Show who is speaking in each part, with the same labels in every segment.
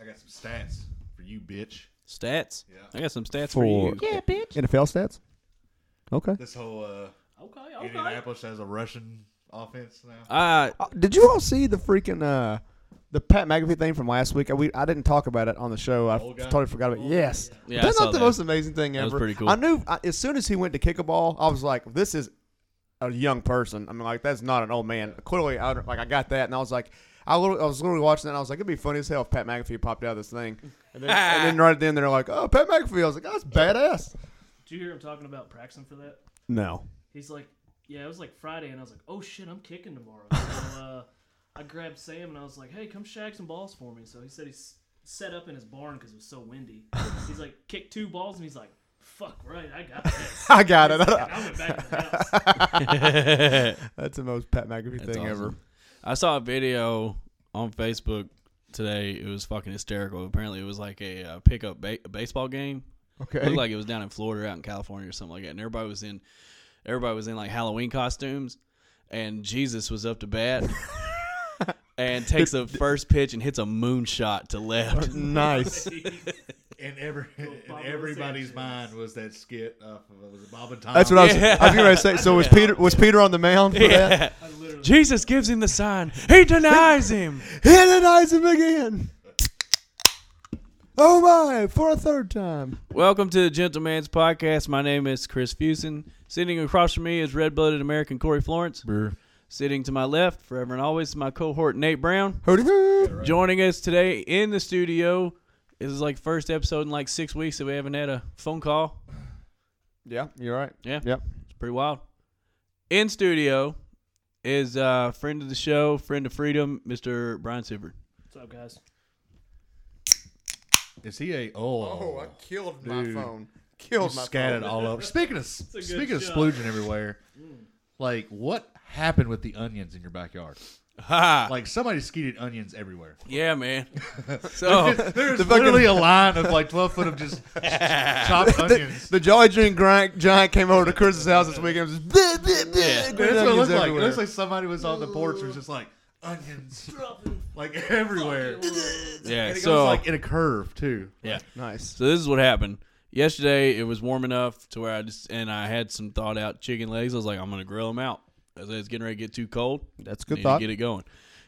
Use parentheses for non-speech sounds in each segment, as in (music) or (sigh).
Speaker 1: I got some stats for you, bitch.
Speaker 2: Stats.
Speaker 1: Yeah.
Speaker 2: I got some stats for,
Speaker 3: For-
Speaker 2: you. Yeah, bitch.
Speaker 3: NFL stats. Okay.
Speaker 1: This whole uh,
Speaker 2: Okay, okay.
Speaker 1: Indianapolis has a Russian offense now.
Speaker 2: Uh,
Speaker 3: Uh, Did you all see the freaking uh, the Pat McAfee thing from last week? I, we I didn't talk about it on the show. I f-
Speaker 1: Old guy?
Speaker 3: totally forgot about it. Yes,
Speaker 2: Yeah, I
Speaker 3: that's
Speaker 2: saw
Speaker 3: not the
Speaker 2: that.
Speaker 3: most amazing thing
Speaker 2: That
Speaker 3: ever.
Speaker 2: was pretty cool.
Speaker 3: I knew I, as soon as he went to kick a ball, I was like, "This is a young person." I mean, like that's not an old man. Clearly, I, don't- like I got that, and I was like, I, literally, I was literally watching that. and I was like, "It'd be funny as hell if Pat McAfee popped out of this thing." And then,
Speaker 2: (laughs)
Speaker 3: and then right then they're like, "Oh, Pat McAfee." I was like, "That's badass."
Speaker 4: Did you hear him talking about practicing for that?
Speaker 3: No,
Speaker 4: He's like, yeah, it was like Friday, and I was like, oh shit, I'm kicking tomorrow. So, uh, I grabbed Sam and I was like, hey, come shag some balls for me. So he said he's set up in his barn because it was so windy. He's like, kick two balls, and he's like, fuck right, I
Speaker 3: (laughs)
Speaker 4: got this.
Speaker 3: (laughs) I got it.
Speaker 4: And I went back to the house. (laughs)
Speaker 3: that's the most Pat McAfee
Speaker 2: That's
Speaker 3: thing ever.
Speaker 2: awesome. I saw a video on Facebook today. It was fucking hysterical. Apparently, it was like a uh, pickup ba- baseball game. It
Speaker 3: Okay,
Speaker 2: looked like it was down in Florida, or out in California, or something like that. And everybody was in, everybody was in like Halloween costumes, and Jesus was up to bat, and takes the first pitch and hits a moonshot to
Speaker 3: (laughs)
Speaker 2: left. (laughs)
Speaker 3: nice.
Speaker 1: And every in
Speaker 4: Bobby
Speaker 1: everybody's
Speaker 4: Sanchez.
Speaker 1: mind was that skit off of was it Bob and Tom.
Speaker 3: That's what I was.
Speaker 2: Yeah.
Speaker 3: I was going to say. So was Peter? Was Peter on the mound for that?
Speaker 2: Yeah.
Speaker 4: I literally
Speaker 2: Jesus gives him the sign. He denies him.
Speaker 3: (laughs) Hit him again. Oh my! For a third time.
Speaker 2: Welcome to the Gentleman's Podcast. My name is Chris Fusen. Sitting across from me is red blooded American Corey Florence. Sitting to my left, forever and always, is my cohort Nate Brown.
Speaker 3: Hurdy hurdy.
Speaker 2: Joining us today in the studio this is like first episode in like six weeks that we haven't had a phone call.
Speaker 3: Yeah, you're right.
Speaker 2: Yeah.
Speaker 3: Yep.
Speaker 2: It's pretty wild. In studio is uh, friend of the show, friend of freedom, Mr. Brian Sibbert.
Speaker 4: What's up, guys?
Speaker 1: Is he a oh?
Speaker 3: killed
Speaker 1: Dude.
Speaker 3: Killed
Speaker 1: He scattered all over. Speaking of
Speaker 4: a good
Speaker 1: speaking of
Speaker 4: shot.
Speaker 1: splooging everywhere, like what happened with the onions in your backyard?
Speaker 2: (laughs) Ha!
Speaker 1: Like somebody skeeted onions everywhere.
Speaker 2: Yeah, man.
Speaker 3: Oh,
Speaker 2: So
Speaker 1: There's literally a line of like twelve foot of
Speaker 3: (laughs)
Speaker 1: just chopped onions.
Speaker 3: The Jolly Green Giant, giant came over to Chris's house this weekend. Just bleh, bleh, bleh,
Speaker 2: Yeah.
Speaker 3: green
Speaker 1: That's what it
Speaker 3: onions
Speaker 1: looked like. It
Speaker 3: everywhere.
Speaker 1: looks like somebody was on the porch and was just like onions, like everywhere.
Speaker 2: yeah,
Speaker 1: And it
Speaker 2: so
Speaker 1: goes like in a curve too.
Speaker 2: yeah.
Speaker 3: nice.
Speaker 2: So this is what happened. Yesterday it was warm enough to where I just and I had some thawed out chicken legs. I was like, I'm gonna grill them out. I said, it's getting ready to get too cold.
Speaker 3: That's
Speaker 2: Need
Speaker 3: good
Speaker 2: to
Speaker 3: thought.
Speaker 2: Get it going.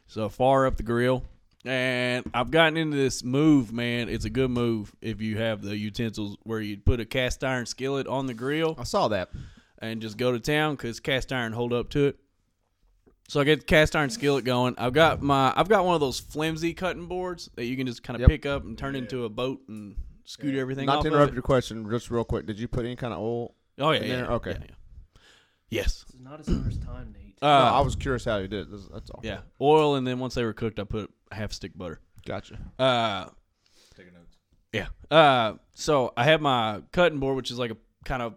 Speaker 2: So far up the grill, and I've gotten into this move, man. It's a good move if you have the utensils where you put a cast iron skillet on the grill
Speaker 3: I saw that.
Speaker 2: and just go to town because cast iron hold up to it. So I get the cast iron skillet going. I've got my I've got one of those flimsy cutting boards that you can just kind of
Speaker 3: Yep.
Speaker 2: pick up and turn into a boat and scoot everything.
Speaker 3: Not
Speaker 2: off
Speaker 3: to
Speaker 2: of
Speaker 3: interrupt
Speaker 2: it.
Speaker 3: your question, just real quick. Did you put any kind of oil?
Speaker 2: Oh yeah,
Speaker 3: in
Speaker 2: yeah,
Speaker 3: there?
Speaker 2: yeah,
Speaker 3: Okay.
Speaker 2: yeah, yeah. Yes.
Speaker 4: This is not his first time, Nate.
Speaker 2: Uh,
Speaker 3: No, I was curious how you did it. That's, that's all.
Speaker 2: yeah. Oil, and then once they were cooked, I put a half stick butter.
Speaker 3: Gotcha.
Speaker 2: Uh,
Speaker 1: Take a note.
Speaker 2: yeah. Uh, so I have my cutting board, which is like a kind of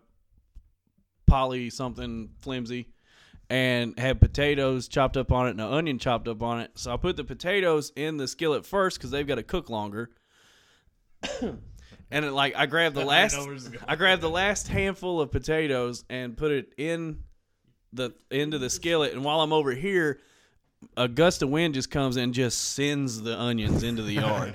Speaker 2: poly something flimsy, and had potatoes chopped up on it and an onion chopped up on it. So I put the potatoes in the skillet first because they've got to cook longer. (coughs) and it, like I
Speaker 1: (laughs)
Speaker 2: grabbed the last,
Speaker 1: know where this is going.
Speaker 2: I grabbed the last handful of potatoes and put it in the into the skillet. And while I'm over here, a gust of wind just comes and just sends the onions into the yard.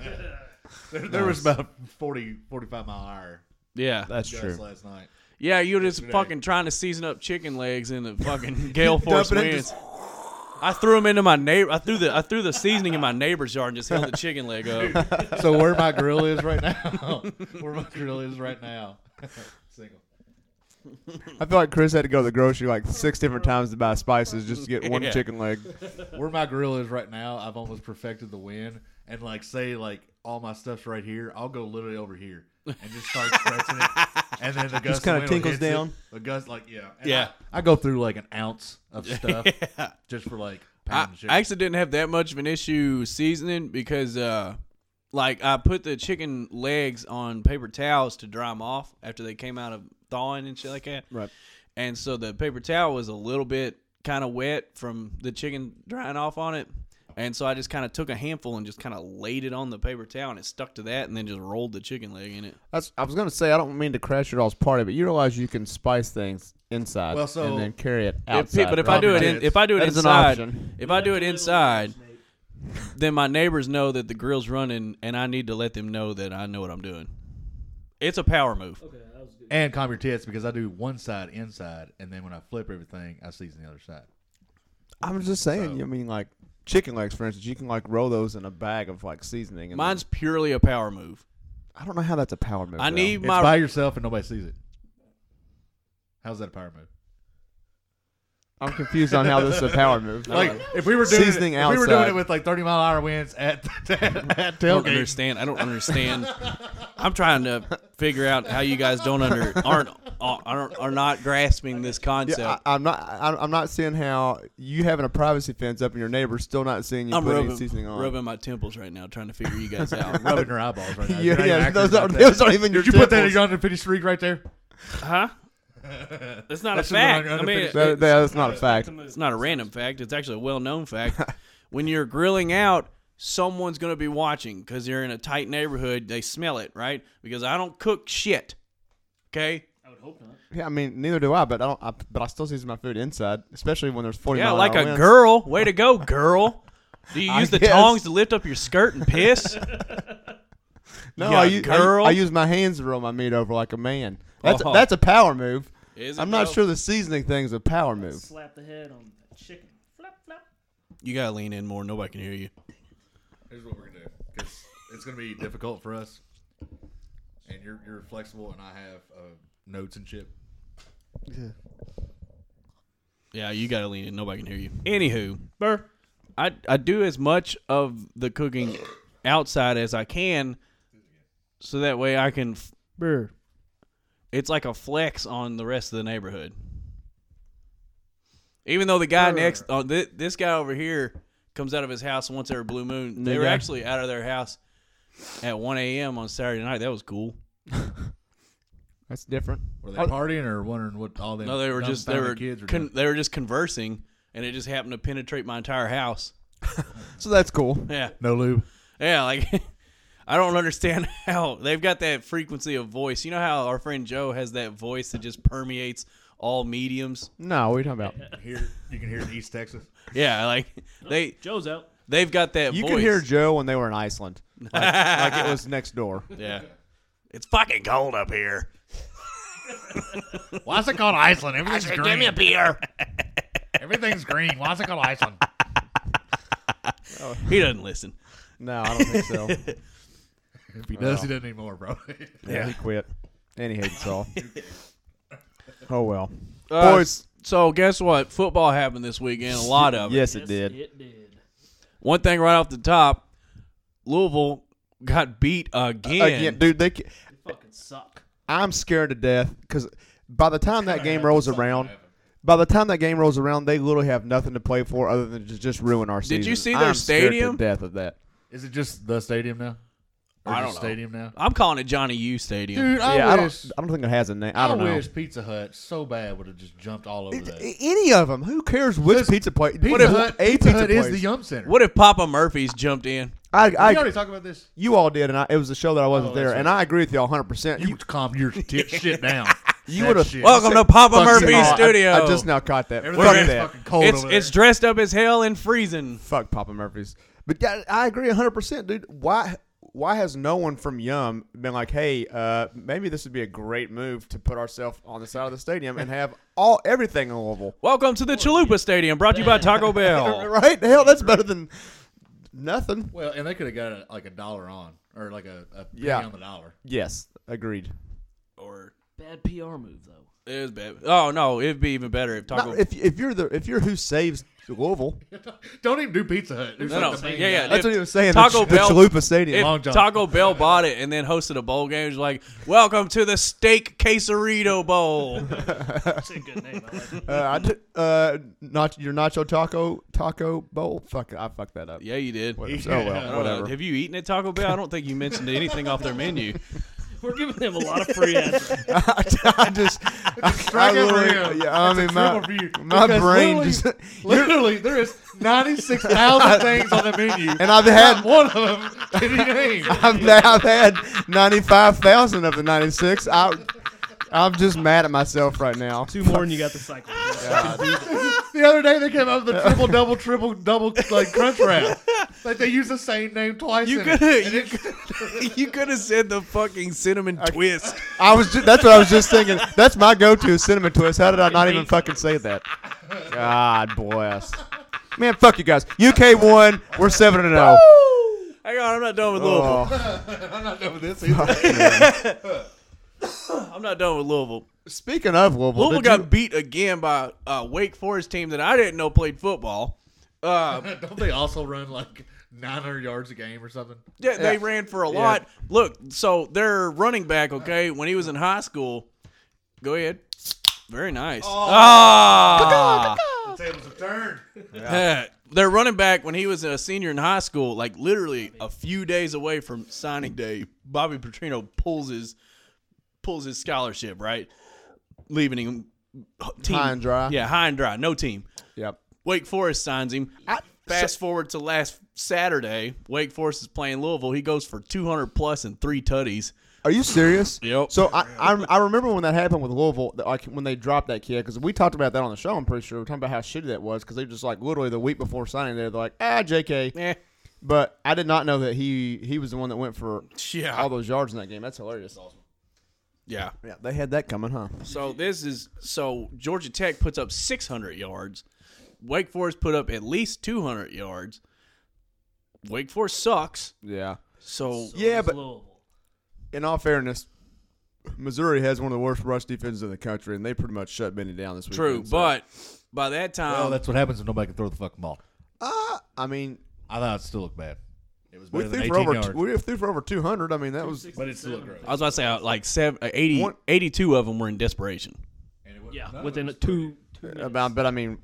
Speaker 1: There, there was about 40, 45 mile an hour
Speaker 2: yeah,
Speaker 3: That's
Speaker 1: gusts
Speaker 3: true.
Speaker 1: last night.
Speaker 2: Yeah, you're just
Speaker 1: Yesterday.
Speaker 2: fucking trying to season up chicken legs in the fucking gale force
Speaker 3: Dumping it,
Speaker 2: winds. I threw them into my neighbor. I threw the I threw the seasoning in my neighbor's yard and just held the chicken leg up.
Speaker 1: So where my grill is right now? (laughs) where my grill is right now? (laughs) Single.
Speaker 3: I feel like Chris had to go to the grocery like six different times to buy spices just to get one
Speaker 2: Yeah.
Speaker 3: chicken leg.
Speaker 1: Where my grill is right now, I've almost perfected the win. And like say like all my stuff's right here, I'll go literally over here and just
Speaker 2: (laughs)
Speaker 1: start stretching it. And then the gust of
Speaker 3: kinda
Speaker 1: wind will
Speaker 3: tinkles
Speaker 1: hits it.
Speaker 3: down.
Speaker 1: The gust like yeah. And
Speaker 2: Yeah.
Speaker 1: I, I go through like an ounce of
Speaker 2: (laughs)
Speaker 1: stuff just for like
Speaker 2: I,
Speaker 1: pound shit.
Speaker 2: I actually didn't have that much of an issue seasoning because uh, like I put the chicken legs on paper towels to dry them off after they came out of thawing and shit like that.
Speaker 3: Right.
Speaker 2: And so the paper towel was a little bit kind of wet from the chicken drying off on it. And so I just kind of took a handful and just kind of laid it on the paper towel and it stuck to that and then just rolled the chicken leg in it.
Speaker 3: That's, I was gonna say I don't mean to crash your all's party, but you realize you can spice things inside
Speaker 1: Well, so-
Speaker 3: and then carry it
Speaker 2: If
Speaker 3: outside.
Speaker 2: pe- but if I do it
Speaker 1: probably
Speaker 2: in,
Speaker 1: is.
Speaker 2: if I do it
Speaker 3: That is an
Speaker 2: inside,
Speaker 3: option.
Speaker 2: if I do it inside, then my neighbors know that the grill's running, and I need to let them know that I know what I'm doing. It's a power move.
Speaker 4: Okay, that was good.
Speaker 1: And calm your tits because I do one side inside, and then when I flip everything, I season the other side.
Speaker 3: I'm just saying.
Speaker 1: So-
Speaker 3: I mean, like chicken legs, for instance, you can like roll those in a bag of like seasoning. And
Speaker 2: Mine's purely a power move.
Speaker 3: I don't know how that's a power move.
Speaker 2: I
Speaker 3: though.
Speaker 2: need
Speaker 1: It's
Speaker 2: my
Speaker 1: by yourself and nobody sees it. How's that a power move?
Speaker 3: I'm confused on how this is a power
Speaker 2: (laughs)
Speaker 3: move.
Speaker 1: Like if we were doing
Speaker 3: Seasoning
Speaker 1: it, if we were doing
Speaker 3: outside.
Speaker 1: it with like thirty mile an hour winds at (laughs) at, at
Speaker 2: I don't
Speaker 1: tailgate.
Speaker 2: understand. I don't understand. I'm trying to figure out how you guys don't under aren't aren't are not grasping this concept.
Speaker 3: Yeah, I, I'm not. I, I'm not seeing how you having a privacy fence up and your neighbor's still not seeing you
Speaker 2: I'm
Speaker 3: put any
Speaker 2: rubbing,
Speaker 3: seasoning on.
Speaker 2: rubbing my temples right now, trying to figure you guys out.
Speaker 1: Rubbing her eyeballs right now.
Speaker 3: (laughs) Yeah,
Speaker 1: You're not even
Speaker 3: yeah,
Speaker 1: accurate
Speaker 3: those aren't,
Speaker 1: about that.
Speaker 3: (laughs) those aren't even your
Speaker 1: Did you put that in
Speaker 3: temples.
Speaker 1: your unfinished streak right there?
Speaker 2: huh? That's not a
Speaker 1: That's just an
Speaker 2: fact. I mean,
Speaker 1: unfinished-
Speaker 3: That-
Speaker 2: it's-
Speaker 3: that's not a fact.
Speaker 4: It's a move.
Speaker 2: It's not a random fact. It's actually a well-known fact. (laughs) when you're grilling out, someone's going to be watching because you're in a tight neighborhood. They smell it, right? Because I don't cook shit. Okay.
Speaker 4: I would hope not.
Speaker 3: Yeah, I mean, neither do I. But I don't. I, but I still season my food inside, especially when there's 40.
Speaker 2: Yeah,
Speaker 3: mile an
Speaker 2: like
Speaker 3: hour
Speaker 2: a
Speaker 3: winds.
Speaker 2: girl. Way to go, girl. Do you
Speaker 3: (laughs) I
Speaker 2: use the
Speaker 3: guess.
Speaker 2: tongs to lift up your skirt and
Speaker 3: (laughs)
Speaker 2: piss?
Speaker 3: No,
Speaker 2: Yeah,
Speaker 3: I, u- I-
Speaker 2: girl.
Speaker 3: I use my hands to roll my meat over like a man. That's
Speaker 2: Oh.
Speaker 3: that's a power move.
Speaker 2: Is it,
Speaker 3: I'm not
Speaker 2: though?
Speaker 3: sure the seasoning thing's a power move.
Speaker 4: Slap the head on the chicken. Flap, flap.
Speaker 2: You gotta lean in more. Nobody can hear you.
Speaker 1: Here's what we're gonna do because it's gonna be difficult for us, and you're you're flexible, and I have uh, notes and shit.
Speaker 2: Yeah, you gotta lean in. Nobody can hear you. Anywho, I I do as much of the cooking outside as I can, so that way I can. f- Burr. It's like a flex on the rest of the neighborhood. Even though the guy next, oh, thi- this guy over here, comes out of his house once every blue moon. They were
Speaker 3: guy.
Speaker 2: actually out of their house at 1 a.m. on Saturday night. That was cool.
Speaker 3: That's different.
Speaker 1: Were they
Speaker 3: Oh.
Speaker 1: partying or wondering what all them?
Speaker 2: No, they were just they
Speaker 1: dumbfounded
Speaker 2: were
Speaker 1: kids. Were
Speaker 2: con-
Speaker 1: doing?
Speaker 2: they were just conversing, and it just happened to penetrate my entire house.
Speaker 3: So
Speaker 2: (laughs)
Speaker 3: that's cool.
Speaker 2: Yeah,
Speaker 1: no lube.
Speaker 2: yeah. Like (laughs) I don't understand (laughs) how they've got that frequency of voice. You know how our friend Joe has that voice that just permeates all mediums.
Speaker 3: No, what are you talking about?
Speaker 1: Here you can hear it in East Texas.
Speaker 2: Yeah, like they
Speaker 4: Joe's out.
Speaker 2: they've got that.
Speaker 3: You
Speaker 2: voice.
Speaker 3: could hear Joe when they were
Speaker 2: (laughs)
Speaker 3: in Iceland, like, like it was next door.
Speaker 2: Yeah, it's fucking cold up here.
Speaker 1: Why is it called
Speaker 2: (laughs)
Speaker 1: Iceland? Everything's green.
Speaker 2: beer.
Speaker 1: Everything's green. Why is it called Iceland?
Speaker 2: (laughs) he doesn't listen.
Speaker 3: No, I don't think so.
Speaker 2: (laughs)
Speaker 1: If he does, he doesn't anymore, bro. (laughs)
Speaker 3: Yeah, he quit, and he hates
Speaker 2: (laughs)
Speaker 3: us all. oh well,
Speaker 2: Uh,
Speaker 3: boys.
Speaker 2: So guess what? Football happened this weekend. A lot of it.
Speaker 3: Yes, it did.
Speaker 4: It did.
Speaker 2: One thing right off the top, Louisville got beat again.
Speaker 3: Again, dude, they. ca-
Speaker 4: They fucking suck.
Speaker 3: I'm scared to death because by the time that game rolls around, by the time that game rolls around, they literally have nothing to play for other than to just ruin our season.
Speaker 2: Did you see their
Speaker 3: I'm scared
Speaker 2: stadium?
Speaker 3: to death of that.
Speaker 1: Is it just the stadium now? Or
Speaker 2: I
Speaker 1: just
Speaker 2: don't know.
Speaker 1: Stadium now,
Speaker 2: I'm calling it Johnny U Stadium.
Speaker 1: dude. I
Speaker 3: yeah,
Speaker 1: wish.
Speaker 3: I don't. I don't think it has a name. I don't know.
Speaker 1: wish Pizza Hut so bad would have just jumped all over that.
Speaker 3: A- Any of them? Who cares which pizza place?
Speaker 1: Pizza Hut,
Speaker 3: a
Speaker 1: pizza Hut is
Speaker 3: place.
Speaker 1: the Yum Center.
Speaker 2: What if Papa Murphy's jumped in?
Speaker 3: I,
Speaker 1: Did we
Speaker 3: I,
Speaker 1: already talk about this?
Speaker 3: you all did, and I, it was a show that I wasn't
Speaker 1: Oh,
Speaker 3: there,
Speaker 1: that's
Speaker 3: and I agree with y'all 100. percent
Speaker 1: You calm your t- shit down.
Speaker 3: You
Speaker 1: That
Speaker 3: would've-
Speaker 1: shit.
Speaker 2: Welcome to Papa
Speaker 3: Fuck
Speaker 2: Murphy's
Speaker 3: y'all. I-
Speaker 2: studio.
Speaker 3: I, just now caught that.
Speaker 1: Everything
Speaker 3: Fuck
Speaker 1: is
Speaker 3: that.
Speaker 1: fucking cold
Speaker 2: it's
Speaker 1: over
Speaker 2: it's
Speaker 1: there.
Speaker 2: dressed up as hell and freezing.
Speaker 3: Fuck Papa Murphy's. But yeah, I agree 100%, dude. Why why has no one from Yum been like, "Hey, uh, maybe this would be a great move to put ourselves on the side of the stadium and have all everything in Louisville."
Speaker 2: Welcome to the Chalupa Stadium, brought to you by Taco Bell.
Speaker 3: (laughs) Right? Hell, that's better than nothing.
Speaker 1: well, and they could have got a, like a dollar on or like a, a penny
Speaker 3: Yeah.
Speaker 1: on the dollar.
Speaker 3: Yes, agreed.
Speaker 2: or
Speaker 4: Bad PR move though.
Speaker 2: it was bad. Oh no, it'd be even better if Taco.
Speaker 3: Not- if if you're the if you're who saves Louisville,
Speaker 1: Don't even do Pizza Hut. Do
Speaker 2: no, no,
Speaker 1: something
Speaker 2: yeah,
Speaker 1: main
Speaker 2: yeah.
Speaker 1: guy.
Speaker 3: that's
Speaker 2: if
Speaker 3: what he was saying.
Speaker 2: Taco
Speaker 3: the, Ch- the
Speaker 2: Bell-
Speaker 3: Chalupa Stadium.
Speaker 1: Long
Speaker 2: if
Speaker 1: John.
Speaker 2: Taco Bell bought it and then hosted a bowl game, it's like, welcome to the Steak Quesarito
Speaker 3: (laughs)
Speaker 2: Bowl.
Speaker 4: That's a good name. I like it.
Speaker 3: uh, I took uh, nach- your nacho taco taco bowl. Fuck, I fucked that up.
Speaker 2: yeah, you did.
Speaker 3: Whatever.
Speaker 1: Yeah.
Speaker 3: Oh
Speaker 1: I don't
Speaker 3: well,
Speaker 2: I don't know.
Speaker 3: whatever.
Speaker 2: Have you eaten at Taco Bell? I don't think you mentioned anything off their menu.
Speaker 4: (laughs)
Speaker 3: (laughs)
Speaker 2: (laughs)
Speaker 4: We're giving them a lot of free ads. (laughs)
Speaker 3: I
Speaker 1: (laughs)
Speaker 3: just I,
Speaker 1: strike
Speaker 3: I
Speaker 1: over
Speaker 3: literally-
Speaker 1: him.
Speaker 3: Yeah, I
Speaker 1: It's a
Speaker 3: mean my,
Speaker 1: triple for you.
Speaker 3: my
Speaker 1: Because
Speaker 3: brain
Speaker 1: literally-
Speaker 3: just (laughs)
Speaker 1: Literally, there is ninety six thousand things on the menu,
Speaker 3: and I've had
Speaker 1: (laughs) one of them can you name.
Speaker 3: I've, I've had ninety five thousand of the ninety six. I I'm just mad at myself right now.
Speaker 4: Two more and you got the cycle.
Speaker 1: The other day they came up with a triple double triple double like crunch wrap. Like they use the same name twice.
Speaker 2: You
Speaker 1: in it.
Speaker 2: coulda-
Speaker 1: And
Speaker 2: you
Speaker 1: it-
Speaker 2: you could have said the fucking cinnamon
Speaker 3: (laughs)
Speaker 2: twist.
Speaker 3: I was ju- that's what I was just thinking. That's my go-to cinnamon twist. How did I not even fucking say that? God bless. Man, fuck you guys. UK won. We're seven and zero.
Speaker 2: Hang on, I'm not done with Louisville.
Speaker 3: Oh,
Speaker 1: I'm not done with (laughs) this either.
Speaker 2: I'm not done with Louisville.
Speaker 3: Speaking of Louisville,
Speaker 2: Louisville
Speaker 3: did
Speaker 2: got
Speaker 3: you-
Speaker 2: beat again by uh, Wake Forest team that I didn't know played football. Uh,
Speaker 1: Don't they also run like 900 yards a game or something?
Speaker 2: Yeah, they ran for a lot. Look, so their running back, okay, when he was in high school, go ahead. Very nice.
Speaker 3: Oh.
Speaker 2: Ah.
Speaker 1: The tables have turned.
Speaker 2: Yeah. Their running back when he was a senior in high school, like literally a few days away from signing day, Bobby Petrino pulls his pulls his scholarship, right? Leaving him team,
Speaker 3: High and dry.
Speaker 2: Yeah, high and dry. No team.
Speaker 3: Yep.
Speaker 2: Wake Forest signs him. Fast forward to last Saturday, Wake Forest is playing Louisville. He goes for 200 plus and three tutties.
Speaker 3: Are you serious?
Speaker 2: Yep.
Speaker 3: So I, I I remember when that happened with Louisville, that, like when they dropped that kid, because we talked about that on the show. I'm pretty sure we are talking about how shitty that was, because they just like literally the week before signing, there, they're like, ah, J.K.
Speaker 2: Eh.
Speaker 3: But I did not know that he he was the one that went for
Speaker 2: Yeah.
Speaker 3: all those yards in that game. That's hilarious.
Speaker 2: Yeah.
Speaker 3: Yeah, they had that coming, huh?
Speaker 2: So this is so Georgia Tech puts up 600 yards. Wake Forest put up at least 200 yards. Wake Forest sucks.
Speaker 3: Yeah.
Speaker 2: So
Speaker 3: Yeah,
Speaker 4: It's
Speaker 3: but
Speaker 4: Louisville.
Speaker 3: in all fairness, Missouri has one of the worst rush defenses in the country, and they pretty much shut Benny down this week.
Speaker 2: true, but by that time,
Speaker 1: Oh, that's what happens when nobody can throw the fucking ball.
Speaker 3: uh, I mean,
Speaker 1: I thought it still looked bad. It was
Speaker 3: we
Speaker 1: better than 18
Speaker 3: threw for over
Speaker 1: yards.
Speaker 3: t- we threw for over two hundred. I mean, that was
Speaker 1: but it still looked great.
Speaker 2: I was about to say uh, like seven, uh, 80,
Speaker 3: One-
Speaker 2: 82 of them were in desperation.
Speaker 1: And it was-
Speaker 4: Yeah,
Speaker 1: none of
Speaker 4: within
Speaker 1: it
Speaker 4: a
Speaker 1: was
Speaker 4: two, two minutes.
Speaker 3: about. But I mean,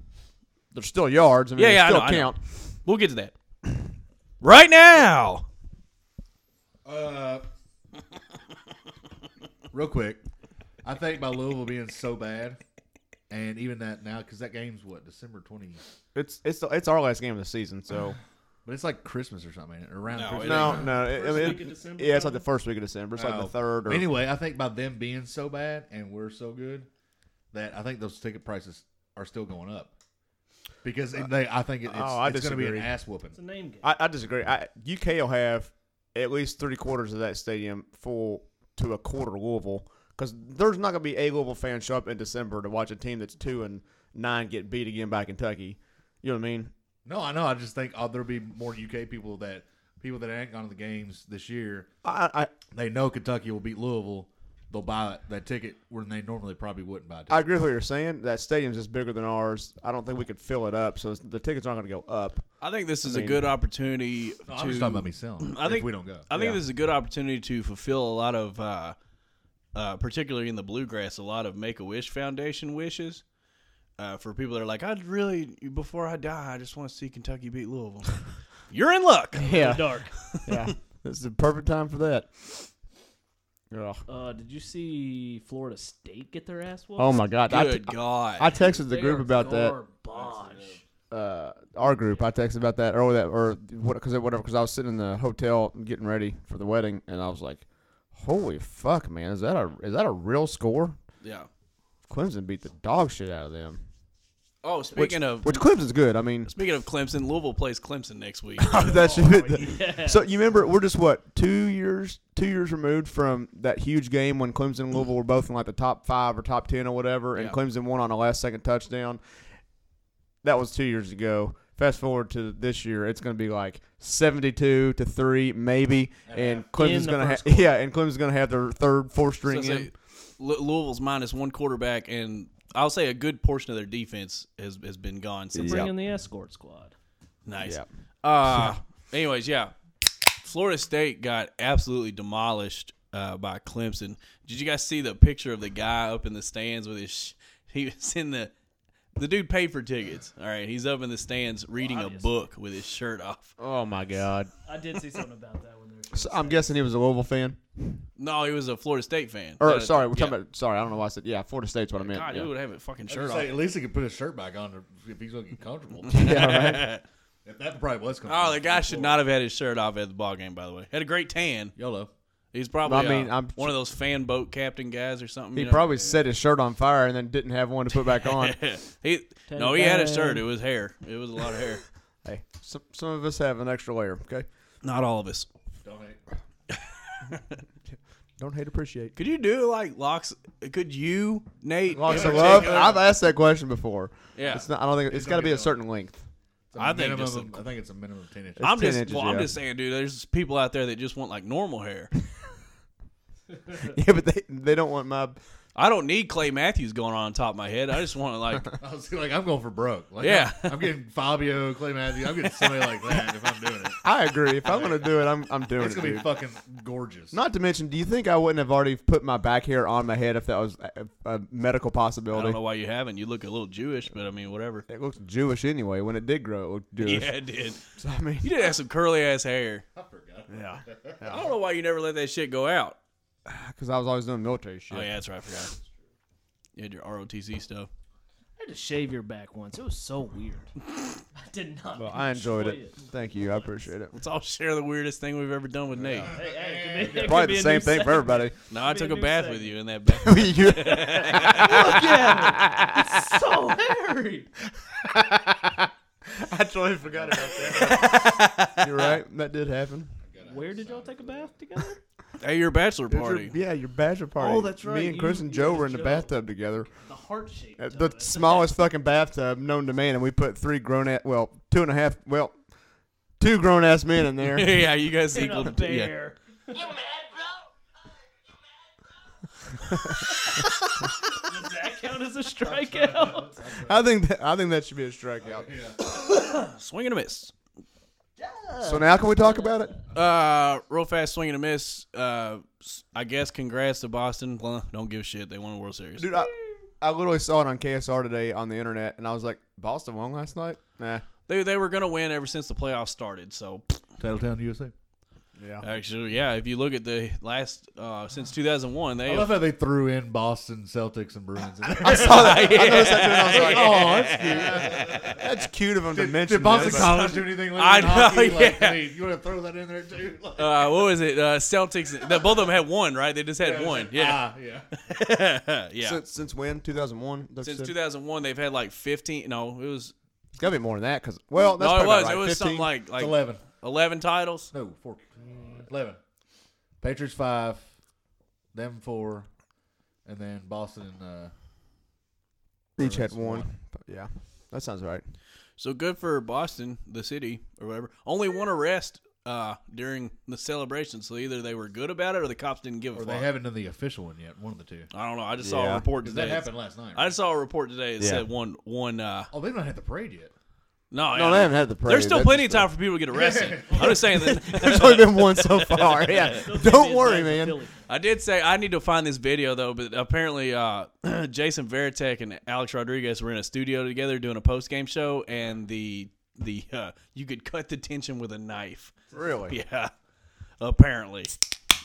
Speaker 3: they're still yards. I mean,
Speaker 2: Yeah,
Speaker 3: they
Speaker 2: yeah, I
Speaker 3: still
Speaker 2: know, I know.
Speaker 3: count.
Speaker 2: We'll get to that (clears throat) right now.
Speaker 1: Uh, (laughs) real quick, I think by Louisville being so bad, and even that now because that game's what December twenty,
Speaker 3: It's it's it's our last game of the season, so
Speaker 1: but it's like Christmas or something ain't Oh, it? around.
Speaker 2: No,
Speaker 1: Christmas.
Speaker 2: it
Speaker 3: no, no. It,
Speaker 4: First
Speaker 3: it-
Speaker 4: week of December,
Speaker 3: yeah, it's like
Speaker 4: probably?
Speaker 3: the first week of December. It's like
Speaker 1: Oh.
Speaker 3: the third. Or,
Speaker 1: Anyway, I think by them being so bad and we're so good that I think those ticket prices are still going up because it- they, I think it, it's,
Speaker 3: Oh, I
Speaker 1: it's going to be an
Speaker 3: disagree.
Speaker 1: ass whooping.
Speaker 4: It's a name game.
Speaker 3: I, I disagree. I, UK will have at least three quarters of that stadium full to a quarter Louisville because there's not going to be a Louisville fan show up in December to watch a team that's two and nine get beat again by Kentucky. You know what I mean?
Speaker 1: No, I know. I just think oh, there'll be more UK people that people that ain't gone to the games this year.
Speaker 3: I, I
Speaker 1: They know Kentucky will beat Louisville. They'll buy that, that ticket when they normally probably wouldn't buy. A ticket.
Speaker 3: I agree with what you're saying. That stadium's just bigger than ours. I don't think we could fill it up, so it's- the tickets aren't going to go up.
Speaker 2: I think this is a good opportunity.
Speaker 1: No,
Speaker 2: to,
Speaker 1: I'm just talking about me selling.
Speaker 2: I
Speaker 1: I
Speaker 2: think-
Speaker 1: think we don't go.
Speaker 2: I think
Speaker 3: Yeah.
Speaker 2: this is a good opportunity to fulfill a lot of, uh, uh, particularly in the bluegrass, a lot of Make a Wish Foundation wishes uh, for people that are like, I'd really, before I die, I just want to see Kentucky beat Louisville. (laughs) You're in luck.
Speaker 3: Yeah,
Speaker 4: (laughs) Dark.
Speaker 3: yeah. This is the perfect time for that. Ugh.
Speaker 4: Uh, did you see Florida State get their ass whooped?
Speaker 3: Oh my God! I
Speaker 2: Good
Speaker 3: t-
Speaker 2: God.
Speaker 3: I texted the
Speaker 4: They
Speaker 3: group
Speaker 4: are
Speaker 3: about that.
Speaker 4: garbage.
Speaker 3: uh, our group. I texted about that earlier, that, or what, cause it- whatever, because I was sitting in the hotel getting ready for the wedding, and I was like, "Holy fuck, man! Is that a is that a real score?
Speaker 2: yeah.
Speaker 3: Clemson beat the dog shit out of them.
Speaker 2: Oh, speaking of
Speaker 3: Which Clemson's good. I mean,
Speaker 2: speaking of Clemson, Louisville plays Clemson next week.
Speaker 3: that
Speaker 2: Oh,
Speaker 3: (laughs) should.
Speaker 4: Yeah.
Speaker 3: So you remember we're just what two years two years removed from that huge game when Clemson and Louisville were both in like the top five or top ten or whatever, and
Speaker 2: Yeah.
Speaker 3: Clemson won on a last second touchdown. That was two years ago. Fast forward to this year, it's going to be like seventy two to three maybe, and Clemson's
Speaker 4: the
Speaker 3: going to have
Speaker 4: first quarter.
Speaker 3: yeah, and Clemson's going to have their third fourth
Speaker 2: So
Speaker 3: string
Speaker 2: say
Speaker 3: in.
Speaker 2: Lou- Louisville's minus one quarterback, and I'll say a good portion of their defense has, has been gone since
Speaker 4: Bring
Speaker 3: Yeah.
Speaker 4: in the escort squad.
Speaker 2: Nice.
Speaker 3: Yep.
Speaker 2: Uh, (laughs) anyways, yeah. Florida State got absolutely demolished uh, by Clemson. Did you guys see the picture of the guy up in the stands with his? Sh- he was in the. The dude paid for tickets. All right, he's up in the stands reading a book with his shirt off.
Speaker 3: Oh my god!
Speaker 4: I did see something about that when they were.
Speaker 3: So I'm guessing he was a Louisville fan,
Speaker 2: No, he was a Florida State fan.
Speaker 3: or
Speaker 2: Uh,
Speaker 3: sorry, we're
Speaker 2: yeah.
Speaker 3: talking about sorry. I don't know why I said yeah. Florida State's what I meant.
Speaker 2: God,
Speaker 3: yeah.
Speaker 2: who would have a
Speaker 1: I
Speaker 2: fucking
Speaker 1: was
Speaker 2: shirt
Speaker 1: gonna
Speaker 2: off?
Speaker 1: say, at least he could put his shirt back on if- if he's going to get (laughs) comfortable.
Speaker 3: Yeah, right.
Speaker 1: If that probably was comfortable.
Speaker 2: Oh, the guy should not have had his shirt off at the ball game. By the way, had a great tan.
Speaker 1: YOLO.
Speaker 2: He's probably
Speaker 3: I
Speaker 2: I
Speaker 3: mean,
Speaker 2: mean,
Speaker 3: I'm-
Speaker 2: one of those fan boat captain guys or something.
Speaker 3: He
Speaker 2: you know?
Speaker 3: probably set his shirt on fire and then didn't have one to put back
Speaker 2: (laughs)
Speaker 3: on.
Speaker 2: he no, he had a shirt. It was hair. It was a lot of hair.
Speaker 3: hey, some, some of us have an extra layer. Okay,
Speaker 2: (laughs) Not all of us.
Speaker 5: Don't hate.
Speaker 3: don't hate, appreciate.
Speaker 2: Could you do like locks? Could you, Nate?
Speaker 3: Locks
Speaker 2: in
Speaker 3: of love.
Speaker 2: particular-
Speaker 3: I've asked that question before.
Speaker 2: Yeah.
Speaker 3: it's not. I don't think it's got to
Speaker 5: don't
Speaker 3: be a
Speaker 5: get
Speaker 3: certain length. (laughs)
Speaker 5: It's a
Speaker 2: I think
Speaker 5: minimum
Speaker 2: just a-
Speaker 5: of- I think it's a minimum of ten inches.
Speaker 2: I'm
Speaker 3: 10
Speaker 2: just.
Speaker 3: inches,
Speaker 2: well, I'm
Speaker 3: yeah.
Speaker 2: just saying, dude. There's people out there that just want like normal hair.
Speaker 3: yeah, but they they don't want my.
Speaker 2: I don't need Clay Matthews going on, on top of my head. I just want to like.
Speaker 3: (laughs)
Speaker 5: (laughs) I was like, I'm going for broke. Like,
Speaker 2: Yeah.
Speaker 5: I'm, I'm getting Fabio, Clay Matthews. I'm getting somebody like that if I'm doing it.
Speaker 3: I agree. If I'm gonna do it, I'm I'm doing
Speaker 5: It's
Speaker 3: it.
Speaker 5: gonna be
Speaker 3: dude.
Speaker 5: fucking gorgeous.
Speaker 3: Not to mention, do you think I wouldn't have already put my back hair on my head if that was a, a medical
Speaker 2: I
Speaker 3: possibility?
Speaker 2: don't know why you haven't. You look a little Jewish, but I mean, whatever.
Speaker 3: It looked Jewish anyway. When it did grow, it looked Jewish.
Speaker 2: Yeah, it did.
Speaker 3: (laughs) So, I mean,
Speaker 2: You did have some curly ass hair.
Speaker 5: I forgot.
Speaker 3: yeah,
Speaker 2: I don't know why you never let that shit go out.
Speaker 3: because I was always doing military shit.
Speaker 2: Oh yeah, that's right. I forgot. You had your ROTC stuff.
Speaker 4: I had to shave your back once. It was so weird. (laughs) I did not.
Speaker 3: Well, I enjoyed
Speaker 4: enjoy
Speaker 3: it. Thank you. I appreciate it.
Speaker 2: Let's all share the weirdest thing we've ever done with Nate.
Speaker 4: Hey, hey, it could be- it could
Speaker 3: Probably
Speaker 4: be
Speaker 3: the
Speaker 4: a
Speaker 3: same
Speaker 4: new
Speaker 3: thing for
Speaker 4: (laughs) segment.
Speaker 3: everybody. (laughs)
Speaker 2: No, I
Speaker 4: be
Speaker 2: took
Speaker 4: a
Speaker 2: a
Speaker 4: new
Speaker 2: bath
Speaker 4: segment.
Speaker 2: with you in that bath.
Speaker 3: You-
Speaker 4: Look at it. It's so hairy.
Speaker 5: I totally forgot about that.
Speaker 3: You're right. That did happen.
Speaker 4: Where did y'all take a bath together?
Speaker 2: (laughs) At your bachelor
Speaker 3: It was your-
Speaker 2: party.
Speaker 3: yeah, your bachelor party.
Speaker 4: Oh, that's right.
Speaker 3: Me and
Speaker 4: You-
Speaker 3: Chris and
Speaker 4: you
Speaker 3: Joe
Speaker 4: and
Speaker 3: were in the
Speaker 4: Joe.
Speaker 3: bathtub together.
Speaker 4: The heart shape.
Speaker 3: Uh,
Speaker 4: of
Speaker 3: The
Speaker 4: it.
Speaker 3: smallest fucking bathtub known to man, and we put three grown ass, well, two and a half, well, two grown ass men in
Speaker 2: (laughs)
Speaker 3: there.
Speaker 2: yeah, you guys
Speaker 4: In a
Speaker 2: equal. Yeah.
Speaker 4: bear. (laughs) Does that count as a strikeout?
Speaker 3: I think that, I think that should be a strikeout.
Speaker 2: Swing and a miss.
Speaker 3: So now can we talk about it?
Speaker 2: Uh, real fast swing and a miss. Uh, s- I guess congrats to Boston. Well, don't give a shit. They won the World Series.
Speaker 3: Dude, I, I literally saw it on KSR today on the internet, and I was like, Boston won last night? Nah.
Speaker 2: They they were gonna win ever since the playoffs started. So
Speaker 5: Tattletown, USA.
Speaker 3: Yeah.
Speaker 2: actually, yeah, if you look at the last uh since 2001, (laughs) they
Speaker 5: I love how they threw in Boston Celtics and Bruins. (laughs) In there.
Speaker 3: I saw that. I noticed that too, and I was like, oh, that's cute. That's cute of him to mention
Speaker 5: Did Boston
Speaker 3: that, but-
Speaker 5: College do anything? Later
Speaker 2: I
Speaker 5: in hockey?
Speaker 2: know,
Speaker 5: Like,
Speaker 2: yeah.
Speaker 5: I mean, you want to throw that in there
Speaker 2: (laughs)
Speaker 5: too? Like,
Speaker 2: (laughs) uh what was it? Uh Celtics. The, both of them had one, right? They just had Uh, one. Yeah,
Speaker 5: ah, yeah.
Speaker 2: (laughs) yeah.
Speaker 3: Ah. Since, since when? 2001? That's
Speaker 2: since
Speaker 3: it?
Speaker 2: 2001, they've had like 15. No, it was.
Speaker 3: It's got to be more than that because, well, that's
Speaker 2: No, it
Speaker 3: probably
Speaker 2: was.
Speaker 3: about right,
Speaker 2: It was
Speaker 3: 15.
Speaker 2: something like
Speaker 5: It's
Speaker 2: like 11.
Speaker 5: eleven.
Speaker 2: titles.
Speaker 5: No, four. Eleven. Patriots five. Them four. And then Boston and uh,
Speaker 3: each had
Speaker 5: Bruins
Speaker 3: one. But yeah, that sounds right.
Speaker 2: So good for Boston, the city or whatever. Only one arrest uh, during the celebration. So either they were good about it or the cops didn't give a
Speaker 5: or
Speaker 2: fuck.
Speaker 5: they haven't done the official one yet. One of the two.
Speaker 2: I don't know. I just saw
Speaker 3: Yeah.
Speaker 2: a report
Speaker 5: Because
Speaker 2: today.
Speaker 5: that happened last night.
Speaker 2: I
Speaker 5: right?
Speaker 2: just saw a report today that
Speaker 3: Yeah.
Speaker 2: said one one. Uh,
Speaker 5: Oh, they've not had the parade yet.
Speaker 2: no,
Speaker 3: No,
Speaker 2: yeah.
Speaker 3: they haven't had the parade.
Speaker 2: There's still
Speaker 3: That's
Speaker 2: plenty of
Speaker 3: (laughs) just-
Speaker 2: time for people to get arrested. I'm just saying
Speaker 3: (laughs)
Speaker 2: that.
Speaker 3: There's only been one
Speaker 2: (laughs)
Speaker 3: so far. Yeah. Don't worry, man.
Speaker 4: Philly.
Speaker 2: I did say I need to find this video though, but apparently uh, (clears throat) Jason Veritek and Alex Rodriguez were in a studio together doing a post game show, and the the uh, you could cut the tension with a knife.
Speaker 3: Really?
Speaker 2: (laughs) Yeah, apparently.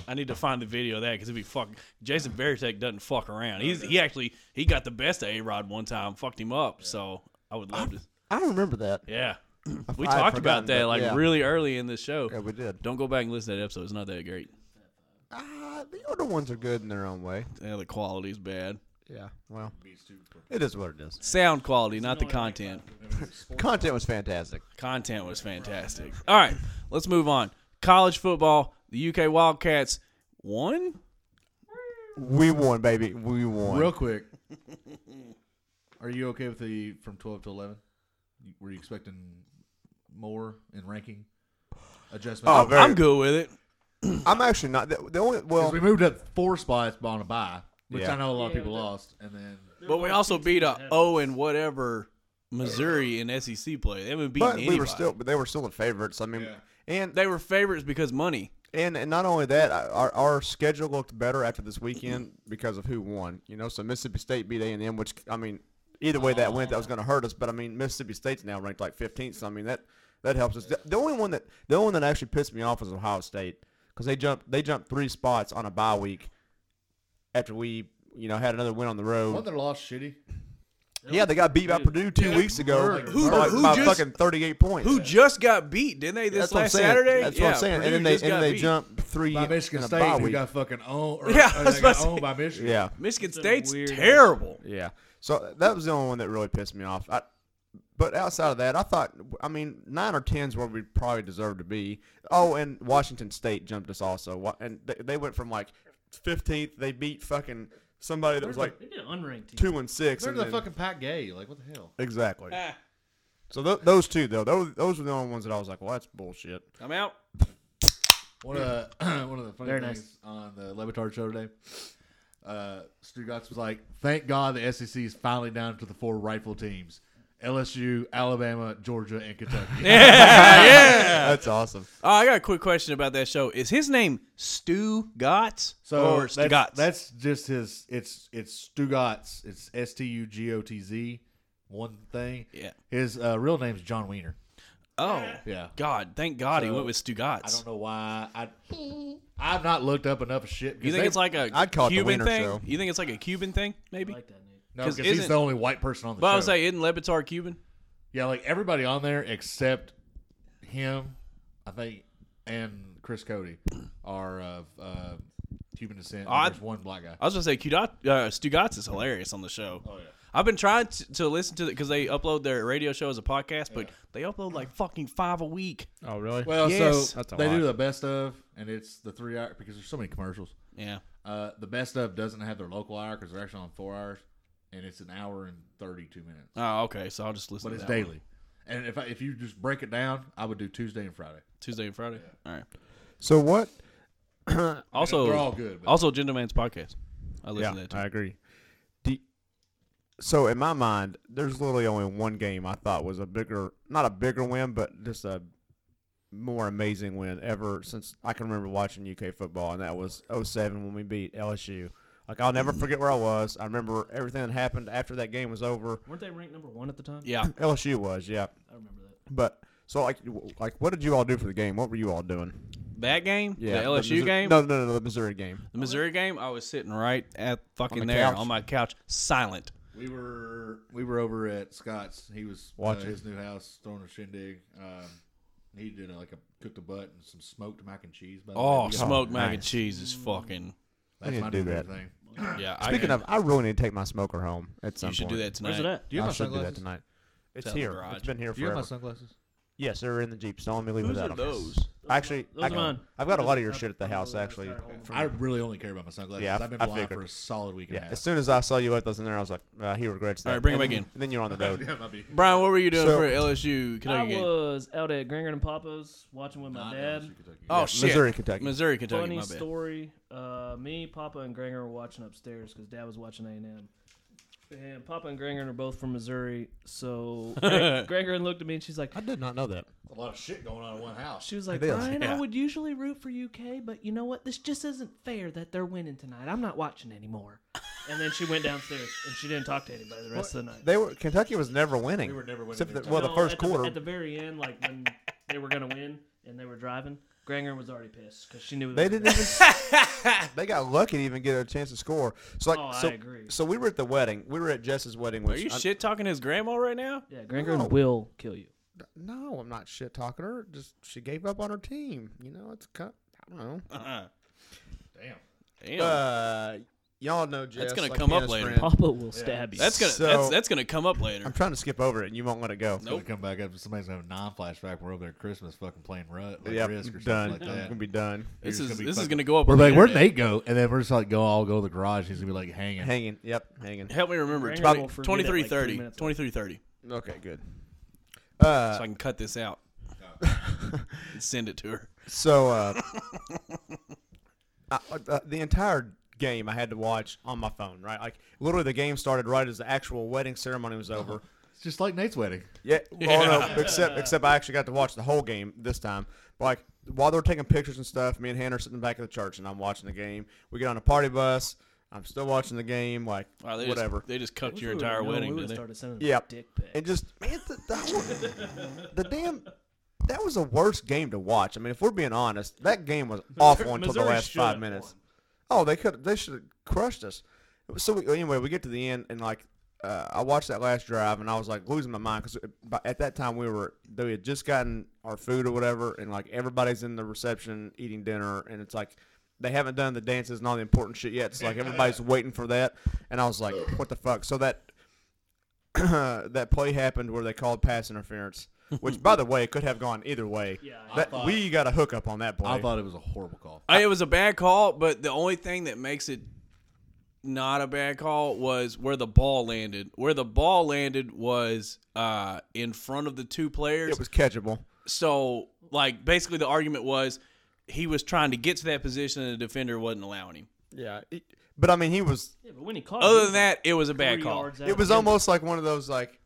Speaker 2: I need to find the video of that because it'd be fuck. Jason Veritek doesn't fuck around. He's he actually he got the best of A Rod one time, fucked him up. So I would love to.
Speaker 3: I remember that. (clears throat)
Speaker 2: Yeah, we
Speaker 3: I had
Speaker 2: talked about
Speaker 3: forgotten,
Speaker 2: that
Speaker 3: but
Speaker 2: like
Speaker 3: yeah.
Speaker 2: really early in this show.
Speaker 3: Yeah, we did.
Speaker 2: Don't go back and listen to that episode. It's not that great.
Speaker 3: Uh, the other ones are good in their own way.
Speaker 2: Yeah, the quality's bad.
Speaker 3: Yeah. Well, it is what it is.
Speaker 2: Sound quality, not the content.
Speaker 3: Content was fantastic.
Speaker 2: Content was fantastic. All right, let's move on. College football, the UK Wildcats won.
Speaker 3: We won, baby. We won.
Speaker 5: Real (laughs) quick, are you okay with the from twelve to eleven? Were you expecting more in ranking adjustment?
Speaker 3: Oh, very-
Speaker 2: I'm good with it.
Speaker 3: I'm actually not. The, the only
Speaker 5: 'Cause
Speaker 3: well,
Speaker 5: Oh, we moved up four spots on a bye, which
Speaker 3: Yeah.
Speaker 5: I know a lot of
Speaker 4: Yeah,
Speaker 5: people
Speaker 4: but-
Speaker 5: lost, and then
Speaker 2: But we also beat a O and whatever Missouri in SEC play. They haven't beaten
Speaker 3: but we
Speaker 2: anybody.
Speaker 3: were still, but they were still the favorites. I mean,
Speaker 5: Yeah.
Speaker 3: and,
Speaker 2: they were favorites because money.
Speaker 3: and and not only that, I- our our schedule looked better after this weekend because of who won. You know, so Mississippi State beat A and M, which I mean, either way that went, that was going to hurt us. But I mean, Mississippi State's now ranked like 15th, so I mean that that helps us. The, the only one that the only one that actually pissed me off was Ohio State because they jumped they jumped three spots on a bye week after we you know had another win on the road.
Speaker 5: wasn't their loss shitty?
Speaker 3: Yeah, they got beat by Purdue two weeks ago
Speaker 1: Murder.
Speaker 3: by,
Speaker 2: Who- who
Speaker 3: by
Speaker 2: just-
Speaker 3: fucking thirty eight points.
Speaker 2: Who just got beat? Didn't they this
Speaker 3: That's what I'm
Speaker 2: last
Speaker 3: saying.
Speaker 2: Saturday?
Speaker 3: That's
Speaker 2: Yeah,
Speaker 3: what I'm saying.
Speaker 2: Purdue
Speaker 3: And then they
Speaker 2: just
Speaker 3: and
Speaker 2: got
Speaker 3: then they
Speaker 2: beat.
Speaker 3: jump three
Speaker 1: by
Speaker 3: in
Speaker 1: Michigan
Speaker 3: a bye
Speaker 1: State, we
Speaker 3: week.
Speaker 1: got fucking owned. Or,
Speaker 2: Yeah,
Speaker 1: or
Speaker 2: that's
Speaker 1: they
Speaker 2: what
Speaker 1: got
Speaker 2: I
Speaker 1: owned by Michigan.
Speaker 3: yeah,
Speaker 2: Michigan
Speaker 4: a
Speaker 2: State's
Speaker 4: weird- (laughs)
Speaker 2: terrible.
Speaker 3: yeah. So that was the only one that really pissed me off. I, but outside of that, I thought, I mean, nine or tens where we probably deserve to be. Oh, and Washington State jumped us also, Wa- and they, they went from like fifteenth. They beat fucking somebody that was like
Speaker 4: They did an unranked team.
Speaker 3: two and six.
Speaker 1: They're
Speaker 3: And
Speaker 1: the
Speaker 3: then,
Speaker 1: fucking Pat Gay. Like, what the hell?
Speaker 3: exactly.
Speaker 2: Ah,
Speaker 3: So th- those two though, those, those were the only ones that I was like, well, that's bullshit.
Speaker 2: I'm out.
Speaker 1: One of the, (clears throat) one of the funny
Speaker 4: Very
Speaker 1: things
Speaker 4: nice.
Speaker 1: on the Levitard show today, uh, Stu Gotts was like, "Thank God the SEC is finally down to the four rightful teams: LSU, Alabama, Georgia, and Kentucky."
Speaker 2: Yeah, (laughs) yeah.
Speaker 3: That's awesome.
Speaker 2: Oh, I got a quick question about that show. Is his name Stu Gotts
Speaker 1: So
Speaker 2: or Stu
Speaker 1: that's,
Speaker 2: Gotts?
Speaker 1: that's just his. It's it's Stu Gotts. It's S T U G O T Z. One thing.
Speaker 2: Yeah.
Speaker 1: His uh, real name's John Wiener.
Speaker 2: oh
Speaker 1: Yeah.
Speaker 2: God! Thank God he
Speaker 1: So,
Speaker 2: went with Stu Gotts.
Speaker 1: I don't know why. I I've not looked up enough shit.
Speaker 2: You
Speaker 1: because
Speaker 2: think
Speaker 1: they-
Speaker 2: it's like a
Speaker 3: I'd call it the
Speaker 2: Cuban
Speaker 3: Wiener
Speaker 2: thing?
Speaker 3: Show.
Speaker 2: You think it's like a Cuban thing? Maybe.
Speaker 4: I like that name.
Speaker 1: no?
Speaker 2: 'cause
Speaker 1: Because he's
Speaker 2: isn't-
Speaker 1: the only white person on the
Speaker 2: but
Speaker 1: show.
Speaker 2: I was like, isn't Levitar Cuban?
Speaker 1: yeah, like everybody on there except him, I think, and Chris Cody are of uh, Cuban descent. and
Speaker 2: I-
Speaker 1: there's one black guy.
Speaker 2: I was gonna say Qdot, uh, Stu Gotts is hilarious on the show.
Speaker 1: oh yeah.
Speaker 2: I've been trying to, to listen to it because they upload their radio show as a podcast, but they upload like fucking five a week.
Speaker 6: Oh, really?
Speaker 1: Well,
Speaker 2: Yes.
Speaker 1: so
Speaker 6: That's a
Speaker 1: they
Speaker 6: lot.
Speaker 1: do the best of, and it's the three hour because there's so many commercials.
Speaker 2: Yeah.
Speaker 1: Uh, the best of doesn't have their local hour because they're actually on four hours, and it's an hour and thirty two minutes.
Speaker 2: Oh, okay. So I'll just listen.
Speaker 1: But
Speaker 2: to
Speaker 1: it's
Speaker 2: that one.
Speaker 1: daily. And if I, if you just break it down, I would do Tuesday and Friday.
Speaker 2: Tuesday and Friday. All right.
Speaker 3: So what?
Speaker 2: Also,
Speaker 1: they're all good, but-
Speaker 2: Also, Gentleman's podcast. I listen to that. Too.
Speaker 6: I agree.
Speaker 3: So in my mind, there's literally only one game I thought was a bigger, not a bigger win, but just a more amazing win ever since I can remember watching UK football, and that was 07 when we beat LSU. Like I'll never forget where I was. I remember everything that happened after that game was over.
Speaker 4: Weren't they ranked number one at the time?
Speaker 2: Yeah.
Speaker 3: LSU was, yeah.
Speaker 4: I remember that.
Speaker 3: But so like, w- like what did you all do for the game? What were you all doing?
Speaker 2: That game, the LSU
Speaker 3: Missouri-
Speaker 2: game,
Speaker 3: No, no, no, the Missouri game.
Speaker 2: the Missouri game, I was sitting right at fucking
Speaker 3: On the
Speaker 2: there
Speaker 3: couch.
Speaker 2: on my couch, silent.
Speaker 1: We were we were over at Scott's. He was
Speaker 3: Watching.
Speaker 1: uh, his new house throwing a shindig. Um, he did uh like a cooked a butt and some smoked mac and cheese. By the way.
Speaker 2: Oh,
Speaker 1: We got-
Speaker 2: smoked mac
Speaker 3: nice.
Speaker 2: and cheese is fucking.
Speaker 1: that's
Speaker 3: I need
Speaker 1: my
Speaker 3: to do
Speaker 1: new
Speaker 3: that.
Speaker 1: thing.
Speaker 2: Yeah.
Speaker 3: Speaking
Speaker 2: I,
Speaker 3: of, I really need to take my smoker home at some
Speaker 2: you should
Speaker 3: point.
Speaker 2: do that tonight.
Speaker 4: Where's it at?
Speaker 1: Do you have
Speaker 3: I
Speaker 1: my
Speaker 3: should do that
Speaker 1: sunglasses?
Speaker 3: tonight. It's
Speaker 2: out the
Speaker 3: here.
Speaker 2: garage.
Speaker 3: It's been here
Speaker 1: Do you have my
Speaker 3: forever.
Speaker 1: sunglasses?
Speaker 3: Yes, they're in the jeep. So don't let me leave
Speaker 2: Who's
Speaker 3: without
Speaker 2: are
Speaker 3: them.
Speaker 2: those?
Speaker 3: Actually,
Speaker 4: Those
Speaker 3: I
Speaker 4: are mine.
Speaker 3: have got a lot of your
Speaker 4: Those-
Speaker 3: shit at the
Speaker 4: those
Speaker 3: house.
Speaker 4: are
Speaker 3: Actually,
Speaker 4: mine.
Speaker 1: I really only care about my sunglasses.
Speaker 3: Yeah,
Speaker 1: I've been
Speaker 3: I
Speaker 1: blind
Speaker 3: figured.
Speaker 1: for a solid week and
Speaker 3: yeah.
Speaker 1: a
Speaker 3: As
Speaker 1: half.
Speaker 3: soon as I saw you left those in there, I was like, uh, he regrets that.
Speaker 2: All right, bring 'em
Speaker 3: And
Speaker 2: back
Speaker 3: then-
Speaker 2: in.
Speaker 3: And then you're on the road.
Speaker 1: (laughs) Yeah, my bee.
Speaker 2: Brian, what were you doing
Speaker 3: So-
Speaker 2: for LSU Kentucky
Speaker 4: I
Speaker 2: game?
Speaker 4: was out at Grand and Papa's watching with my
Speaker 1: Not
Speaker 4: dad.
Speaker 1: LSU, Kentucky.
Speaker 2: oh
Speaker 3: Yeah,
Speaker 2: shit,
Speaker 3: Missouri, Kentucky.
Speaker 2: Missouri Kentucky.
Speaker 4: Funny
Speaker 2: my bad.
Speaker 4: story. Uh, me, Papa, and Granger were watching upstairs because Dad was watching A and M. And Papa and Granger are both from Missouri,
Speaker 2: (laughs)
Speaker 4: so Granger looked at me and she's like,
Speaker 3: I did not know that.
Speaker 1: a lot of shit going on in one house.
Speaker 4: she was like,
Speaker 3: It is,
Speaker 4: Brian,
Speaker 3: yeah.
Speaker 4: I would usually root for UK, but you know what? This just isn't fair that they're winning tonight. I'm not watching anymore. And then she went downstairs and she didn't talk to anybody the rest of the night.
Speaker 3: They were Kentucky was never winning.
Speaker 1: We were never winning
Speaker 3: Except for
Speaker 1: their
Speaker 3: the, well, the
Speaker 4: No,
Speaker 3: first
Speaker 4: at
Speaker 3: quarter.
Speaker 4: at the very end, like when they were gonna win and they were driving, Granger was already pissed because she knew
Speaker 3: they
Speaker 4: was
Speaker 3: didn't
Speaker 4: gonna
Speaker 3: even. they got lucky to even get a chance to score. So like,
Speaker 4: Oh, I
Speaker 3: so,
Speaker 4: agree.
Speaker 3: So we were at the wedding. We were at Jess's wedding.
Speaker 2: Are
Speaker 3: Which
Speaker 2: you
Speaker 3: I-
Speaker 2: shit talking his grandma right now?
Speaker 4: win. Yeah, Granger will kill you.
Speaker 3: No, I'm not shit talking her. Just she gave up on her team. You know, it's kind. I don't know.
Speaker 2: Uh-uh.
Speaker 1: Damn.
Speaker 2: Damn.
Speaker 3: Uh, y'all know Jess.
Speaker 2: gonna
Speaker 3: like,
Speaker 2: come up
Speaker 3: Hannah's
Speaker 2: later.
Speaker 3: friend.
Speaker 4: Papa will stab you.
Speaker 2: that's gonna
Speaker 3: so-
Speaker 2: that's that's gonna come up later.
Speaker 3: I'm trying to skip over it, and you won't let it go.
Speaker 1: Nope. Come back up. Somebody's gonna have a non-flashback. We're over there at Christmas, fucking playing rut, like
Speaker 3: yeah,
Speaker 1: risk or
Speaker 3: done.
Speaker 1: something
Speaker 3: I'm
Speaker 1: like that.
Speaker 3: gonna be done.
Speaker 1: You're
Speaker 2: This
Speaker 1: just
Speaker 2: is
Speaker 1: gonna be
Speaker 2: this is
Speaker 1: fucking-
Speaker 2: gonna go up.
Speaker 1: We're
Speaker 2: on the
Speaker 1: like, where'd
Speaker 2: internet.
Speaker 1: Nate go? And then we're just like, go, I'll go to the garage. He's gonna be like hanging.
Speaker 3: Hanging. Yep, hanging.
Speaker 2: Help me remember.
Speaker 4: Granger will forget it, like,
Speaker 2: 23
Speaker 4: three
Speaker 2: 30.
Speaker 4: minutes later.
Speaker 2: 23 30.
Speaker 3: Okay, good.
Speaker 2: so
Speaker 3: Uh,
Speaker 2: I can cut this
Speaker 3: (laughs)
Speaker 2: out and send it to her. (laughs)
Speaker 3: so uh, I, uh, the entire game I had to watch on my phone. Right, like literally the game started right as the actual wedding ceremony was over.
Speaker 1: It's just like Nate's wedding.
Speaker 3: Yeah. Well, no, except except I actually got to watch the whole game this time. But like while they were taking pictures and stuff, me and Hannah are sitting in the back of the church and I'm watching the game. We get on a party bus. I'm still watching the game. Like
Speaker 2: Wow, they
Speaker 3: whatever.
Speaker 2: Just, they just cucked
Speaker 4: Wish
Speaker 2: your
Speaker 4: we
Speaker 2: entire
Speaker 4: would've
Speaker 2: wedding,
Speaker 4: known, we
Speaker 2: didn't
Speaker 4: would've
Speaker 2: they?
Speaker 4: started sending
Speaker 3: Yeah.
Speaker 4: dick pics.
Speaker 3: and just man, the, the, whole, the damn that was the worst game to watch. I mean, if we're being honest, that game
Speaker 4: (laughs)
Speaker 3: was awful until the
Speaker 4: Missouri
Speaker 3: last five
Speaker 4: should've
Speaker 3: minutes.
Speaker 4: won.
Speaker 3: Oh, they could. They should have crushed us. So we, anyway, we get to the end and like uh, I watched that last drive and I was like losing my mind because at that time we were we had just gotten our food or whatever and like everybody's in the reception eating dinner and it's like they haven't done the dances and all the important shit yet. It's like
Speaker 4: (laughs)
Speaker 3: everybody's waiting for that and I was like, what the fuck? So that (clears throat) that play happened where they called pass interference, which by the way could have gone either way.
Speaker 4: Yeah, I
Speaker 3: that,
Speaker 5: thought-
Speaker 3: we got a hookup on that play.
Speaker 5: I thought it was a horrible call.
Speaker 2: I- it was a bad call, but the only thing that makes it not a bad call was where the ball landed. Where the ball landed was uh, in front of the two players.
Speaker 3: it was catchable.
Speaker 2: so, like, basically, the argument was he was trying to get to that position and the defender wasn't allowing him.
Speaker 3: Yeah, but I mean he was
Speaker 4: Yeah, but when he caught, it,
Speaker 2: Other
Speaker 4: he
Speaker 2: than
Speaker 4: was
Speaker 2: that, it was a bad
Speaker 4: three
Speaker 2: call.
Speaker 4: yards out
Speaker 3: It was
Speaker 4: of
Speaker 3: almost like one of those like,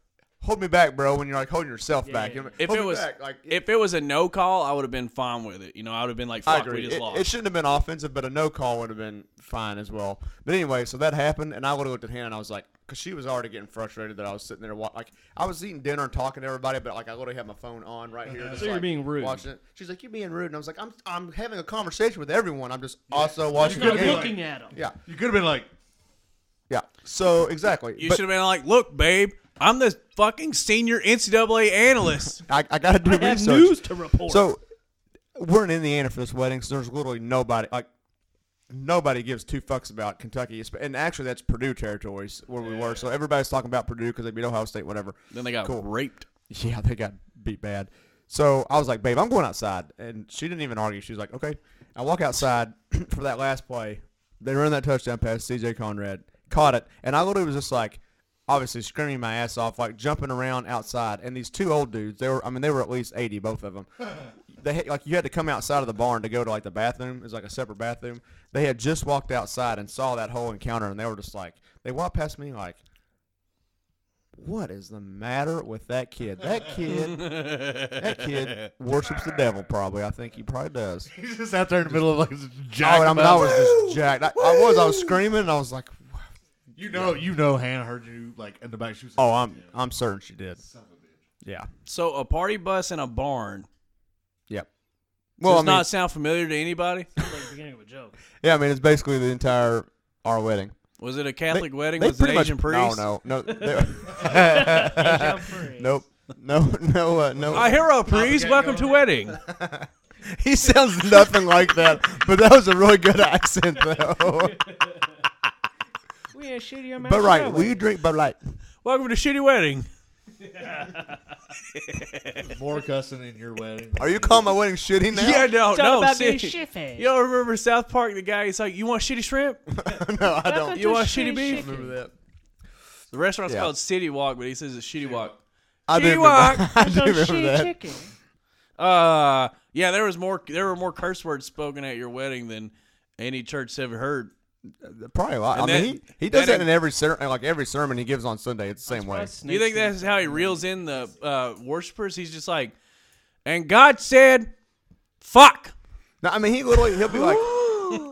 Speaker 3: hold me back, bro. When you're like holding yourself back,
Speaker 4: yeah,
Speaker 3: You're like,
Speaker 2: If
Speaker 3: "Hold
Speaker 2: it
Speaker 3: me
Speaker 2: was
Speaker 3: back," like
Speaker 2: if it was a no call, I would have been fine with it. You know, I would have been like,
Speaker 3: I
Speaker 2: "Fuck, we
Speaker 3: agree.
Speaker 2: just
Speaker 3: It,
Speaker 2: lost."
Speaker 3: it shouldn't have been offensive, but a no call would have been fine as well. But anyway, so that happened, and I would have looked at Hannah and I was like, because she was already getting frustrated that I was sitting there wa- like I was eating dinner and talking to everybody, but like I literally had my phone on right here. just,
Speaker 4: (laughs) So you're
Speaker 3: like,
Speaker 4: being rude.
Speaker 3: Watching it. She's like, you're being rude, and I was like, I'm I'm having a conversation with everyone. I'm just also watching
Speaker 4: You're
Speaker 3: the game.
Speaker 4: looking at him.
Speaker 3: Yeah,
Speaker 5: You could have been like, (laughs)
Speaker 3: yeah. So exactly.
Speaker 2: you
Speaker 3: But
Speaker 2: should have been like, "Look, babe, I'm the fucking senior NCAA analyst."
Speaker 3: (laughs) I, I gotta do
Speaker 4: I have
Speaker 3: research.
Speaker 4: news to report.
Speaker 3: So we're in Indiana for this wedding, so there's literally nobody like nobody gives two fucks about Kentucky, Esp- and actually that's Purdue territories where we were. So everybody's talking about Purdue because they beat Ohio State, whatever.
Speaker 2: then they got
Speaker 3: Cool.
Speaker 2: raped.
Speaker 3: (laughs) Yeah, they got beat bad. So I was like, babe, I'm going outside. And she didn't even argue. She was like, okay. I walk outside (clears throat) for that last play. They run that touchdown pass, CJ Conrad caught it. And I literally was just like, obviously screaming my ass off, like jumping around outside. And these two old dudes, they were, I mean, they were at least 80, both of them. They had, like, you had to come outside of the barn to go to, like, the bathroom. It was like a separate bathroom. They had just walked outside and saw that whole encounter. And they were just like, they walked past me, like, what is the matter with that kid? That kid, that
Speaker 5: (laughs)
Speaker 3: kid worships the devil. Probably, I think he probably does.
Speaker 5: he's just out there in the middle of like this
Speaker 3: Oh,
Speaker 5: jack.
Speaker 3: and I mean, I was just jacked. I, I was, I was screaming, and I was like,
Speaker 5: you know, you know, Hannah heard you like in the back. She was like,
Speaker 3: "Oh, I'm, I'm certain she did."
Speaker 5: son of a bitch.
Speaker 3: Yeah,
Speaker 2: So a party bus in a barn
Speaker 3: yep.
Speaker 2: well,
Speaker 3: Well,
Speaker 2: does
Speaker 3: I mean,
Speaker 2: not sound familiar to anybody.
Speaker 4: It's like the beginning of
Speaker 3: (laughs)
Speaker 4: a joke.
Speaker 3: yeah, I mean, it's basically the entire our wedding.
Speaker 2: Was it a Catholic wedding?
Speaker 3: They
Speaker 2: Was it an
Speaker 3: pretty much-
Speaker 2: Asian priest?
Speaker 3: No, no, no. they- (laughs)
Speaker 4: Asian priest.
Speaker 3: nope. No, no, uh, no.
Speaker 2: I hear a priest. Welcome to wedding.
Speaker 3: (laughs) he sounds nothing like that, but that was a really good accent, though.
Speaker 4: We ain't shitty your
Speaker 3: but right, will you drink Bud Light?
Speaker 2: Welcome to shitty
Speaker 4: (laughs)
Speaker 2: wedding.
Speaker 5: more cussing in your wedding.
Speaker 3: Are you calling my wedding shitty now?
Speaker 2: Yeah, no,
Speaker 4: Talk
Speaker 2: no.
Speaker 4: about
Speaker 2: see,
Speaker 4: being shitty.
Speaker 2: you don't remember South Park? The guy, he's like, "You want shitty shrimp?
Speaker 3: (laughs) no, I don't.
Speaker 2: You want shitty beef?"
Speaker 3: remember that.
Speaker 2: The restaurant's
Speaker 3: Yeah.
Speaker 2: called City Walk, but he says it's Shitty Walk.
Speaker 3: I
Speaker 2: Shitty
Speaker 3: do remember,
Speaker 2: Walk.
Speaker 3: (laughs) I do remember that.
Speaker 4: chicken.
Speaker 2: Uh, yeah, there was more. There were more curse words spoken at your wedding than any church ever heard.
Speaker 3: Probably a lot. I
Speaker 2: And
Speaker 3: mean,
Speaker 2: that-
Speaker 3: he, he does
Speaker 2: that
Speaker 3: that in every ser- like every sermon he gives on Sunday. It's the same way.
Speaker 2: Do you think that's how he reels in the uh, worshipers? He's just like, and God said, "Fuck."
Speaker 3: No, I mean, he literally he'll be like,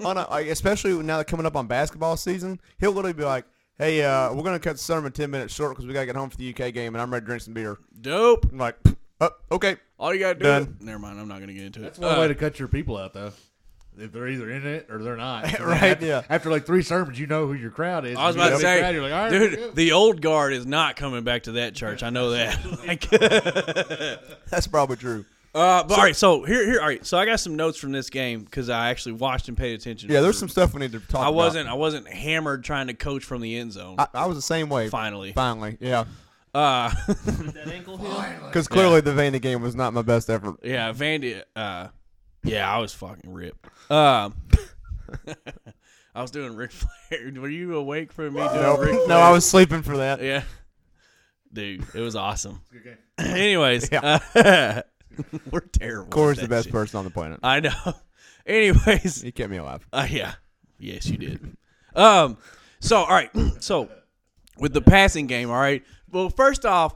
Speaker 3: on a, like, especially now that coming up on basketball season, he'll literally be like, "Hey, uh, we're gonna cut the sermon ten minutes short because we gotta get home for the UK game, and I'm ready to drink some beer."
Speaker 2: Dope.
Speaker 3: I'm like, oh, "Okay,
Speaker 2: All you gotta do.
Speaker 3: Done.
Speaker 2: Never mind. I'm not gonna get into it.
Speaker 5: That's one
Speaker 2: Uh,
Speaker 5: way to cut your people out, though. If they're either in it or
Speaker 3: (laughs)
Speaker 5: they're not, So then
Speaker 3: Right,
Speaker 5: After,
Speaker 3: yeah.
Speaker 5: After like three sermons, you know who your crowd is.
Speaker 2: Uh, I was
Speaker 5: If you
Speaker 2: about to
Speaker 5: got a big
Speaker 2: say,
Speaker 5: crowd, you're like, all right,
Speaker 2: dude,
Speaker 5: we're good.
Speaker 2: the old guard is not coming back to that church. I know
Speaker 5: (laughs)
Speaker 2: that. Like,
Speaker 3: that's probably true."
Speaker 2: uh, but all right, so here, here, all right, so I got some notes from this game because I actually watched and paid attention.
Speaker 3: Yeah, there's
Speaker 2: for-
Speaker 3: some stuff we need to talk.
Speaker 2: I
Speaker 3: about.
Speaker 2: wasn't, I wasn't hammered trying to coach from the end zone.
Speaker 3: I, I was the same way.
Speaker 2: Finally.
Speaker 3: finally, yeah,
Speaker 2: Uh, (laughs)
Speaker 4: that ankle heel?
Speaker 3: because clearly the Vandy game was not my best effort.
Speaker 2: yeah, Vandy. Uh, yeah, I was fucking ripped. Um, (laughs) I was doing Ric Flair. (laughs) Were you awake for me doing Ric Flair?
Speaker 3: No,
Speaker 2: (laughs)
Speaker 3: I was sleeping for that.
Speaker 2: Yeah, dude, it was awesome.
Speaker 5: Good game.
Speaker 2: (laughs) Anyways,
Speaker 3: Yeah. (laughs)
Speaker 2: uh, (laughs) we're terrible. at
Speaker 3: Corey's
Speaker 2: that
Speaker 3: the best
Speaker 2: shit.
Speaker 3: person on the planet.
Speaker 2: I know. (laughs) Anyways,
Speaker 3: He kept me alive.
Speaker 2: uh, yeah, yes, you did. Um, so all right, (clears throat) so with the passing game, all right. Well, first off,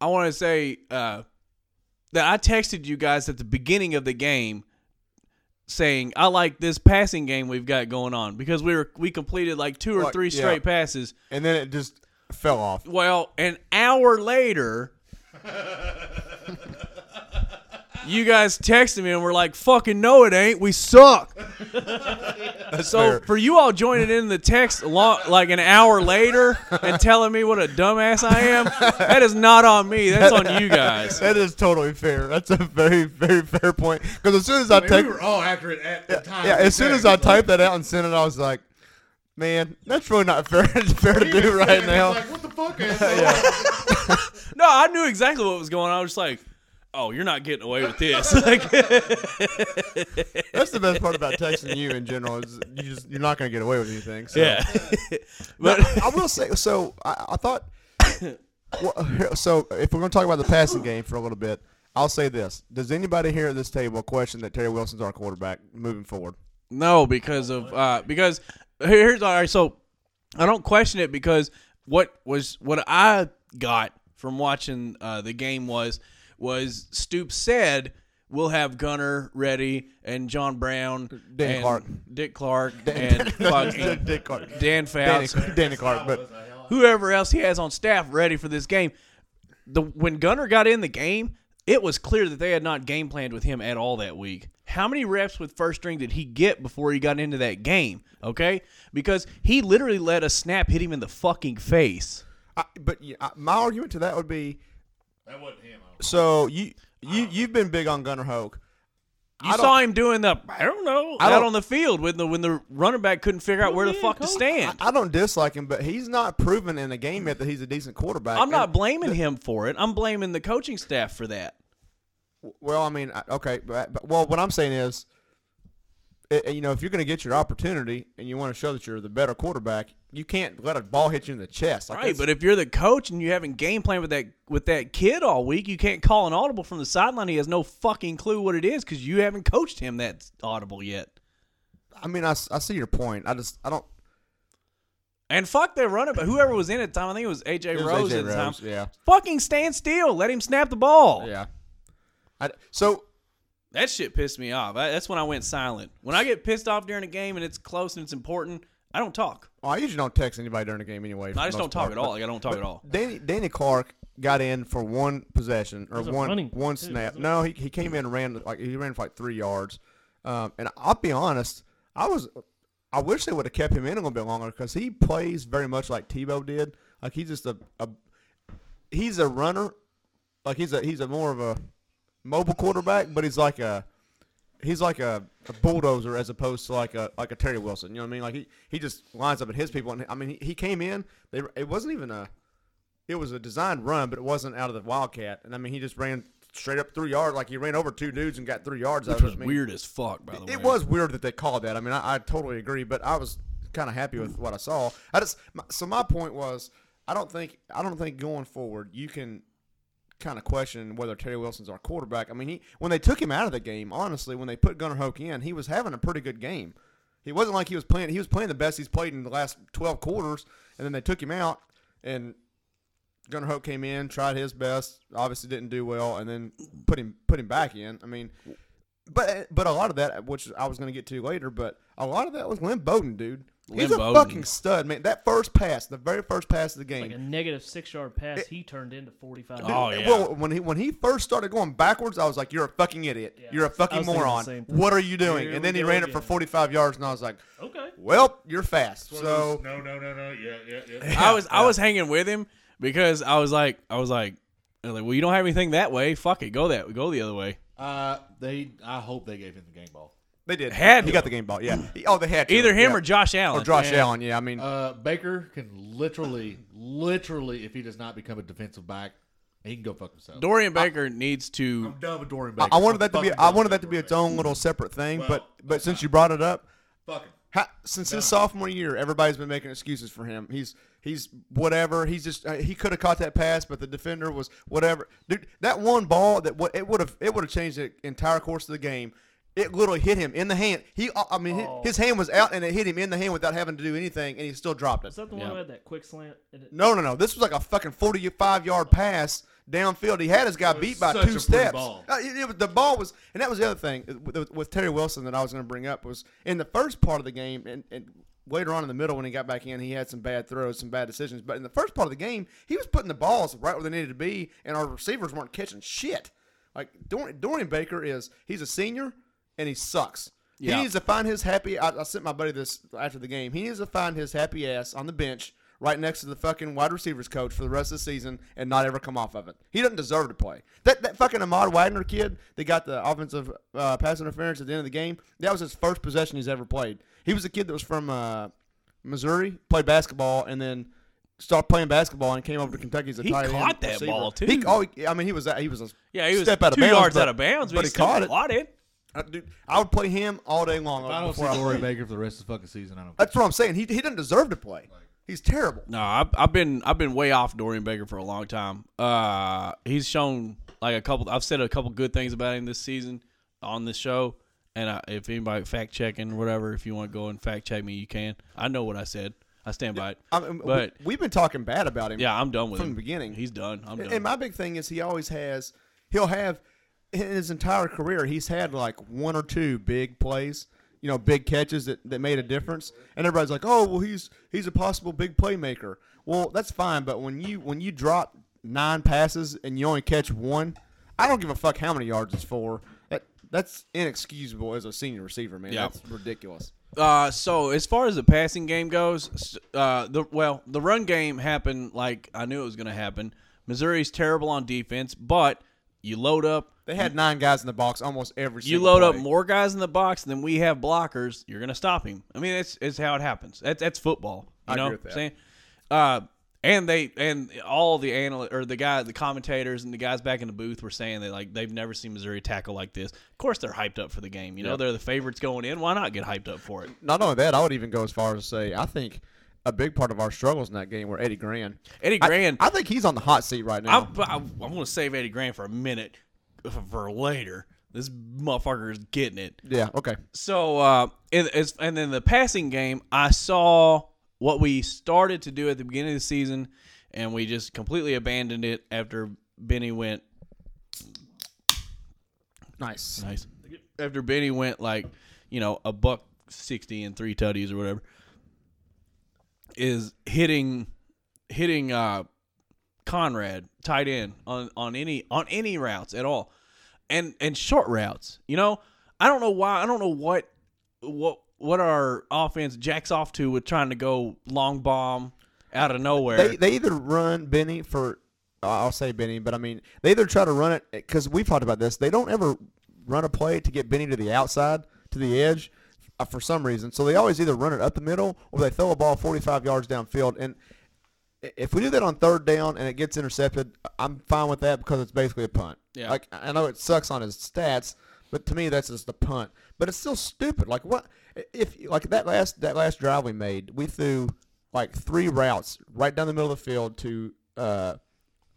Speaker 2: I want to say uh, that I texted you guys at the beginning of the game saying I like this passing game we've got going on because we were we completed like two or
Speaker 3: Like,
Speaker 2: three
Speaker 3: yeah.
Speaker 2: straight passes.
Speaker 3: And then it just fell off.
Speaker 2: Well, an hour later, you guys texted me and we're like, fucking no, it ain't. We suck. so for you all joining in the text long, like an hour later and telling me what a dumbass I am, that is not on me. That's on you guys.
Speaker 3: (laughs) That is totally fair. That's a very, very fair point. Because as soon as I,
Speaker 5: I mean,
Speaker 3: take,
Speaker 5: we were all after it at the time.
Speaker 3: yeah,
Speaker 5: we
Speaker 3: as soon as
Speaker 5: texted,
Speaker 3: I
Speaker 5: like,
Speaker 3: typed that out and sent it, I was like, man, that's really not fair. (laughs) fair to
Speaker 5: even
Speaker 3: do
Speaker 5: saying,
Speaker 3: right
Speaker 5: it's
Speaker 3: now.
Speaker 5: Like, what the fuck?
Speaker 3: (laughs)
Speaker 5: asshole?
Speaker 2: No, I knew exactly what was going on. I was just like, oh, you're not getting away with this. (laughs) Like,
Speaker 3: That's the best part about texting you in general is you just you're not gonna get away with anything. So.
Speaker 2: yeah. but
Speaker 3: I will say so. I, I (coughs) thought. well, here- so if we're gonna talk about the passing game for a little bit, I'll say this: Does anybody here at this table question that Terry Wilson's our quarterback moving forward?
Speaker 2: No, because of uh, because here- here's all right. So I don't question it because what was what I got from watching uh, the game was was Stoop said we'll have Gunner ready and John Brown,
Speaker 3: Dan
Speaker 2: and
Speaker 3: Clark.
Speaker 2: Dick Clark,
Speaker 3: (laughs)
Speaker 2: and fucking
Speaker 3: Dick (laughs) Clark,
Speaker 2: Dan
Speaker 3: Danny,
Speaker 2: Fouts,
Speaker 3: Danny Clark, but
Speaker 2: whoever else he has on staff ready for this game. The when Gunner got in the game, it was clear that they had not game planned with him at all that week. How many reps with first string did he get before he got into that game? Okay, because he literally let a snap hit him in the fucking face.
Speaker 3: I, but yeah, I, my argument to that would be:
Speaker 5: that wasn't him. I don't
Speaker 3: so you you you've been big on Gunnar Hoke.
Speaker 2: You
Speaker 3: I don't-
Speaker 2: saw him doing the I don't know
Speaker 3: I
Speaker 2: out
Speaker 3: don't-
Speaker 2: on the field when the when the running back couldn't figure out where the
Speaker 4: yeah,
Speaker 2: fuck to
Speaker 4: coach.
Speaker 2: stand.
Speaker 3: I don't dislike him, but he's not proven in a game yet that he's a decent quarterback.
Speaker 2: I'm not
Speaker 3: And-
Speaker 2: blaming him for it. I'm blaming the coaching staff for that.
Speaker 3: Well, I mean, I- okay, but, but well, what I'm saying is, i- you know, if you're going to get your opportunity and you want to show that you're the better quarterback, you can't let a ball hit you in the chest. Like
Speaker 2: Right,
Speaker 3: that's-
Speaker 2: but if you're the coach and you haven't game plan with that with that kid all week, you can't call an audible from the sideline. He has no fucking clue what it is because you haven't coached him that audible yet.
Speaker 3: I mean, I, s- I see your point. I just I don't.
Speaker 2: And fuck that running, but whoever was in at the time, I think it was AJ
Speaker 3: It was
Speaker 2: Rose
Speaker 3: A.J.
Speaker 2: at the time.
Speaker 3: Rose, yeah.
Speaker 2: Fucking stand still, let him snap the ball.
Speaker 3: Yeah. I, so
Speaker 2: That shit pissed me off. I, that's when I went silent. When I get pissed off during a game and it's close and it's important, I don't talk.
Speaker 3: well, Oh, I usually don't text anybody during the game anyway. for
Speaker 2: I
Speaker 3: the
Speaker 2: just
Speaker 3: most
Speaker 2: don't talk
Speaker 3: part,
Speaker 2: at all.
Speaker 3: but-
Speaker 2: Like I don't talk at
Speaker 3: (laughs)
Speaker 2: all.
Speaker 3: Danny Danny Clark got in for one possession or
Speaker 4: was a
Speaker 3: one
Speaker 4: running
Speaker 3: one
Speaker 4: too,
Speaker 3: snap.
Speaker 4: wasn't it?
Speaker 3: No, he, he came in and ran like he ran for like three yards. Um, and I'll be honest, I was I wish they would have kept him in a little bit longer because he plays very much like Tebow did. Like he's just a, a he's a runner. Like he's a he's a more of a mobile quarterback, but he's like a he's like a, a bulldozer as opposed to like a like a Terry Wilson. You know what I mean? Like he, he just lines up at his people. And I mean, he, he came in. They it wasn't even a it was a designed run, but it wasn't out of the wildcat. And I mean, he just ran straight up three yards. Like he ran over two dudes and got three yards. out
Speaker 2: Which
Speaker 3: of it.
Speaker 2: was
Speaker 3: I mean,
Speaker 2: weird as fuck, by the way.
Speaker 3: It was weird that they called that. I mean, I, I totally agree, but I was kind of happy with what I saw. I just my, so my point was, I don't think I don't think going forward you can kind of question whether Terry Wilson's our quarterback. I mean, he when they took him out of the game, honestly, when they put Gunnar Hoke in, he was having a pretty good game. He wasn't like he was playing. He was playing the best he's played in the last twelve quarters, and then they took him out, and Gunnar Hoke came in, tried his best, obviously didn't do well, and then put him put him back in. I mean, but but a lot of that, which I was going to get to later, but a lot of that was Lynn Bowden, dude. He's
Speaker 2: Lynn
Speaker 3: a
Speaker 2: Bowden.
Speaker 3: fucking stud, man. That first pass, the very first pass of the game,
Speaker 4: Like a negative six yard pass, he turned into 45.
Speaker 2: Oh, yeah.
Speaker 3: well, when he when he first started going backwards, I was like, "You're a fucking idiot.
Speaker 4: Yeah.
Speaker 3: You're a
Speaker 4: I
Speaker 3: fucking
Speaker 4: was thinking the
Speaker 3: moron.
Speaker 4: same thing.
Speaker 3: What are you doing?"
Speaker 4: Here
Speaker 3: and then
Speaker 4: we
Speaker 3: he
Speaker 4: go
Speaker 3: ran it for
Speaker 4: again.
Speaker 3: 45 yards, and I was like,
Speaker 4: Okay.
Speaker 3: "Well, you're fast."
Speaker 5: One of those,
Speaker 3: So
Speaker 5: no, no, no, no. Yeah, yeah,
Speaker 3: (laughs)
Speaker 5: yeah.
Speaker 2: I was I was hanging with him because I was like I was like, I was like, well you don't have anything that way. Fuck it, go that go the other way.
Speaker 5: Uh, they. I hope they gave him the game ball.
Speaker 3: they did.
Speaker 2: Had
Speaker 3: he
Speaker 2: to.
Speaker 3: got the game ball? Yeah. He- Oh, they had to.
Speaker 2: Either him
Speaker 3: Yeah.
Speaker 2: or Josh Allen.
Speaker 3: or Josh
Speaker 5: Man.
Speaker 3: Allen. Yeah, I mean,
Speaker 5: Uh, Baker can literally, literally, if he does not become a defensive back, he can go fuck himself.
Speaker 2: Dorian Baker needs to
Speaker 5: I'm done with Dorian
Speaker 3: I,
Speaker 5: Baker.
Speaker 3: I wanted
Speaker 5: I'm
Speaker 3: that to be
Speaker 5: fucking
Speaker 3: I
Speaker 5: done
Speaker 3: wanted that
Speaker 5: with
Speaker 3: to be
Speaker 5: Dorian
Speaker 3: its own little separate thing,
Speaker 5: Well,
Speaker 3: but but since you brought it up,
Speaker 5: Baker. Fuck him.
Speaker 3: Ha since his sophomore year, everybody's been making excuses for him. He's he's whatever. He's just uh, he could have caught that pass, but the defender was whatever. Dude, that one ball that what it would have it would have changed the entire course of the game. It literally hit him in the hand. He, uh, I mean, hi-
Speaker 5: Oh.
Speaker 3: his hand was out, and it hit him in the hand without having to do anything, and he still dropped it.
Speaker 4: Is that the one who had that quick slant? And it-
Speaker 3: No, no, no. This was like a fucking forty-five yard pass downfield. He had his guy beat by
Speaker 5: such a
Speaker 3: two
Speaker 5: pretty
Speaker 3: steps.
Speaker 5: ball.
Speaker 3: Uh, it- it was- the ball was, and that was the other thing with, with Terry Wilson that I was going to bring up was in the first part of the game, and, and later on in the middle when he got back in, he had some bad throws, some bad decisions. But in the first part of the game, he was putting the balls right where they needed to be, and our receivers weren't catching shit. Like Dor- Dorian Baker is he's a senior and he sucks.
Speaker 2: Yeah.
Speaker 3: He needs to find his happy. I, I sent my buddy this after the game. He needs to find his happy ass on the bench right next to the fucking wide receivers coach for the rest of the season and not ever come off of it. He doesn't deserve to play. That that fucking Ahmad Wagner kid that got the offensive uh, pass interference at the end of the game. That was his first possession he's ever played. He was a kid that was from uh, Missouri, played basketball, and then started playing basketball and came over to Kentucky as a
Speaker 2: He
Speaker 3: tight end
Speaker 2: caught that
Speaker 3: receiver.
Speaker 2: ball, too.
Speaker 3: He, oh, I mean, he was he was a
Speaker 2: Yeah, he was
Speaker 3: step out of
Speaker 2: two
Speaker 3: bounds,
Speaker 2: yards
Speaker 3: but-
Speaker 2: out of bounds, but, he, still
Speaker 3: caught it.
Speaker 2: Caught it.
Speaker 3: Uh, dude, I would play him all day long.
Speaker 5: I don't see
Speaker 3: before I
Speaker 5: Dorian
Speaker 3: played.
Speaker 5: Baker for the rest of the fucking season. I don't.
Speaker 3: That's what I'm saying. He, he didn't deserve to play. He's terrible.
Speaker 2: No, I've, I've been I've been way off Dorian Baker for a long time. Uh, he's shown like a couple. I've said a couple good things about him this season on this show. And I, if anybody fact checking or whatever, if you want to go and fact check me, you can. I know what I said. I stand by it.
Speaker 3: I mean,
Speaker 2: but
Speaker 3: we, have been talking bad about him.
Speaker 2: yeah, I'm done with
Speaker 3: from
Speaker 2: him.
Speaker 3: the beginning.
Speaker 2: He's done. I'm done.
Speaker 3: And my big thing is he always has. He'll have in his entire career. He's had like one or two big plays. You know, big catches that, that made a difference. And everybody's like, "Oh, well, he's he's a possible big playmaker." Well, that's fine. But when you when you drop nine passes and you only catch one, I don't give a fuck how many yards it's for. That that's inexcusable as a senior receiver, man.
Speaker 2: Yeah.
Speaker 3: That's ridiculous.
Speaker 2: Uh, so as far as the passing game goes, s- uh, the well, the run game happened like I knew it was going to happen. Missouri's terrible on defense, but you load up,
Speaker 3: They had nine guys in the box almost every.
Speaker 2: you
Speaker 3: single
Speaker 2: load up
Speaker 3: play.
Speaker 2: more guys in the box than we have blockers. You're going to stop him. I mean, that's it's how it happens. That's that's football. You
Speaker 3: I
Speaker 2: know
Speaker 3: agree with
Speaker 2: what
Speaker 3: that.
Speaker 2: I'm saying? Uh, and they and all the anal or the guy, the commentators and the guys back in the booth were saying that like they've never seen Missouri tackle like this. Of course, they're hyped up for the game. You know, they're the favorites going in. Why not get hyped up for it?
Speaker 3: Not only that, I would even go as far as to say I think a big part of our struggles in that game were Eddie Grand.
Speaker 2: Eddie
Speaker 3: I-
Speaker 2: Grand.
Speaker 3: I, think he's on the hot seat right
Speaker 2: I,
Speaker 3: now.
Speaker 2: I, I'm gonna save eighty grand for a minute for later. This motherfucker is getting it.
Speaker 3: yeah. Okay.
Speaker 2: So, uh, and, as- and then the passing game, I saw what we started to do at the beginning of the season, and we just completely abandoned it after Benny went
Speaker 3: Nice.
Speaker 2: nice. After Benny went like, you know, a buck sixty and three tutties or whatever, is hitting hitting uh Conrad tight end on on any on any routes at all, and and short routes. You know, I don't know why. I don't know what what what our offense jacks off to with trying to go long bomb out of nowhere.
Speaker 3: They they either run Benny for I'll say Benny, but I mean they either try to run it because we've talked about this. They don't ever run a play to get Benny to the outside to the edge uh, for some reason. So they always either run it up the middle or they throw a ball 45 yards downfield and. if we do that on third down and it gets intercepted, I'm fine with that because it's basically a punt.
Speaker 2: Yeah.
Speaker 3: Like I know it sucks on his stats, but to me that's just a punt. But it's still stupid. Like what if like that last that last drive we made, we threw like three routes right down the middle of the field to uh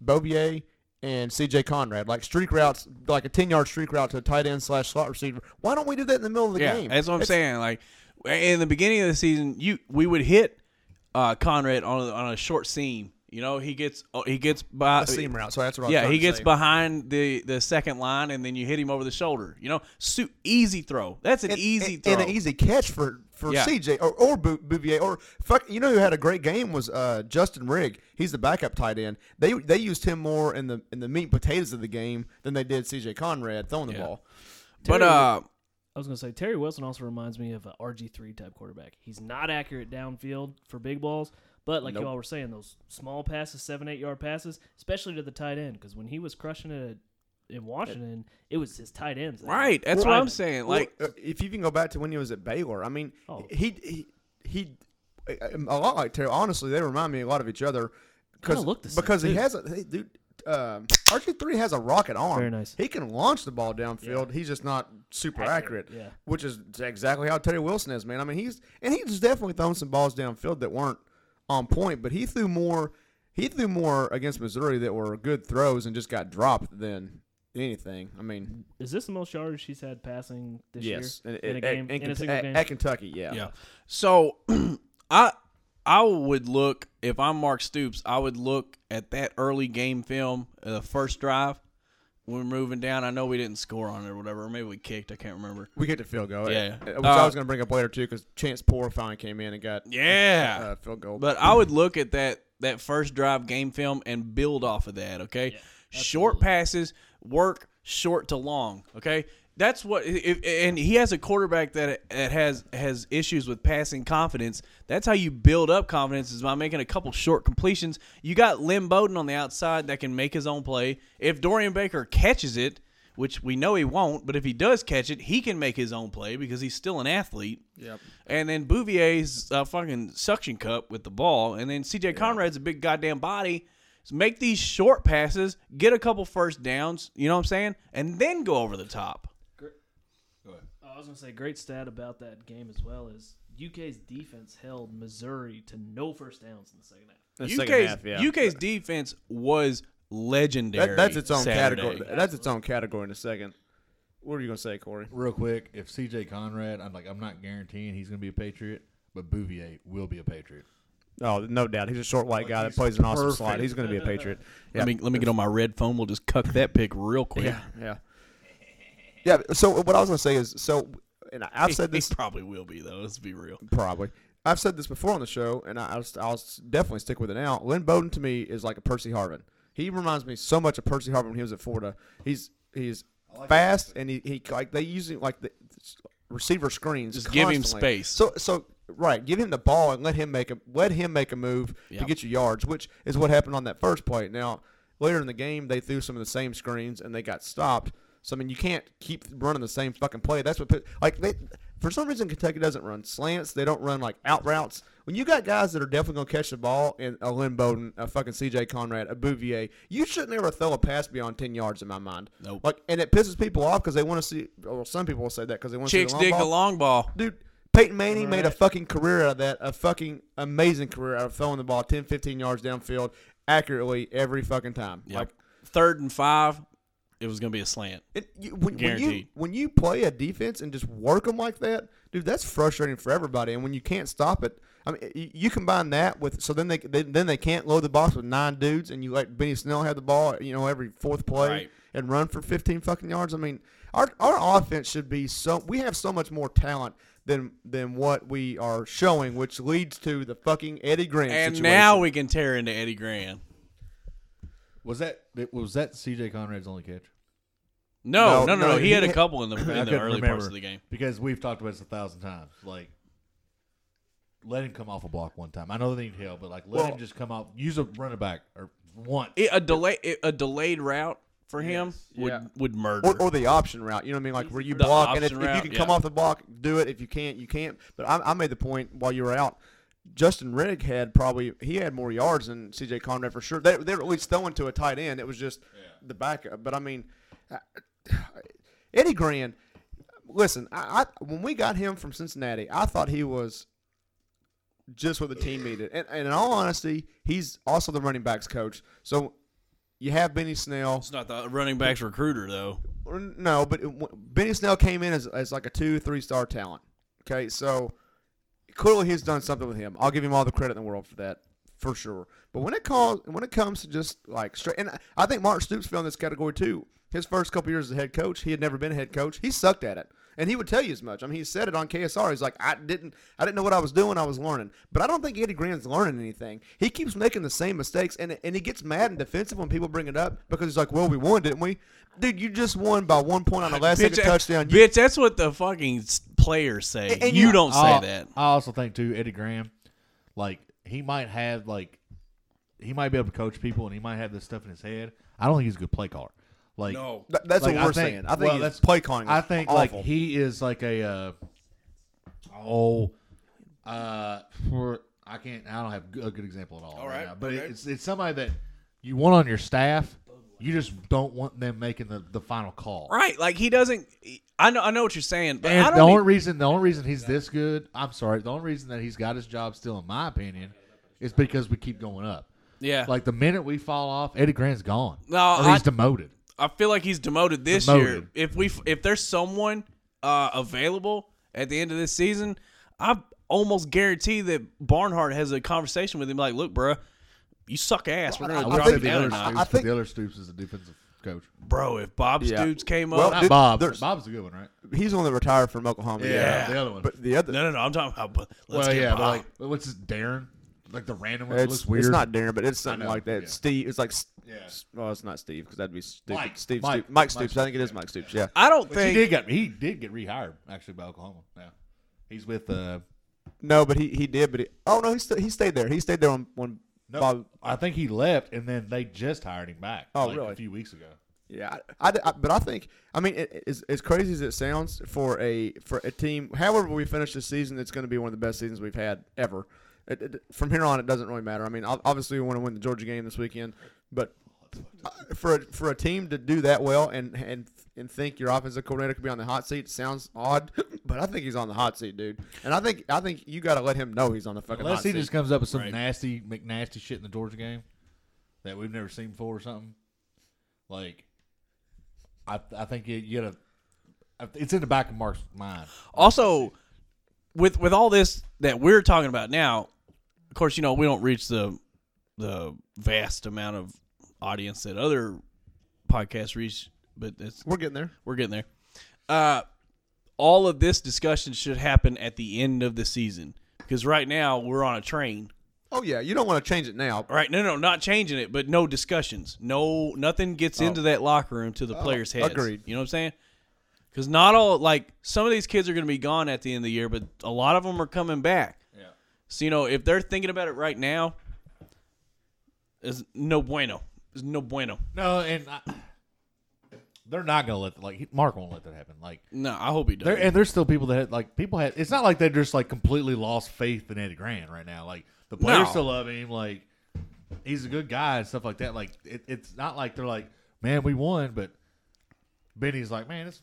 Speaker 3: Bobier and CJ Conrad, like streak routes, like a ten yard streak route to a tight end slash slot receiver. Why don't we do that in the middle of the
Speaker 2: yeah,
Speaker 3: game?
Speaker 2: that's what I'm
Speaker 3: It's-
Speaker 2: saying. Like in the beginning of the season, you we would hit uh, Conrad on on a short seam. You know, he gets oh, he gets by
Speaker 3: A seam route. So that's what I was
Speaker 2: Yeah,
Speaker 3: trying
Speaker 2: he
Speaker 3: to
Speaker 2: gets
Speaker 3: say.
Speaker 2: behind the the second line, and then you hit him over the shoulder. You know, su- easy throw. That's an
Speaker 3: and-
Speaker 2: easy
Speaker 3: and,
Speaker 2: throw.
Speaker 3: and an easy catch for for
Speaker 2: Yeah.
Speaker 3: CJ or or Bou- Bouvier or fuck. You know who had a great game was uh, Justin Rigg. He's the backup tight end. They they used him more in the in the meat and potatoes of the game than they did CJ Conrad throwing the
Speaker 2: Yeah.
Speaker 3: ball.
Speaker 2: but uh,
Speaker 4: I was gonna say Terry Wilson also reminds me of an RG three type quarterback. He's not accurate downfield for big balls, but like you all were saying, those small passes, seven eight yard passes, especially to the tight end, because when he was crushing it at, in Washington, it was his tight ends. that-
Speaker 2: right, that's what I'm
Speaker 4: Driving.
Speaker 2: saying. Like
Speaker 3: Well, uh, if you can go back to when he was at Baylor, I mean,
Speaker 4: Oh.
Speaker 3: he he he uh, a lot like Terry. Honestly, they remind me a lot of each other because
Speaker 4: look the same,
Speaker 3: because he
Speaker 4: too.
Speaker 3: has a hey, dude. Um, RG three has a rocket arm.
Speaker 4: Very nice.
Speaker 3: He can launch the ball downfield. He's just not super accurate.
Speaker 4: Accurate, yeah.
Speaker 3: Which is exactly how Terry Wilson is, man. I mean, he's and he's definitely thrown some balls downfield that weren't on point, but he threw more. He threw more against Missouri that were good throws and just got dropped than anything. I mean,
Speaker 4: Is this the most yards she's had passing this
Speaker 3: yes,
Speaker 4: year
Speaker 3: in,
Speaker 4: in a game
Speaker 3: in,
Speaker 4: in a
Speaker 3: Kent-
Speaker 4: single
Speaker 3: at-
Speaker 4: game?
Speaker 3: at Kentucky, yeah.
Speaker 2: Yeah. So (clears throat) I I would look if I'm Mark Stoops, I would look at that early game film, uh, the first drive. We're moving down. I know we didn't score on it or whatever. Or maybe we kicked. I can't remember.
Speaker 3: We get to field goal.
Speaker 2: Yeah.
Speaker 3: Uh, Which
Speaker 2: Uh,
Speaker 3: I was going to bring up later, too, because Chance Poor finally came in and got
Speaker 2: Yeah.
Speaker 3: uh, field goal.
Speaker 2: But I would look at that that first drive game film and build off of that. Okay, short passes work short to long. Okay, that's what. If, and he has a quarterback that, that has has issues with passing confidence. That's how you build up confidence is by making a couple short completions. You got Lynn Bowden on the outside that can make his own play. If Dorian Baker catches it, which we know he won't, but if he does catch it, he can make his own play because he's still an athlete.
Speaker 7: Yep.
Speaker 2: And then Bouvier's uh, fucking suction cup with the ball, and then CJ Conrad's a big goddamn body. So make these short passes, get a couple first downs. You know what I'm saying? And then go over the top.
Speaker 4: Oh, I was gonna say great stat about that game as well is UK's defense held Missouri to no first downs in the second half.
Speaker 7: The
Speaker 2: UK's,
Speaker 7: second half, yeah.
Speaker 2: UK's defense was legendary.
Speaker 3: That, that's its own
Speaker 2: Saturday.
Speaker 3: category. That's its own category in a second. What are you gonna say, Corey?
Speaker 1: Real quick, if CJ Conrad, I'm like, I'm not guaranteeing he's going to be a Patriot, but Bouvier will be a Patriot.
Speaker 3: Oh, no doubt. He's a short white guy that plays an awesome slot. He's gonna be a patriot. Yeah.
Speaker 2: Let me let me get on my red phone. We'll just cuck that pick real quick. (laughs)
Speaker 3: yeah, yeah. Yeah. So what I was gonna say is so, and I- I've said this
Speaker 2: He probably will be though. Let's be real.
Speaker 3: probably. I've said this before on the show, and I- I'll, I'll s- definitely stick with it now. Lynn Bowden to me is like a Percy Harvin. He reminds me so much of Percy Harvin when he was at Florida. He's he's fast, and he, he like they use him like the receiver screens.
Speaker 2: Just give him
Speaker 3: constantly.
Speaker 2: space.
Speaker 3: So so right, give him the ball and let him make a let him make a move to
Speaker 2: Yep.
Speaker 3: get you yards, which is what happened on that first play. Now later in the game, they threw some of the same screens and they got stopped. So I mean, you can't keep running the same fucking play. That's what put- like they for some reason Kentucky doesn't run slants. They don't run like out routes. When you got guys that are definitely gonna catch the ball and a Lynn Bowden, a fucking CJ Conrad, a Bouvier, you shouldn't ever throw a pass beyond ten yards in my mind.
Speaker 2: Nope.
Speaker 3: Like, and it pisses people off because they want to see. Well, some people will say that because they want to see
Speaker 2: Chicks
Speaker 3: the long
Speaker 2: dig
Speaker 3: ball
Speaker 2: the long ball.
Speaker 3: dude. Peyton Manning made a fucking career out of that, a fucking amazing career out of throwing the ball 10, 15 yards downfield accurately every fucking time. Like,
Speaker 2: Like third and five, it was gonna be a slant.
Speaker 3: it, you, when, when you
Speaker 2: Guaranteed.
Speaker 3: when you play a defense and just work them like that, dude, that's frustrating for everybody. And when you can't stop it, I mean, you, you combine that with so then they, they then they can't load the box with nine dudes, and you let Benny Snell have the ball, you know, every fourth play
Speaker 2: Right.
Speaker 3: and run for fifteen fucking yards. I mean, our our offense should be so we have so much more talent. Than, than what we are showing, which leads to the fucking Eddie Grant
Speaker 2: And
Speaker 3: situation.
Speaker 2: now we can tear into Eddie Grand.
Speaker 1: Was that was that CJ Conrad's only catch?
Speaker 2: No, no,
Speaker 3: No,
Speaker 2: no, no.
Speaker 3: no,
Speaker 2: He,
Speaker 3: he
Speaker 2: had a
Speaker 3: had-
Speaker 2: couple
Speaker 3: (coughs)
Speaker 2: in the, in
Speaker 1: I
Speaker 2: the
Speaker 1: couldn't
Speaker 2: early
Speaker 1: remember
Speaker 2: parts of the game.
Speaker 1: because we've talked about this a thousand times. Like, let him come off a block one time. I know they need help, but like, let him just come off. Use a running back or once.
Speaker 2: It- a delay, it- a delayed route for him would
Speaker 3: Yeah.
Speaker 2: would murder.
Speaker 3: or, or the option route. You know what I mean? Like where you
Speaker 2: The
Speaker 3: block, and if,
Speaker 2: option
Speaker 3: if you
Speaker 2: route,
Speaker 3: can come
Speaker 2: yeah.
Speaker 3: off the block, do it. If you can't, you can't. But I, I made the point while you were out. Justin Riddick had probably he had more yards than C.J. Conrad for sure. They, they were at least throwing to a tight end. It was just the backup. But I mean, I- Eddie Grand. Listen, I, I when we got him from Cincinnati, I thought he was just what the team needed. And, and in all honesty, he's also the running backs coach. So you have Benny Snell.
Speaker 2: it's not the running backs recruiter though.
Speaker 3: Or No, but it, w- Benny Snell came in as, as like a two, three star talent. Okay, so clearly he's done something with him. I'll give him all the credit in the world for that, for sure. But when it calls, when it comes to just like straight, and I- I think Mark Stoops fell in this category too. His first couple years as a head coach, he had never been a head coach. He sucked at it, and he would tell you as much. I mean, he said it on KSR. He's like, I didn't, I didn't know what I was doing. I was learning, but I don't think Eddie Grant's learning anything. He keeps making the same mistakes, and and he gets mad and defensive when people bring it up because he's like, well, we won, didn't we? Dude, you just won by one point on the last second
Speaker 2: that-
Speaker 3: touchdown. You
Speaker 2: bitch, that's what the fucking s- players say.
Speaker 3: And- and
Speaker 2: you
Speaker 3: you- Oh.
Speaker 2: don't say
Speaker 1: I,
Speaker 2: that.
Speaker 1: I also think too, Eddie Graham, like he might have like he might be able to coach people, and he might have this stuff in his head. I don't think he's a good play caller. Like
Speaker 2: No.
Speaker 3: Th- that's
Speaker 1: like,
Speaker 3: what we're saying. I think
Speaker 1: well,
Speaker 3: his
Speaker 1: that's-
Speaker 3: play calling.
Speaker 1: I
Speaker 3: is
Speaker 1: think
Speaker 3: awful.
Speaker 1: like he is like a uh, oh uh for I can't I don't have g- a good example at all.
Speaker 2: All right,
Speaker 1: now, but
Speaker 2: okay.
Speaker 1: it's it's somebody that you want on your staff. You just don't want them making the, the final call.
Speaker 2: Right? Like he doesn't. I know. I know what you're saying, but I
Speaker 1: And
Speaker 2: don't.
Speaker 1: the only
Speaker 2: e-
Speaker 1: reason the only reason he's this good, I'm sorry, the only reason that he's got his job still, in my opinion, is because we keep going up.
Speaker 2: yeah. Like
Speaker 1: Like the minute we fall off, Eddie Grant's gone.
Speaker 2: No,
Speaker 1: or
Speaker 2: I-
Speaker 1: he's demoted.
Speaker 2: I feel like he's demoted this year.
Speaker 1: Demoted.
Speaker 2: If we f- if there's someone uh, available at the end of this season, I almost guarantee that Barnhart has a conversation with him. Like, look, bruh, you suck ass. We're
Speaker 1: I
Speaker 2: gonna
Speaker 1: would
Speaker 2: drop
Speaker 1: say
Speaker 2: you
Speaker 1: the
Speaker 2: down a
Speaker 1: other
Speaker 2: notch.
Speaker 1: Stoops,
Speaker 3: I
Speaker 1: but
Speaker 3: think-
Speaker 1: the other Stoops is a defensive coach.
Speaker 2: Bro, if Bob's
Speaker 3: Yeah.
Speaker 2: dudes came
Speaker 3: Well,
Speaker 2: up,
Speaker 1: Not
Speaker 3: Dude,
Speaker 1: Bob.
Speaker 3: there's-
Speaker 1: Bob's a good one, right?
Speaker 3: he's the one that retired from Oklahoma.
Speaker 1: the other one.
Speaker 3: But the other,
Speaker 2: no, no, no. I'm talking about.
Speaker 1: well,
Speaker 2: Let's get
Speaker 1: yeah, but
Speaker 2: Bob.
Speaker 1: like, what's his Darren? like the random ones
Speaker 3: It's,
Speaker 1: looks weird.
Speaker 3: it's not dinner, but it's something
Speaker 1: know,
Speaker 3: like that.
Speaker 1: yeah.
Speaker 3: Steve, it's like, s-
Speaker 1: Yeah.
Speaker 3: s- well, it's not Steve because that'd be stupid.
Speaker 1: Mike,
Speaker 3: Steve,
Speaker 1: Mike,
Speaker 3: Stoops. Mike
Speaker 1: Mike
Speaker 3: Stoops. I think it is
Speaker 1: Stoops,
Speaker 3: Mike
Speaker 1: yeah.
Speaker 3: Stoops. Yeah,
Speaker 2: I don't
Speaker 1: Which he
Speaker 2: think
Speaker 1: did get he did get rehired actually by Oklahoma. Yeah, he's with uh
Speaker 3: no, but he, he did, but he, oh no, he st- he stayed there. He stayed there on when
Speaker 1: no,
Speaker 3: Bob.
Speaker 1: I think he left and then they just hired him back.
Speaker 3: Oh,
Speaker 1: like,
Speaker 3: really?
Speaker 1: A few weeks ago.
Speaker 3: Yeah, I, I- I- but I think I mean it, as, as crazy as it sounds for a for a team. However, we finish this season, it's going to be one of the best seasons we've had ever. It, it- from here on, it doesn't really matter. I mean, ob- obviously, we want to win the Georgia game this weekend, but uh, for a, for a team to do that well and and and think your offensive coordinator could be on the hot seat sounds odd, (laughs) but I think he's on the hot seat, dude. And I think I think you got to let him know he's on the fucking
Speaker 1: Unless
Speaker 3: hot
Speaker 1: he
Speaker 3: seat.
Speaker 1: just comes up with some nasty McNasty shit in the Georgia game that we've never seen before or something. Like, I I think you, you gotta. I- It's in the back of Mark's mind.
Speaker 2: also with with all this that we're talking about now. Of course, you know we don't reach the the vast amount of audience that other podcasts reach, but it's
Speaker 3: We're getting there.
Speaker 2: we're getting there. Uh, all of this discussion should happen at the end of the season because right now we're on a train.
Speaker 3: Oh yeah, you don't want to change it now.
Speaker 2: All right, no, no, not changing it, but no discussions. No, nothing gets into that locker room to the players' heads.
Speaker 3: agreed.
Speaker 2: You know what I'm saying? Because not all like some of these kids are going to be gone at the end of the year, but a lot of them are coming back. Yeah. So you know, if they're thinking about it right now, is no bueno. It's no bueno.
Speaker 1: No, and I, they're not gonna let like Mark won't let that happen. Like
Speaker 2: No, I hope he does.
Speaker 1: There, and there's still people that had, like people had. It's not like they just like completely lost faith in Eddie Grant right now. Like the players
Speaker 2: No.
Speaker 1: still love him. Like he's a good guy and stuff like that. Like it, it's not like they're like, man, we won, but Benny's like, man, it's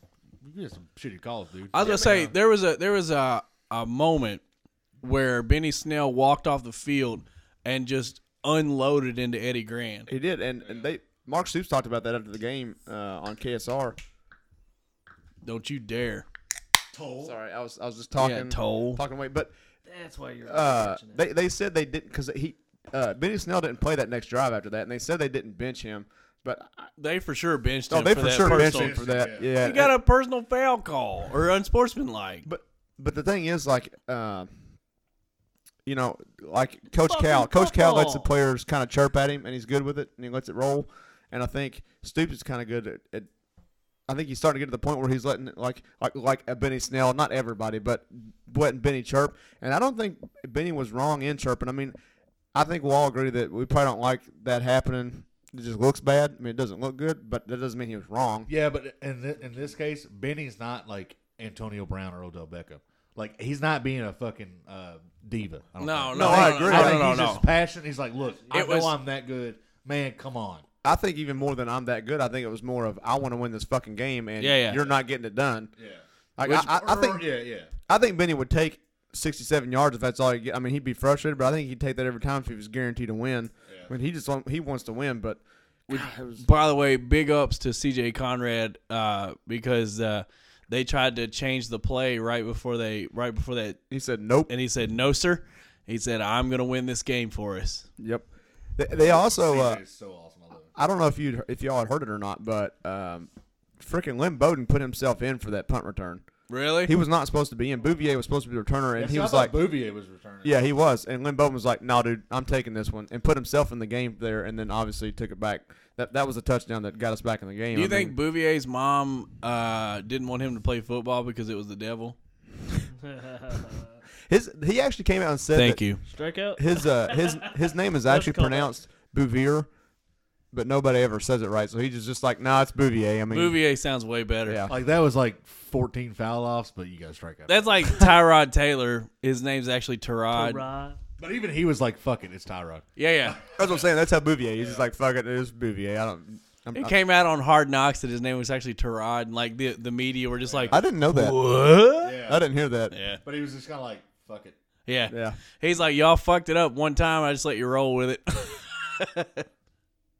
Speaker 1: you get some shitty calls, dude.
Speaker 2: I was gonna
Speaker 1: Yeah,
Speaker 2: say
Speaker 1: man.
Speaker 2: there was a there was a, a moment where Benny Snell walked off the field and just unloaded into Eddie Grand.
Speaker 3: He did, and, and they Mark Stoops talked about that after the game uh, on KSR.
Speaker 2: Don't you dare.
Speaker 3: Sorry, I was I was just talking
Speaker 2: Yeah, Toll.
Speaker 3: talking away, but
Speaker 4: That's why you're
Speaker 3: uh,
Speaker 4: watching it. (laughs)
Speaker 3: they they said they didn't because he uh, Benny Snell didn't play that next drive after that, and they said they didn't bench him, but I-
Speaker 2: They for sure benched him.
Speaker 3: oh, they
Speaker 2: for,
Speaker 3: for
Speaker 2: that
Speaker 3: sure benched
Speaker 2: personal,
Speaker 3: him for that. Yeah,
Speaker 2: He got a personal foul call or unsportsmanlike.
Speaker 3: but but the thing is like. Uh, you know, like Coach
Speaker 4: Fucking
Speaker 3: Cal. Coach Cal lets the
Speaker 4: football.
Speaker 3: players kind of chirp at him, and he's good with it, and he lets it roll. And I think Stoops is kind of good at, at I think he's starting to get to the point where he's letting like like like a Benny Snell, not everybody, but letting Benny chirp. And I don't think Benny was wrong in chirping. I mean, I think we'll all agree that we probably don't like that happening. It just looks bad. I mean, it doesn't look good, but that doesn't mean he was wrong.
Speaker 1: yeah, but in thi- in this case, Benny's not like Antonio Brown or Odell Beckham. Like he's not being a fucking uh, diva. I don't
Speaker 2: no, no,
Speaker 1: think.
Speaker 2: no,
Speaker 3: I
Speaker 2: no,
Speaker 3: agree.
Speaker 2: No,
Speaker 1: I
Speaker 2: no,
Speaker 1: think
Speaker 2: no,
Speaker 1: he's
Speaker 2: no.
Speaker 1: just passionate. He's like, look, I
Speaker 2: It
Speaker 1: know
Speaker 2: was-
Speaker 1: I'm that good, man. Come on.
Speaker 3: I think even more than I'm that good, I think it was more of I want to win this fucking game, and
Speaker 2: Yeah, yeah.
Speaker 3: you're not getting it done.
Speaker 1: Yeah.
Speaker 3: Like, I, I, I think
Speaker 1: yeah, yeah.
Speaker 3: I think Benny would take 67 yards if that's all he get. I mean, he'd be frustrated, but I think he'd take that every time if he was guaranteed to win. I mean, he just want, he wants to win, but
Speaker 2: By the way, big ups to CJ Conrad uh, because uh, they tried to change the play right before they right before that
Speaker 3: he said nope.
Speaker 2: and he said, "No, sir." He said, "I'm going to win this game for us."
Speaker 3: Yep. They, they also, uh,
Speaker 1: It's so awesome. I love it.
Speaker 3: I don't know if you if y'all had heard it or not, but um, freaking Lynn Bowden put himself in for that punt return.
Speaker 2: Really?
Speaker 3: He was not supposed to be in. Bouvier was supposed to be the returner, and he was like,
Speaker 1: Bouvier was returning.
Speaker 3: yeah, he was. And Lynn Bowden was like, no, dude, I'm taking this one, and put himself in the game there, and then obviously took it back. That that was a touchdown that got us back in the game.
Speaker 2: Do you
Speaker 3: I
Speaker 2: think
Speaker 3: mean,
Speaker 2: Bouvier's mom uh, didn't want him to play football because it was the devil?
Speaker 3: his he actually came out and said
Speaker 2: Thank
Speaker 3: that
Speaker 2: you.
Speaker 4: Strikeout.
Speaker 3: his uh his his name is actually
Speaker 4: call that.
Speaker 3: pronounced Bouvier, but nobody ever says it right. So he's just, just like, nah, it's Bouvier. I mean,
Speaker 2: Bouvier sounds way better.
Speaker 3: Yeah.
Speaker 1: Like that was like 14 foul offs, but you guys strike out.
Speaker 2: That's like Tyrod Taylor. His name's actually
Speaker 3: Uh,
Speaker 2: Tyrod.
Speaker 4: Rod.
Speaker 1: but even he was like, "Fuck it, it's Tyrod."
Speaker 2: Yeah, yeah.
Speaker 3: that's what I'm saying. That's how Bouvier. He's just like, fuck it, it's Bouvier. I don't. I'm,
Speaker 2: It
Speaker 3: I,
Speaker 2: came out on Hard Knocks that his name was actually Tyrod, and like the the media were just like,
Speaker 3: I didn't know that.
Speaker 2: "What?"
Speaker 3: I didn't hear that.
Speaker 2: Yeah,
Speaker 1: But he was just kind of like, "Fuck it."
Speaker 2: yeah,
Speaker 3: Yeah.
Speaker 2: He's like, "Y'all fucked it up one time. I just let you roll with it." (laughs)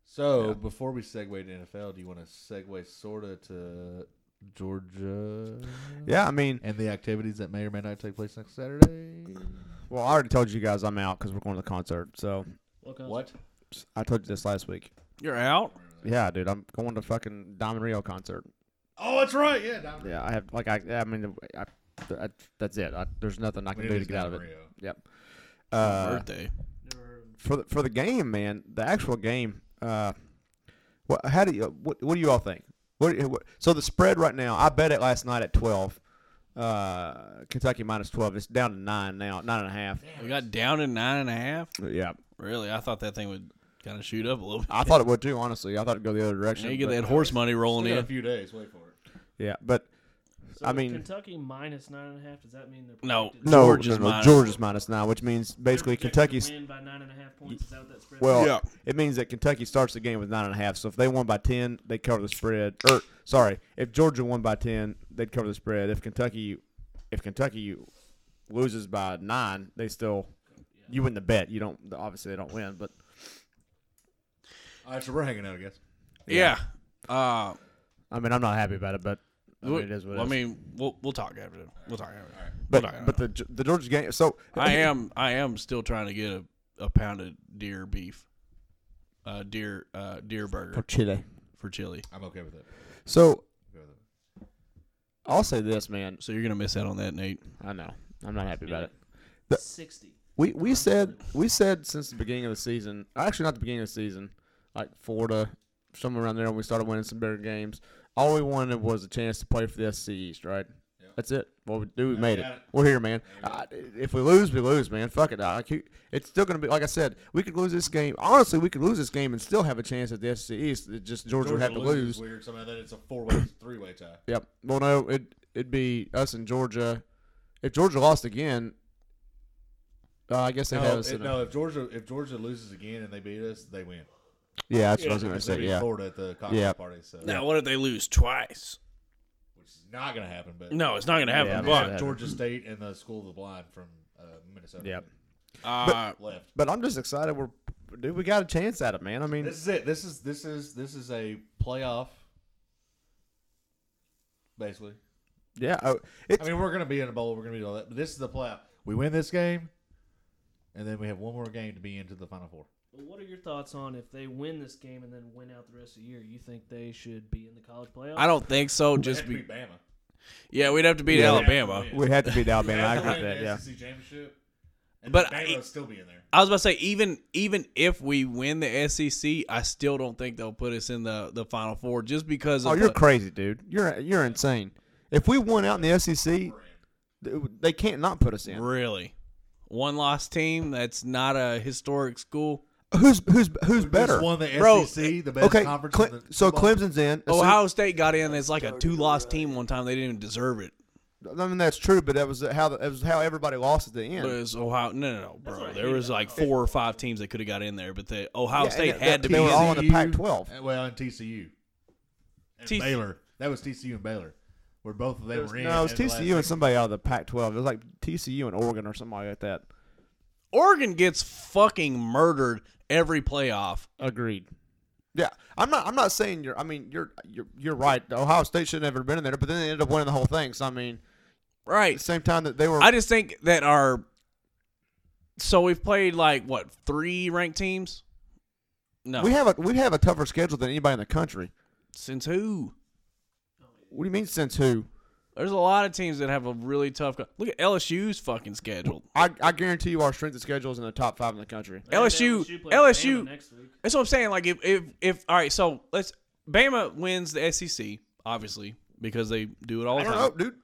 Speaker 1: So before we segue to NFL, do you want to segue sorta to Georgia
Speaker 3: Yeah, I mean,
Speaker 1: and the activities that may or may not take place next Saturday?
Speaker 3: well, I already told you guys I'm out because we're going to the concert. So
Speaker 4: What? concert?
Speaker 1: What?
Speaker 3: I told you this last week.
Speaker 2: You're out.
Speaker 3: Yeah, dude, I'm going to fucking Diamond Rio concert.
Speaker 1: Oh, that's right. Yeah. Down
Speaker 3: Yeah, I have like I, I mean, I, I, that's it. I, there's nothing I can do to get out of it. Yep. Uh,
Speaker 2: Birthday.
Speaker 4: Never
Speaker 3: for the, for the game, man, the actual game. Uh, what? How do you? What? What do you all think? What, what? So the spread right now, I bet it last night at twelve. Uh, Kentucky minus twelve. It's down to nine now, nine and a half.
Speaker 2: We got down to nine and a half.
Speaker 3: Yeah,
Speaker 2: Really, I thought that thing would kind of shoot up a little bit.
Speaker 3: I thought it would too. Honestly, I thought it'd go the other
Speaker 2: Now
Speaker 3: direction.
Speaker 2: you get
Speaker 3: but-
Speaker 2: that horse money rolling
Speaker 5: Only a
Speaker 2: in.
Speaker 5: few days. Wait for it.
Speaker 3: Yeah, but
Speaker 4: So
Speaker 3: I
Speaker 4: if
Speaker 3: mean-
Speaker 4: Kentucky minus nine and a half. Does that mean they're
Speaker 2: No.
Speaker 4: predicted-
Speaker 3: no,
Speaker 2: Georgia's
Speaker 3: no, no,
Speaker 2: minus-
Speaker 3: Georgia's minus nine, which means
Speaker 4: they're
Speaker 3: basically
Speaker 4: predicted to
Speaker 3: Kentucky's.
Speaker 4: win by nine and a half points. Is that what that spread?
Speaker 3: Well,
Speaker 4: is?
Speaker 2: Yeah.
Speaker 3: it means that Kentucky starts the game with nine and a half. So if they won by ten, they cover the spread. Or sorry, if Georgia won by ten, they'd cover the spread. If Kentucky, if Kentucky loses by nine, they still you win the bet. You don't obviously they don't win, but
Speaker 5: All right, so we're hanging out, I guess.
Speaker 2: Yeah. Uh,
Speaker 3: I mean I'm not happy about it, but I mean, it is what it
Speaker 2: I
Speaker 3: is.
Speaker 2: mean, we'll we'll talk after. We'll talk after.
Speaker 3: but
Speaker 2: we'll talk
Speaker 3: but the the Georgia game. So
Speaker 2: I am I am still trying to get a, a pound of deer beef, uh, deer uh, deer burger
Speaker 3: Chile.
Speaker 2: for chili.
Speaker 5: I'm okay with it.
Speaker 3: So
Speaker 5: Okay with it.
Speaker 3: I'll say this, man.
Speaker 2: So you're gonna miss out on that, Nate.
Speaker 3: I know I'm not happy about it. the-
Speaker 4: sixty.
Speaker 3: We we said we said since the beginning of the season, actually not the beginning of the season, like Florida, somewhere around there when we started winning some bigger games. All we wanted was a chance to play for the SC East, right? That's it. What we do, we made it.
Speaker 5: got it.
Speaker 3: We're here, man. I, if we lose, we lose, man. Fuck it. I, keep- it's still gonna be like I said. We could lose this game. Honestly, we could lose this game and still have a chance at the SC East. It just Georgia, would have to
Speaker 5: loses
Speaker 3: lose.
Speaker 5: is Weird. Somehow that it's a four way, three way tie.
Speaker 3: Yep. Well, no, it it'd be us and Georgia. If Georgia lost again, uh, I guess they have
Speaker 5: No,
Speaker 3: us.
Speaker 5: it-
Speaker 3: in a-
Speaker 5: no, if Georgia if Georgia loses again and they beat us, they win.
Speaker 3: Yeah, that's what I was gonna
Speaker 5: Because they
Speaker 3: say.
Speaker 5: beat
Speaker 3: Yeah.
Speaker 5: Florida at the cocktail
Speaker 3: Yeah.
Speaker 5: party, so
Speaker 2: Now, what if they lose twice?
Speaker 5: which is not gonna happen. But
Speaker 2: No, it's not gonna
Speaker 3: Yeah,
Speaker 2: happen.
Speaker 5: They got
Speaker 3: but-
Speaker 5: Georgia State and the School of the Blind from uh, Minnesota.
Speaker 3: Yep.
Speaker 2: but uh,
Speaker 5: left.
Speaker 3: But I'm just excited. We're dude, we got a chance at it, man. I mean,
Speaker 5: This is it. This is this is this is a playoff. Basically,
Speaker 3: yeah, oh, it's
Speaker 5: I mean, we're gonna be in a bowl. We're gonna be all that. But this is the playoff. We win this game, and then we have one more game to be into the final four.
Speaker 4: Well, what are your thoughts on if they win this game and then win out the rest of the year? You think they should be in the college playoff?
Speaker 2: I don't think so.
Speaker 5: They
Speaker 2: Just
Speaker 5: have to
Speaker 2: be
Speaker 5: beat Bama.
Speaker 2: yeah, we'd have to beat
Speaker 3: Yeah.
Speaker 2: Alabama.
Speaker 5: Yeah.
Speaker 3: we had to beat
Speaker 5: They
Speaker 3: Alabama. I
Speaker 5: have
Speaker 3: agree
Speaker 5: to
Speaker 3: with
Speaker 5: win
Speaker 3: that.
Speaker 5: the
Speaker 3: Yeah,
Speaker 5: SEC championship, and
Speaker 2: But
Speaker 5: but Bama
Speaker 2: I-
Speaker 5: will still be in there.
Speaker 2: I was about to say even even if we win the SEC, I still don't think they'll put us in the the Final Four just because.
Speaker 3: oh,
Speaker 2: of
Speaker 3: you're
Speaker 2: the-
Speaker 3: crazy, dude. You're you're insane. If we won out in the SEC, th- they can't not put us in.
Speaker 2: really one loss team that's not a historic school.
Speaker 3: Who's who's who's
Speaker 5: Just
Speaker 3: better?
Speaker 5: won the
Speaker 2: Bro,
Speaker 5: SEC, the best
Speaker 3: Okay,
Speaker 5: conference.
Speaker 3: Cle-
Speaker 5: in the
Speaker 3: so
Speaker 5: football.
Speaker 3: Clemson's in.
Speaker 2: Ohio State got in as like a two loss team one time. They didn't even deserve it.
Speaker 3: I mean that's true, but that was how the, that was how everybody lost at the end.
Speaker 2: But it was Ohio. No, no, no,
Speaker 4: what I
Speaker 2: bro.
Speaker 4: hate
Speaker 2: There was
Speaker 4: about
Speaker 2: like four or five teams that could have got in there, but the Ohio
Speaker 3: Yeah,
Speaker 2: State
Speaker 3: and
Speaker 2: had to
Speaker 3: they
Speaker 2: be.
Speaker 3: were
Speaker 2: in
Speaker 3: all
Speaker 2: there.
Speaker 3: in the Pac-12.
Speaker 5: Uh, Well, and TCU and
Speaker 2: T-
Speaker 5: Baylor. That was TCU and Baylor, where both of them were in.
Speaker 3: No, it was
Speaker 5: at the last
Speaker 3: TCU and
Speaker 5: second.
Speaker 3: somebody out of the Pac-12. It was like TCU and Oregon or somebody like that.
Speaker 2: (laughs) Oregon gets fucking murdered every playoff.
Speaker 3: Agreed. Yeah, I'm not. I'm not saying you're. I mean, you're. You're. You're right. Ohio State should have never been in there, but then they ended up winning the whole thing. So I mean, at
Speaker 2: Right.
Speaker 3: the same time that they were.
Speaker 2: I just think that our. So we've played like what three ranked teams? No.
Speaker 3: we have a we have a tougher schedule than anybody in the country.
Speaker 2: Since who?
Speaker 3: What do you mean since who?
Speaker 2: There's a lot of teams that have a really tough. co- Look at LSU's fucking schedule.
Speaker 3: I, I guarantee you our strength of schedule is in the top five in the country.
Speaker 4: They have
Speaker 2: LSU
Speaker 4: play
Speaker 2: LSU
Speaker 4: Bama next week.
Speaker 2: That's what I'm saying. Like if if if all right, so let's Bama wins the SEC, obviously, because they do it all
Speaker 3: I
Speaker 2: the
Speaker 3: don't
Speaker 2: time.
Speaker 3: know, dude.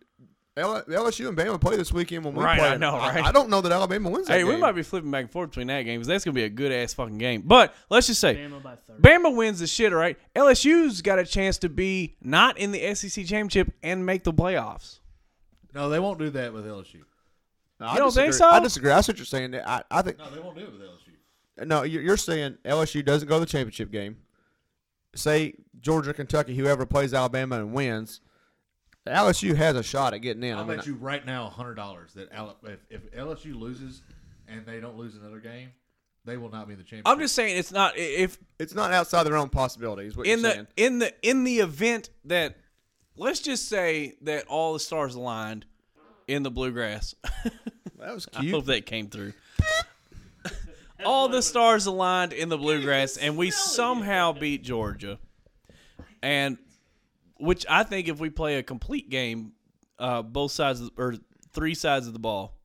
Speaker 3: L- LSU and Bama play this weekend when we
Speaker 2: Right,
Speaker 3: play.
Speaker 2: I know, right?
Speaker 3: I, don't know that Alabama wins. That
Speaker 2: Hey, we
Speaker 3: game.
Speaker 2: might be flipping back and forth between that game because that's gonna be a good ass fucking game. But let's just say
Speaker 4: Bama by thirty.
Speaker 2: Bama wins the shit, all right? LSU's got a chance to be not in the SEC championship and make the playoffs.
Speaker 5: No, they won't do that with LSU.
Speaker 3: No, I
Speaker 2: You don't think
Speaker 3: disagree. I
Speaker 2: so?
Speaker 3: disagree. That's what you're saying. I, I think
Speaker 5: No, they won't do it with LSU.
Speaker 3: No, you're you're saying LSU doesn't go to the championship game. Say Georgia, Kentucky, whoever plays Alabama and wins, LSU has a shot at getting in. I
Speaker 5: I'll
Speaker 3: mean,
Speaker 5: bet you right now hundred dollars that Al- if, if LSU loses and they don't lose another game, they will not be the champion.
Speaker 2: I'm just saying it's not i- if
Speaker 3: it's not outside their own possibilities. What
Speaker 2: in
Speaker 3: you're
Speaker 2: the
Speaker 3: saying.
Speaker 2: in the in the event that let's just say that all the stars aligned in the bluegrass. (laughs)
Speaker 3: that was
Speaker 2: I hope
Speaker 3: cute.
Speaker 2: that came through. (laughs) All the stars aligned in the bluegrass, and we somehow beat Georgia. And which I think if we play a complete game, uh, both sides of, or three sides of the ball,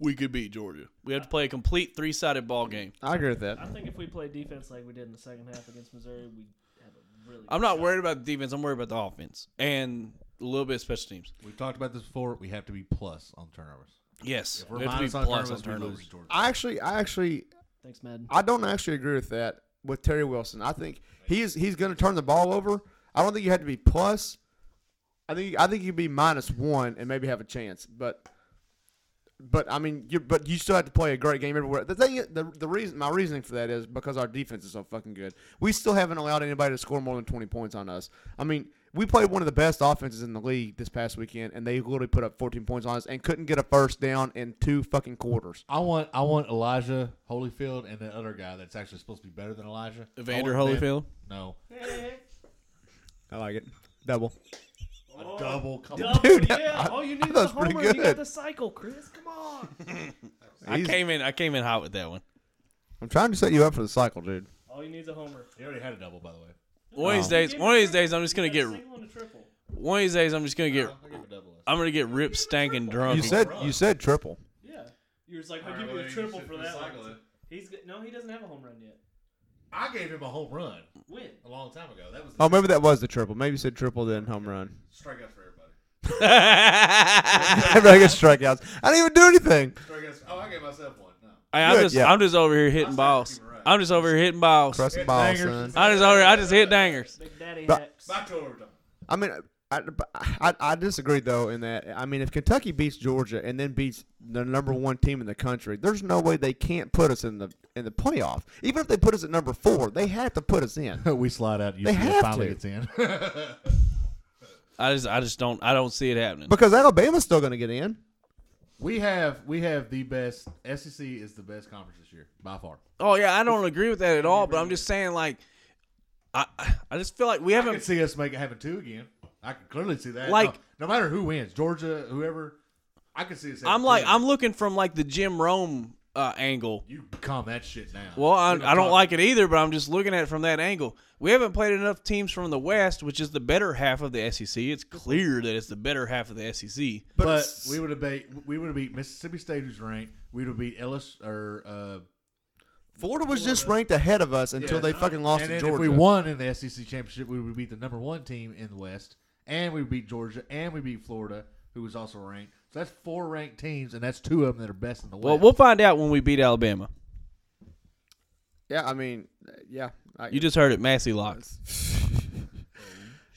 Speaker 2: we could beat Georgia. We have to play a complete three sided ball game.
Speaker 3: I agree with that.
Speaker 4: I think if we play defense like we did in the second half against Missouri, we have a really.
Speaker 2: I'm not worried about the defense. I'm worried about the offense and a little bit of special teams.
Speaker 5: We've talked about this before. We have to be plus on turnovers.
Speaker 2: Yes,
Speaker 5: If we're
Speaker 2: we have to be
Speaker 5: minus on
Speaker 2: plus
Speaker 5: turnovers,
Speaker 2: on
Speaker 5: we lose
Speaker 2: turnovers.
Speaker 5: to Georgia.
Speaker 3: I actually, I actually,
Speaker 4: Thanks, Madden.
Speaker 2: (laughs)
Speaker 3: I don't actually agree with that with Terry Wilson. I think he's he's going to turn the ball over. I don't think you had to be plus. I think I think you'd be minus one and maybe have a chance. But but I mean, you but you still have to play a great game everywhere. The thing, is- the the reason my reasoning for that is because our defense is so fucking good. We still haven't allowed anybody to score more than twenty points on us. I mean. We played one of the best offenses in the league this past weekend, and they literally put up 14 points on us and couldn't get a first down in two fucking quarters.
Speaker 5: I want I want Elijah Holyfield and the other guy that's actually supposed to be better than Elijah. I
Speaker 2: Evander
Speaker 5: want them-
Speaker 2: Holyfield?
Speaker 5: No.
Speaker 3: I like it. Double.
Speaker 5: A double. Come on.
Speaker 4: Double,
Speaker 3: Dude,
Speaker 4: Oh, yeah.
Speaker 3: I-
Speaker 4: All you
Speaker 3: I
Speaker 4: need is
Speaker 3: thought
Speaker 4: a
Speaker 3: it was pretty
Speaker 4: homer. You
Speaker 3: good.
Speaker 4: got the cycle, Chris. Come on.
Speaker 2: I came in. I came in hot with that one.
Speaker 3: I'm trying to set you up for the cycle, dude.
Speaker 4: All you need is a homer.
Speaker 5: He already had a double, by the way.
Speaker 2: One of these days. One of these days, I'm just gonna
Speaker 4: You
Speaker 2: get.
Speaker 4: got a single and a triple.
Speaker 2: One of these days, I'm just gonna get.
Speaker 5: I'll give him a double.
Speaker 2: I'm gonna get ripped, stankin' drunk. (laughs)
Speaker 3: You said you said triple.
Speaker 4: Yeah. You were just like, I'll
Speaker 5: Alright,
Speaker 4: give you
Speaker 5: well,
Speaker 4: a
Speaker 5: you
Speaker 4: triple
Speaker 5: should
Speaker 4: for that
Speaker 5: recycle
Speaker 4: one.
Speaker 5: it.
Speaker 4: He's g- no, he doesn't have a home run yet.
Speaker 5: I gave him a home run
Speaker 4: Win.
Speaker 5: a long time ago. That was the
Speaker 3: Oh, maybe that was the triple. Maybe you said triple then home run. (laughs)
Speaker 5: strikeout for everybody.
Speaker 3: Everybody gets strikeouts. I didn't even do anything.
Speaker 5: Strikeouts. Oh, I gave myself one. No.
Speaker 2: I, am
Speaker 3: Good,
Speaker 2: just.
Speaker 3: yeah.
Speaker 2: I'm just over here hitting balls. I'm just over here hitting balls.
Speaker 3: Cross the ball, son.
Speaker 5: Dangers.
Speaker 2: I just over. I just hit dangers.
Speaker 4: Big Daddy
Speaker 3: But-
Speaker 4: Hacks.
Speaker 5: Back to overtime.
Speaker 3: I mean, I, I, I disagree though in that. I mean, if Kentucky beats Georgia and then beats the number one team in the country, there's no way they can't put us in the in the playoff. Even if they put us at number four, they have to put us
Speaker 5: (laughs)
Speaker 3: in.
Speaker 5: (laughs) we slide out.
Speaker 3: They have
Speaker 5: finally
Speaker 3: to.
Speaker 5: gets in.
Speaker 2: I just. I just don't. I don't see it happening.
Speaker 3: Because Alabama's still going to get in.
Speaker 5: (laughs) we have we have the best. SEC is the best conference this year by far.
Speaker 2: Oh yeah, I don't agree with that at all. But I'm just saying, like, I I just feel like we
Speaker 5: I can
Speaker 2: haven't.
Speaker 5: see us make having two again. I can clearly see that.
Speaker 2: Like-
Speaker 5: no, no matter who wins, Georgia, whoever, I can see us. having
Speaker 2: I'm
Speaker 5: two
Speaker 2: like
Speaker 5: again.
Speaker 2: I'm looking from like the Jim Rome uh, angle.
Speaker 5: You calm that shit down.
Speaker 2: Well, I,
Speaker 5: We're gonna
Speaker 2: I don't
Speaker 5: talk-
Speaker 2: like it either, but I'm just looking at it from that angle. We haven't played enough teams from the West, which is the better half of the SEC. It's clear that it's the better half of the E SEC.
Speaker 5: But,
Speaker 3: it's-
Speaker 5: we would have beat we would have beat Mississippi State, who's ranked. We would have beat Ellis or uh,
Speaker 3: Florida was just ranked ahead of us until
Speaker 5: yeah,
Speaker 3: they fucking lost
Speaker 5: and
Speaker 3: to
Speaker 5: then
Speaker 3: Georgia.
Speaker 5: If we won in the SEC championship, we would beat the number one team in the West, and we beat Georgia, and we beat Florida, who was also ranked. So that's four ranked teams, and that's two of them that are best in the
Speaker 2: Well,
Speaker 5: West.
Speaker 2: we'll find out when we beat Alabama.
Speaker 3: Yeah, I mean, yeah. I,
Speaker 2: You just heard it, Massey locks.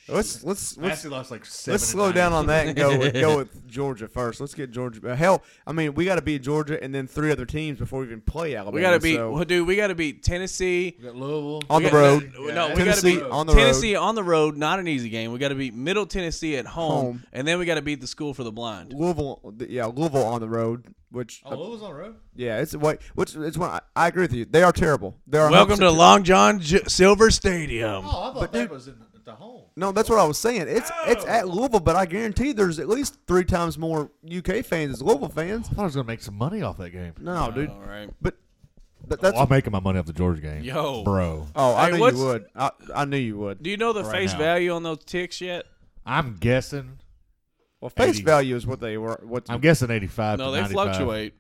Speaker 3: let's let's let's
Speaker 5: Massey lost like seven.
Speaker 3: Let's
Speaker 5: and
Speaker 3: slow
Speaker 5: nine.
Speaker 3: down on that and go with,
Speaker 5: (laughs)
Speaker 3: go with Georgia first. Let's get Georgia. uh, Hell, I mean, we got to beat Georgia and then three other teams before we even play Alabama.
Speaker 2: We gotta beat,
Speaker 3: so-
Speaker 2: well, dude. We gotta beat Tennessee
Speaker 5: We got Louisville
Speaker 3: On
Speaker 2: we
Speaker 3: the
Speaker 2: got-
Speaker 3: road.
Speaker 2: No, no, we gotta
Speaker 3: Tennessee
Speaker 2: beat-
Speaker 3: on the
Speaker 2: Tennessee on the road. Not an easy game. We got to beat Middle Tennessee at home,
Speaker 3: Home.
Speaker 2: and then we got to beat the school for the blind.
Speaker 3: road. Louisville, yeah, Louisville on the road. Which, uh,
Speaker 5: Oh, Louisville's on the road.
Speaker 3: yeah, it's what which it's one. I, I agree with you. They are terrible. They are
Speaker 2: Welcome
Speaker 3: 100%
Speaker 2: to Long John J- Silver Stadium.
Speaker 5: Oh, I thought that was in at the home.
Speaker 3: No, that's what I was saying. It's
Speaker 5: Oh!
Speaker 3: it's at Louisville, but I guarantee there's at least three times more UK fans as Louisville fans.
Speaker 5: I thought I was gonna make some money off that game.
Speaker 3: No, dude,
Speaker 2: All right.
Speaker 3: but but that's.
Speaker 5: oh, I'm making my money off the Georgia game.
Speaker 2: Yo.
Speaker 5: bro,
Speaker 3: Oh, I
Speaker 2: Hey,
Speaker 3: knew
Speaker 2: what's-
Speaker 3: you would. I, I knew you would.
Speaker 2: Do you know the
Speaker 5: Right
Speaker 2: face
Speaker 5: now.
Speaker 2: value on those ticks yet?
Speaker 5: I'm guessing.
Speaker 3: Well, face
Speaker 5: 80.
Speaker 3: value is what they were. What
Speaker 5: I'm guessing 85.
Speaker 2: No,
Speaker 5: to
Speaker 2: they
Speaker 5: 95.
Speaker 2: fluctuate.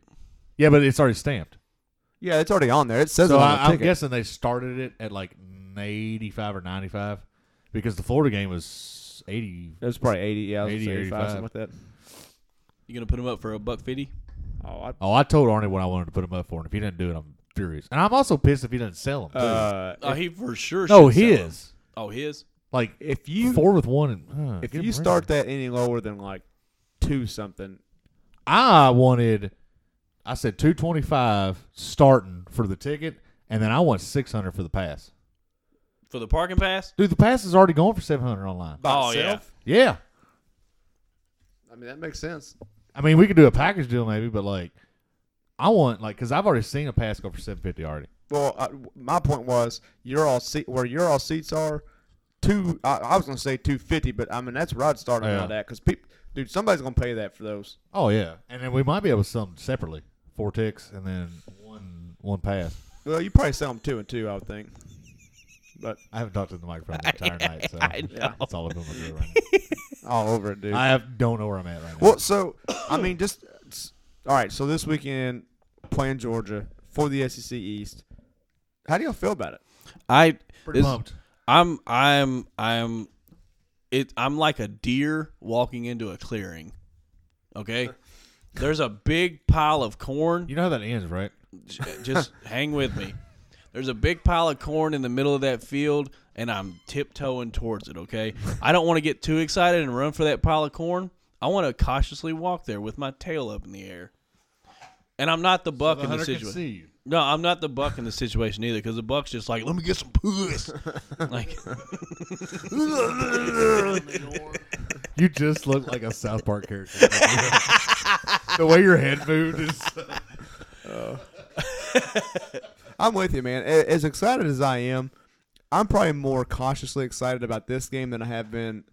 Speaker 5: Yeah, but it's already stamped.
Speaker 3: yeah, it's already on there. It says
Speaker 5: So
Speaker 3: it on the
Speaker 5: I, I'm
Speaker 3: ticket.
Speaker 5: guessing they started it at like 85 or 95 because the Florida game was 80.
Speaker 3: It was probably 80, yeah,
Speaker 5: 80, 85, something like
Speaker 3: that.
Speaker 2: You gonna put them up for a buck fifty?
Speaker 3: Oh,
Speaker 5: Oh, I told Arnie what I wanted to put him up for, and if he doesn't do it, I'm furious. And I'm also pissed if he doesn't sell
Speaker 3: I,
Speaker 5: them.
Speaker 3: uh,
Speaker 2: Oh, he for sure.
Speaker 5: no,
Speaker 2: should sell
Speaker 5: his
Speaker 2: 'em. Oh, his.
Speaker 5: like
Speaker 3: if you
Speaker 5: four with one. And, uh,
Speaker 3: if
Speaker 5: get
Speaker 3: you
Speaker 5: him around.
Speaker 3: start that any lower than like two something,
Speaker 5: I wanted, I said 225 starting for the ticket, and then I want 600 for the pass.
Speaker 2: For the parking pass?
Speaker 5: Dude, the pass is already going for 700 online.
Speaker 3: by
Speaker 2: Oh,
Speaker 3: itself,
Speaker 5: Yeah.
Speaker 3: I mean that makes sense.
Speaker 5: I mean, we could do a package deal maybe, but like, I want like because I've already seen a pass go for seven fifty already.
Speaker 3: Well, I, my point was your all seat where your all seats are two. I, I was gonna say two fifty, but I mean that's where I'd start
Speaker 5: Yeah.
Speaker 3: around that because people, dude, somebody's gonna pay that for those.
Speaker 5: Oh yeah, and then we might be able to sell them separately, four ticks and then one one pass.
Speaker 3: Well, you probably sell them two and two, I would think. But
Speaker 5: I haven't talked to the microphone the entire night, so
Speaker 2: (laughs) I know.
Speaker 5: that's all I've been
Speaker 2: (laughs)
Speaker 5: doing right now.
Speaker 3: all over it, dude.
Speaker 5: I have, don't know where I'm at right now.
Speaker 3: Well, so I mean, just All right, so this weekend playing Georgia for the SEC East. How do y'all feel about it?
Speaker 2: I
Speaker 5: Pretty
Speaker 2: this-
Speaker 5: pumped.
Speaker 2: I'm I'm I'm it I'm like a deer walking into a clearing. Okay? There's a big pile of corn.
Speaker 5: You know how that ends, right?
Speaker 2: J- Just (laughs) hang with me. There's a big pile of corn in the middle of that field and I'm tiptoeing towards it, okay? I don't want to get too excited and run for that pile of corn. I want to cautiously walk there with my tail up in the air. And I'm not the buck in the
Speaker 5: hunter can
Speaker 2: situation.
Speaker 5: see you.
Speaker 2: No, I'm not the buck in the situation either because the buck's just like, let me get some
Speaker 5: (laughs)
Speaker 2: puss. like,
Speaker 5: You just look like a South Park character. the way your head moved is.
Speaker 3: I'm with you, man. A- As excited as I am, I'm probably more cautiously excited about this game than I have been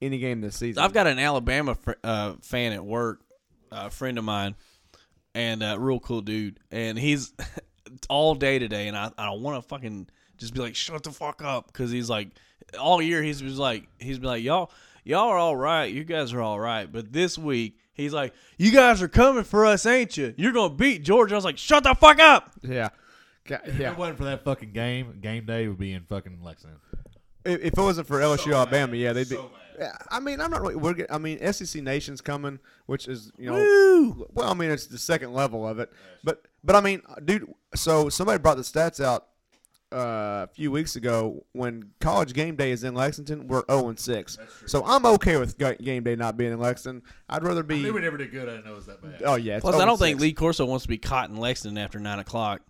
Speaker 3: any game this season.
Speaker 2: I've got an Alabama fr- uh, fan at work, a friend of mine, and a real cool dude. And he's (laughs) all day today, and I, I want to fucking just be like, shut the fuck up. Because he's like, all year he's was like, he's been like, y'all, y'all are all right. You guys are all right. But this week, he's like, you guys are coming for us, ain't you? You're going to beat Georgia. I was like, shut the fuck up.
Speaker 3: yeah, Ga- yeah.
Speaker 5: If it wasn't for that fucking game, game day would be in fucking Lexington.
Speaker 3: If, if it wasn't for LSU, Alabama, yeah, they'd be. Yeah, I mean, I'm not really. We're get, I mean, SEC Nation's coming, which is you know. Well, I mean, it's the second level of it, but but I mean, uh, dude. So somebody brought the stats out uh, a few weeks ago when College Game Day is in Lexington. We're 0 and 6, so I'm okay with Ga- Game Day not being in Lexington. I'd rather be.
Speaker 5: They would never did good. I didn't know it was that bad.
Speaker 3: oh yeah. it's
Speaker 2: Plus,
Speaker 3: 0
Speaker 2: I
Speaker 3: and
Speaker 2: don't think
Speaker 3: 6.
Speaker 2: Lee Corso wants to be caught in Lexington after 9 o'clock.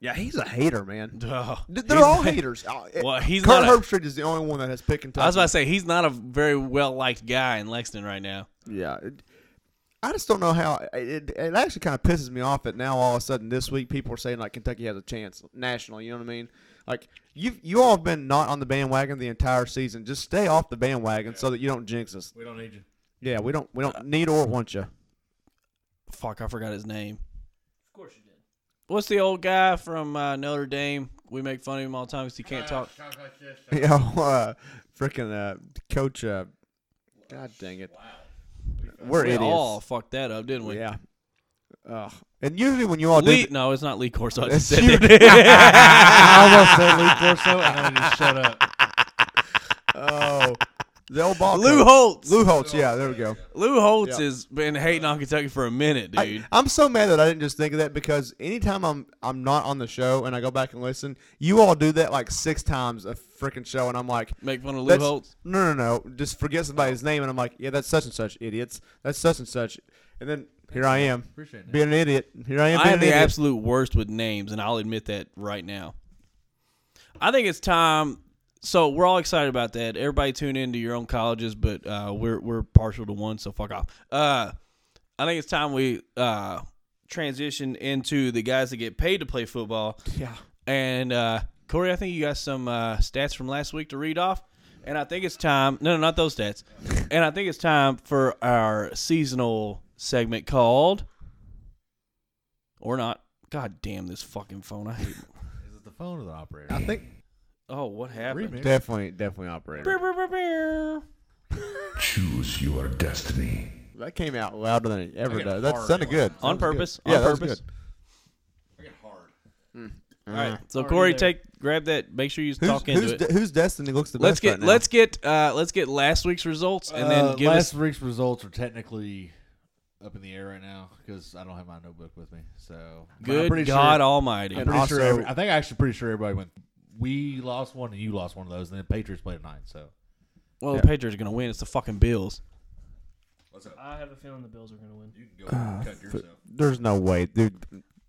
Speaker 3: Yeah, he's a hater, man.
Speaker 2: Ugh.
Speaker 3: Th- They're
Speaker 2: He's-
Speaker 3: all haters. Uh, it-
Speaker 2: (laughs) Well, he's
Speaker 3: Kurt
Speaker 2: not a-
Speaker 3: Herbstreit is the only one that has picked Kentucky.
Speaker 2: I was about to say he's not a very well liked guy in Lexington right now.
Speaker 3: Yeah. it- I just don't know how it, it, it actually kind of pisses me off that now all of a sudden this week people are saying like Kentucky has a chance national. You know what I mean? Like you you all have been not on the bandwagon the entire season. Just stay off the bandwagon so that you don't jinx us.
Speaker 5: We don't need you.
Speaker 3: Yeah, we don't we
Speaker 2: Uh,
Speaker 3: don't need or
Speaker 2: (laughs)
Speaker 3: want you. (laughs)
Speaker 2: Fuck, I forgot his name.
Speaker 4: Of course you did.
Speaker 2: What's the old guy from uh, Notre Dame? We make fun of him all the time because he can't talk.
Speaker 3: You know, uh, freaking uh, coach. Uh, God dang it, we're
Speaker 2: We
Speaker 3: idiots.
Speaker 2: all fucked that up, didn't we?
Speaker 3: yeah. Ugh. And usually when you all do
Speaker 2: Lee,
Speaker 3: th-
Speaker 2: no, it's not Lee Corso.
Speaker 3: (laughs)
Speaker 2: I
Speaker 3: It's
Speaker 2: just said
Speaker 3: you. (laughs)
Speaker 2: that.
Speaker 5: I almost said Lee (laughs) Corso, and then just shut up.
Speaker 3: oh, the old
Speaker 2: (laughs)
Speaker 3: ball.
Speaker 2: Lou
Speaker 3: coach.
Speaker 2: Holtz. Lou,
Speaker 3: Lou Holtz. Yeah, there we go.
Speaker 2: Holtz
Speaker 3: Yeah.
Speaker 2: has been hating on Kentucky for a minute,
Speaker 3: (laughs)
Speaker 2: dude.
Speaker 3: I, am so mad that I didn't just think of that because anytime I'm I'm not on the show and I go back and listen, you all do that like six times a freaking show, and I'm like,
Speaker 2: make fun of Lou
Speaker 3: that's-
Speaker 2: Holtz.
Speaker 3: No, no, no. Just forget somebody's name, and I'm like, yeah, that's such and such, idiots. That's such and such, and then here I am
Speaker 5: Appreciate that.
Speaker 3: being an idiot. Here I am.
Speaker 2: I
Speaker 3: Being
Speaker 2: am
Speaker 3: an
Speaker 2: the
Speaker 3: idiot.
Speaker 2: absolute worst with names, and I'll admit that right now. I think it's time. So we're all excited about that. Everybody tune into your own colleges, but uh, we're we're partial to one, so fuck off. Uh, I think it's time we uh, transition into the guys that get paid to play football.
Speaker 3: Yeah.
Speaker 2: And uh, Corey, I think you got some uh, stats from last week to read off. And I think it's time. No, no, not those stats. And I think it's time for our seasonal segment called or not. God damn this fucking phone! I hate.
Speaker 5: Is it the phone or the operator?
Speaker 3: I think
Speaker 2: Oh, what happened?
Speaker 5: Remix.
Speaker 3: definitely, definitely operator.
Speaker 1: Choose your destiny.
Speaker 3: That came out louder than it ever
Speaker 5: I got
Speaker 3: does. That
Speaker 5: hard
Speaker 3: sounded
Speaker 5: on
Speaker 3: good.
Speaker 2: On
Speaker 3: Sounded good.
Speaker 2: purpose,
Speaker 3: Yeah,
Speaker 2: on
Speaker 3: that was
Speaker 2: purpose.
Speaker 3: good.
Speaker 5: I got hard.
Speaker 2: All right. So
Speaker 4: Already
Speaker 2: Corey,
Speaker 4: there.
Speaker 2: take grab that. Make sure you
Speaker 3: Who's,
Speaker 2: talk into
Speaker 3: who's,
Speaker 2: it.
Speaker 3: de- whose destiny looks the
Speaker 2: let's
Speaker 3: best?
Speaker 2: get
Speaker 3: right now?
Speaker 2: let's get uh let's get last week's results and then
Speaker 5: Uh,
Speaker 2: give
Speaker 5: last
Speaker 2: us.
Speaker 5: week's results are technically up in the air right now because I don't have my notebook with me. So but I'm
Speaker 2: Good
Speaker 5: pretty
Speaker 2: God
Speaker 5: sure,
Speaker 2: Almighty!
Speaker 5: I'm
Speaker 3: And
Speaker 5: pretty sure
Speaker 3: also-
Speaker 5: every- I think actually pretty sure everybody went. We lost one and you lost one of those, and then Patriots played tonight. So
Speaker 2: Well,
Speaker 3: Yeah.
Speaker 2: the Patriots are gonna win. It's the fucking Bills.
Speaker 5: what's
Speaker 4: I have a feeling the Bills are going to win.
Speaker 5: You can go
Speaker 3: Uh,
Speaker 5: and cut yourself.
Speaker 3: There's no way, dude.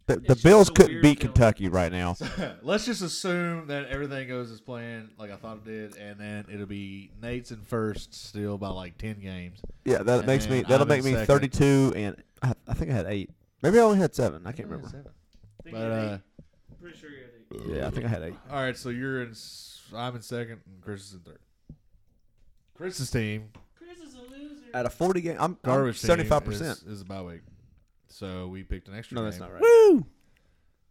Speaker 3: The, the
Speaker 4: just
Speaker 3: Bills
Speaker 4: a
Speaker 3: couldn't
Speaker 4: weird
Speaker 3: beat
Speaker 4: feeling.
Speaker 3: Kentucky right now.
Speaker 5: (laughs) Let's just assume that everything goes as planned, like I thought it did, and then it'll be Nate's in first still by like ten games.
Speaker 3: (laughs) Yeah, that
Speaker 5: And
Speaker 3: makes me.
Speaker 5: then
Speaker 3: That'll
Speaker 5: I'm
Speaker 3: make
Speaker 5: in
Speaker 3: me
Speaker 5: second.
Speaker 3: 32, and I, I think I had eight. Maybe I only had seven. I can't remember.
Speaker 5: Seven.
Speaker 4: I think you had
Speaker 5: But uh,
Speaker 4: eight. I'm pretty sure you had eight.
Speaker 3: Yeah, I think I had eight.
Speaker 5: all right, so you're in. s- I'm in second, and Chris is in third. Chris's team,
Speaker 4: Chris is a loser.
Speaker 3: At a 40 game, I'm
Speaker 5: garbage team,
Speaker 3: seventy-five percent.
Speaker 5: is, is a bye week, so we picked an extra.
Speaker 3: No, that's
Speaker 5: game,
Speaker 3: not right.
Speaker 2: Woo!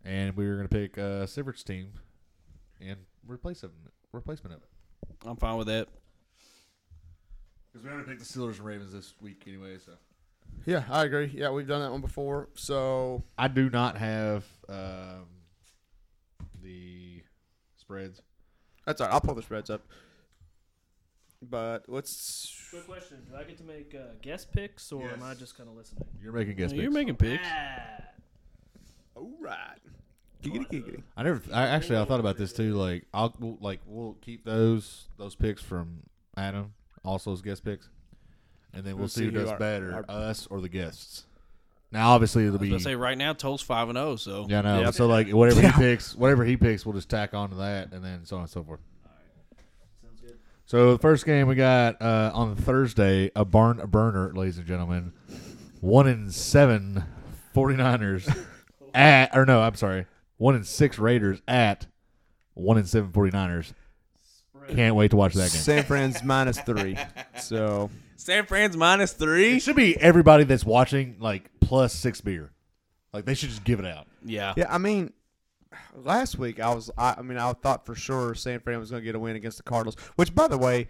Speaker 5: And we were gonna pick uh, Sivert's team, and replace him, replacement of it.
Speaker 2: I'm fine with that.
Speaker 5: Because we already picked the Steelers and Ravens this week anyway, so
Speaker 8: Yeah, I agree. Yeah, we've done that one before. So
Speaker 5: I do not have um, the spreads.
Speaker 8: that's all right. I'll pull the spreads up. But let's.
Speaker 4: Quick question: Do I get to make uh, guest picks, or am I just kind of listening?
Speaker 5: You're making guess
Speaker 2: You're
Speaker 5: picks.
Speaker 2: making picks.
Speaker 4: Ah,
Speaker 8: All right. Giggity giggity.
Speaker 5: I never. I actually I thought about this too. Like I'll we'll- like we'll keep those those picks from Adam, also his guest picks, and then we'll, see, who
Speaker 8: who
Speaker 5: does
Speaker 8: our-
Speaker 5: better,
Speaker 8: our-
Speaker 5: us or the guests. Now, obviously, it'll
Speaker 2: I was
Speaker 5: be
Speaker 2: gonna say right now Toll's five and zero. So
Speaker 5: yeah, no. So like whatever he picks, whatever he picks, we'll just tack on to that, and then so on and so forth.
Speaker 4: sounds good.
Speaker 5: So the first game we got uh, on Thursday, a barn a burner, ladies and gentlemen. One in seven 49ers at or no, I'm sorry. One in six Raiders at one in seven 49ers. Can't wait to watch that game.
Speaker 3: San Fran's
Speaker 8: (laughs)
Speaker 3: minus three. So
Speaker 2: San Fran's minus three.
Speaker 5: It should be everybody that's watching like plus six beer. Like they should just give it out.
Speaker 2: Yeah.
Speaker 3: yeah, I mean, last week I was I, I mean I thought for sure San Fran was going to get a win against the Cardinals. Which, by the way,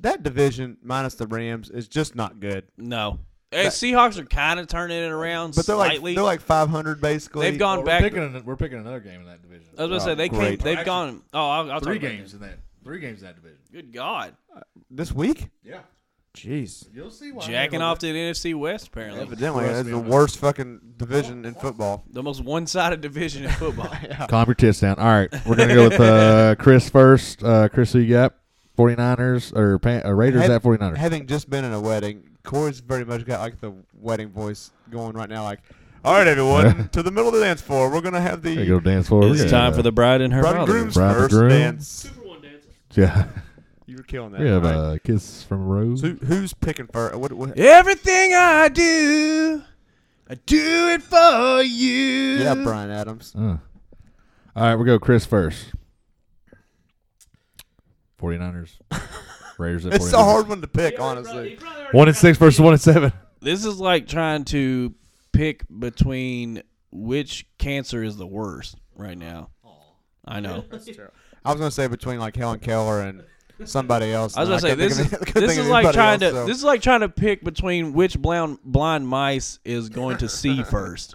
Speaker 3: that division minus the Rams is just not good.
Speaker 2: No. Hey, Seahawks are kind of turning it around
Speaker 3: But they're
Speaker 2: slightly.
Speaker 3: like they're like five hundred basically.
Speaker 2: They've gone
Speaker 5: Well,
Speaker 2: back.
Speaker 5: We're picking, an- we're picking another game in that division.
Speaker 2: I was gonna say they came,
Speaker 3: great.
Speaker 2: they've gone. Oh, I'll, I'll
Speaker 5: Three
Speaker 2: talk about
Speaker 5: games
Speaker 2: that.
Speaker 5: in that. Three games in that division.
Speaker 2: Good God,
Speaker 3: this week.
Speaker 5: Yeah.
Speaker 3: Jeez.
Speaker 5: You'll see why.
Speaker 2: jacking off to the NFC West apparently.
Speaker 3: Evidently, it's the worst fucking division in football.
Speaker 2: the most one-sided division in football.
Speaker 5: Calm your tits down. All right, we're gonna go with uh, Chris first. Uh, Chris, who you got? 49ers or Pan- uh, Raiders
Speaker 3: Had-
Speaker 5: at 49ers?
Speaker 3: Having just been in a wedding, Corey's very much got like the wedding voice going right now. Like, all right,
Speaker 5: (laughs)
Speaker 3: everyone, to the middle of the dance floor. We're gonna have
Speaker 5: There
Speaker 3: the
Speaker 5: you go, dance floor. We're gonna- uh,
Speaker 2: bride and her
Speaker 3: bride and groom's
Speaker 5: Bride and
Speaker 3: first
Speaker 5: groom.
Speaker 3: dance.
Speaker 4: Super one dancer.
Speaker 5: (laughs) Yeah,
Speaker 3: You were killing that.
Speaker 5: we have
Speaker 3: all right.
Speaker 5: a kiss from Rose.
Speaker 3: So who's picking first? What, what?
Speaker 2: Everything I do, I do it for you.
Speaker 3: Yeah, Brian Adams.
Speaker 5: Uh. All right, we go Chris first. 49ers,
Speaker 3: (laughs)
Speaker 5: Raiders at 49ers.
Speaker 3: It's a hard one to
Speaker 4: He
Speaker 3: pick,
Speaker 4: already probably-
Speaker 3: honestly.
Speaker 4: he probably already
Speaker 5: One
Speaker 4: (laughs)
Speaker 5: and
Speaker 4: got
Speaker 5: six
Speaker 4: the
Speaker 5: versus
Speaker 4: pick.
Speaker 5: one and seven.
Speaker 2: This is like trying to pick between which cancer is the worst right now. I know.
Speaker 3: I was gonna say between like Helen Keller and somebody else.
Speaker 2: I was
Speaker 3: and
Speaker 2: gonna say
Speaker 3: couldn't
Speaker 2: this is
Speaker 3: (laughs) think of any- couldn't
Speaker 2: this
Speaker 3: think of
Speaker 2: is like
Speaker 3: anybody
Speaker 2: trying
Speaker 3: else,
Speaker 2: to
Speaker 3: so-
Speaker 2: this is like trying to pick between which blind blind mice is going to see first,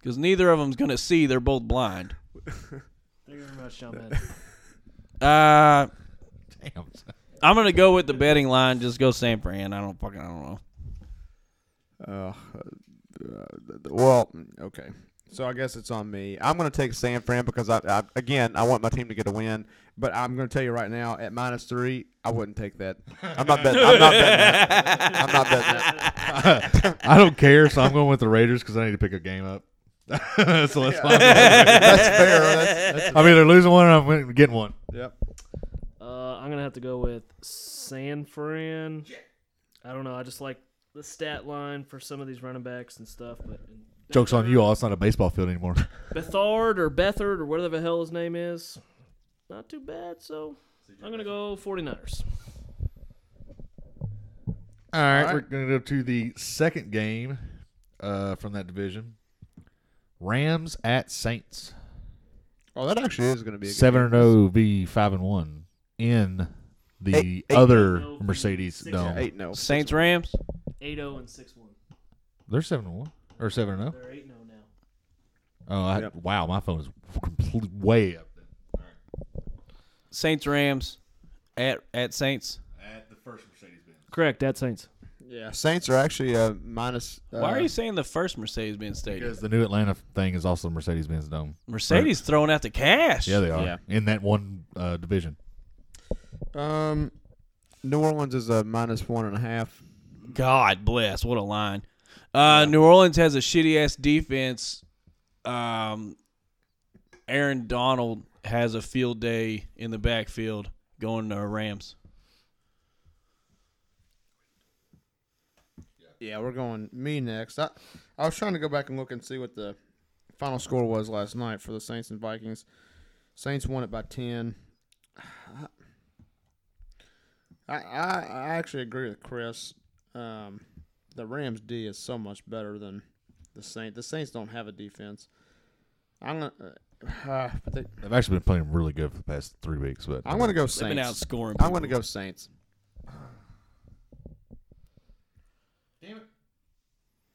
Speaker 2: because neither of them's going to see. They're both blind.
Speaker 4: Thank you very much, Sean
Speaker 5: (laughs)
Speaker 4: Madden.
Speaker 2: Uh,
Speaker 5: Damn.
Speaker 2: I'm going to go with the betting line. Just go San Fran. I don't fucking I don't know.
Speaker 3: Well, okay. So I guess it's on me. I'm going to take San Fran because I, I again I want my team to get a win, but I'm going to tell you right now at minus three I wouldn't take that. I'm not betting. I'm not betting. That. I'm not
Speaker 2: (laughs)
Speaker 3: betting. That.
Speaker 5: I don't care, so I'm going with the Raiders because I need to pick a game up. (laughs) so let's find. (laughs)
Speaker 3: That's fair. That's, that's,
Speaker 5: I'm either losing one or I'm win- getting one.
Speaker 3: yep.
Speaker 4: Uh, I'm gonna have to go with San Fran. I don't know. I just like the stat line for some of these running backs and stuff. But
Speaker 5: Jokes on you all. It's not a baseball field anymore.
Speaker 4: Bethard or Bethard or whatever the hell his name is, not too bad. So I'm gonna go 49ers.
Speaker 5: (laughs) All right, we're going to go to the second game uh, from that division. Rams at Saints.
Speaker 3: Oh, that actually is going to be a good
Speaker 5: Seven
Speaker 3: game.
Speaker 5: and zero v five and one in the
Speaker 3: Eight- eight-
Speaker 5: other
Speaker 4: No,
Speaker 5: Mercedes
Speaker 4: six-
Speaker 5: Dome.
Speaker 3: Eight no.
Speaker 2: Saints Rams.
Speaker 4: 8-0 and 6-1.
Speaker 5: They're seven and one or seven and zero.
Speaker 4: They're 8-0 now.
Speaker 5: Oh, I,
Speaker 3: Yep.
Speaker 5: wow! My phone is complete way up there.
Speaker 2: Saints Rams. At at Saints.
Speaker 5: at the first Mercedes Benz.
Speaker 4: Correct. That Saints.
Speaker 3: Yeah, Saints are actually uh, minus. Uh,
Speaker 2: Why are you saying the first Mercedes Benz Stadium?
Speaker 5: Because the new Atlanta thing is also Mercedes Benz Dome.
Speaker 2: Mercedes throwing out the cash.
Speaker 5: Yeah, they are
Speaker 3: Yeah.
Speaker 5: in that one uh, division.
Speaker 3: Um, New Orleans is a minus one and a half.
Speaker 2: God bless. What a line. Uh, New Orleans has a shitty ass defense. Um, Aaron Donald has a field day in the backfield going to Rams.
Speaker 8: Yeah, we're going me next. I, I was trying to go back and look and see what the final score was last night for the Saints and Vikings. Saints won it by ten. (sighs) I I, I actually agree with Chris. Um, the Rams D is so much better than the Saints. The Saints don't have a defense. I'm gonna. Uh, uh, (sighs) but they,
Speaker 5: They've actually been playing really good for the past three weeks, but
Speaker 3: I'm going to go
Speaker 2: They've been
Speaker 3: Saints.
Speaker 2: outscoring.
Speaker 3: I'm going to go Saints.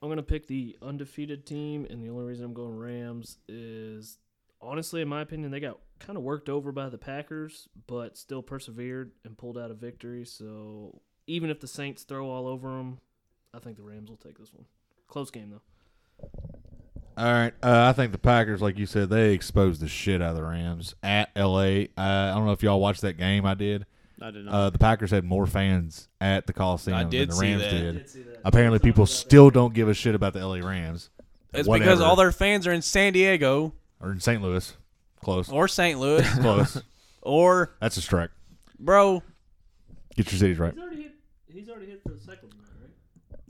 Speaker 4: I'm gonna pick the undefeated team, and the only reason I'm going Rams is honestly, in my opinion, they got kind of worked over by the Packers, but still persevered and pulled out a victory. So even if the Saints throw all over them, I think the Rams will take this one. Close game though.
Speaker 5: All right. Uh, I think the Packers, like you said, they exposed the shit out of the Rams at LA. Uh, I don't know if y'all watched that game. I did.
Speaker 8: I did not.
Speaker 5: Uh, the Packers had more fans at the Coliseum
Speaker 2: I did
Speaker 5: than the
Speaker 2: see
Speaker 5: Rams
Speaker 2: that.
Speaker 5: did.
Speaker 4: see that.
Speaker 5: Apparently, people still don't give a shit about the LA Rams
Speaker 2: It's because
Speaker 5: Whatever.
Speaker 2: all their fans are in San Diego
Speaker 5: or in St. Louis. Close.
Speaker 2: or St.
Speaker 5: (laughs)
Speaker 2: Louis (laughs)
Speaker 5: Close.
Speaker 2: or
Speaker 5: That's a strike.
Speaker 2: bro.
Speaker 5: Get your cities right.
Speaker 4: He's already hit. He's already hit the second one, right?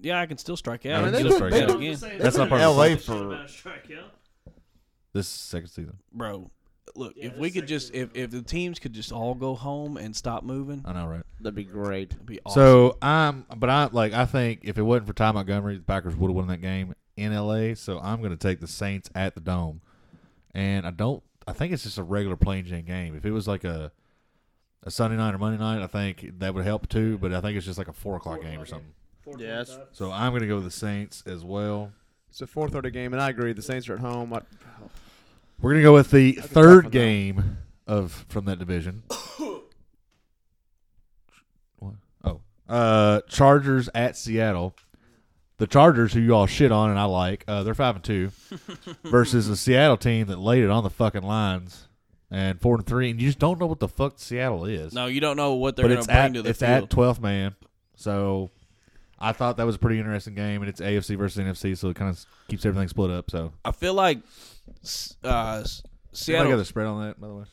Speaker 2: Yeah, I can still strike out.
Speaker 5: I mean,
Speaker 2: Just
Speaker 5: they've
Speaker 2: strike
Speaker 5: been-
Speaker 2: out
Speaker 5: they've
Speaker 2: again.
Speaker 5: That's not part
Speaker 3: of LA
Speaker 4: Shit
Speaker 3: for-
Speaker 4: about a strikeout.
Speaker 5: This is second season.
Speaker 2: bro. Look,
Speaker 4: Yeah,
Speaker 2: if we
Speaker 4: that's
Speaker 2: could just if,
Speaker 4: second.
Speaker 2: if the teams could just all go home and stop moving,
Speaker 5: I know, right?
Speaker 8: That'd be great.
Speaker 2: it'd be awesome.
Speaker 5: Uh, So I'm, but I like I think if it wasn't for Ty Montgomery, the Packers would have won that game in LA. So I'm going to take the Saints at the Dome, and I don't. I think it's just a regular plain Jane game. If it was like a a Sunday night or Monday night, I think that would help too. But I think it's just like a four o'clock game or something.
Speaker 8: Yeah, it's-
Speaker 4: 4.25.
Speaker 5: So I'm going to go with the Saints as well.
Speaker 3: It's a 4:30 game, and I agree. The Saints are at home. I,
Speaker 5: We're going to go with the
Speaker 3: That's a tough
Speaker 5: third
Speaker 3: one,
Speaker 5: game of from that division. what? Oh, uh, Chargers at Seattle. The Chargers, who you all shit on and I like, uh, they're five and two, versus the Seattle team that laid it on the fucking lines and four and three, and you just don't know what the fuck Seattle is.
Speaker 2: no, you don't know what they're
Speaker 5: but
Speaker 2: going
Speaker 5: it's
Speaker 2: to bring
Speaker 5: at
Speaker 2: to the
Speaker 5: it's at
Speaker 2: field.
Speaker 5: twelfth man, so I thought that was a pretty interesting game, and it's AFC versus NFC, so it kind of keeps everything split up. So
Speaker 2: I feel like s- uh, s-
Speaker 5: Anybody got
Speaker 2: Seattle.
Speaker 5: the spread on that, by the way.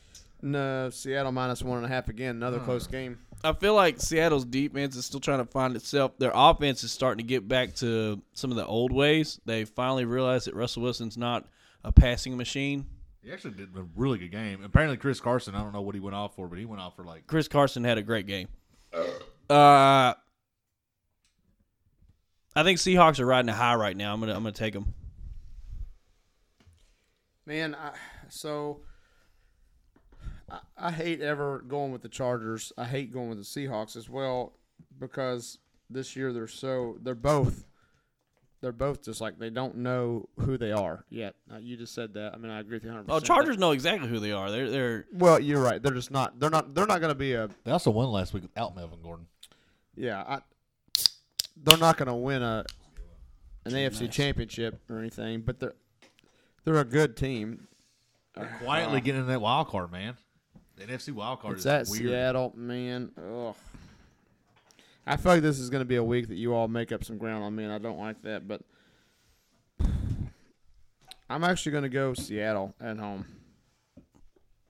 Speaker 3: no, Seattle minus one and a half again. Another close game.
Speaker 2: I feel like Seattle's defense is still trying to find itself. Their offense is starting to get back to some of the old ways. They finally realized that Russell Wilson's not a passing machine.
Speaker 5: He actually did a really good game. Apparently, Chris Carson, I don't know what he went off for, but he went off for like.
Speaker 2: Chris Carson had a great game. Uh, I think Seahawks are riding a high right now. I'm gonna I'm gonna take them.
Speaker 8: Man, I, so I, I hate ever going with the Chargers. I hate going with the Seahawks as well because this year they're so they're both they're both just like they don't know who they are yet. Now, you just said that. I mean, I agree with you 100.
Speaker 2: Oh, Chargers know exactly who they are. They're they're
Speaker 3: Well, you're right. They're just not. They're not. They're not going to be a.
Speaker 5: They also won last week without Melvin Gordon.
Speaker 8: Yeah, I, they're not going to win a an AFC championship or anything, but they're they're a good team.
Speaker 5: Quietly getting in that wild card, man. The NFC wild card
Speaker 8: It's
Speaker 5: is
Speaker 8: that
Speaker 5: weird.
Speaker 8: Seattle, man. Ugh. I feel like this is going to be a week that you all make up some ground on me, and I don't like that. But I'm actually going to go Seattle at home.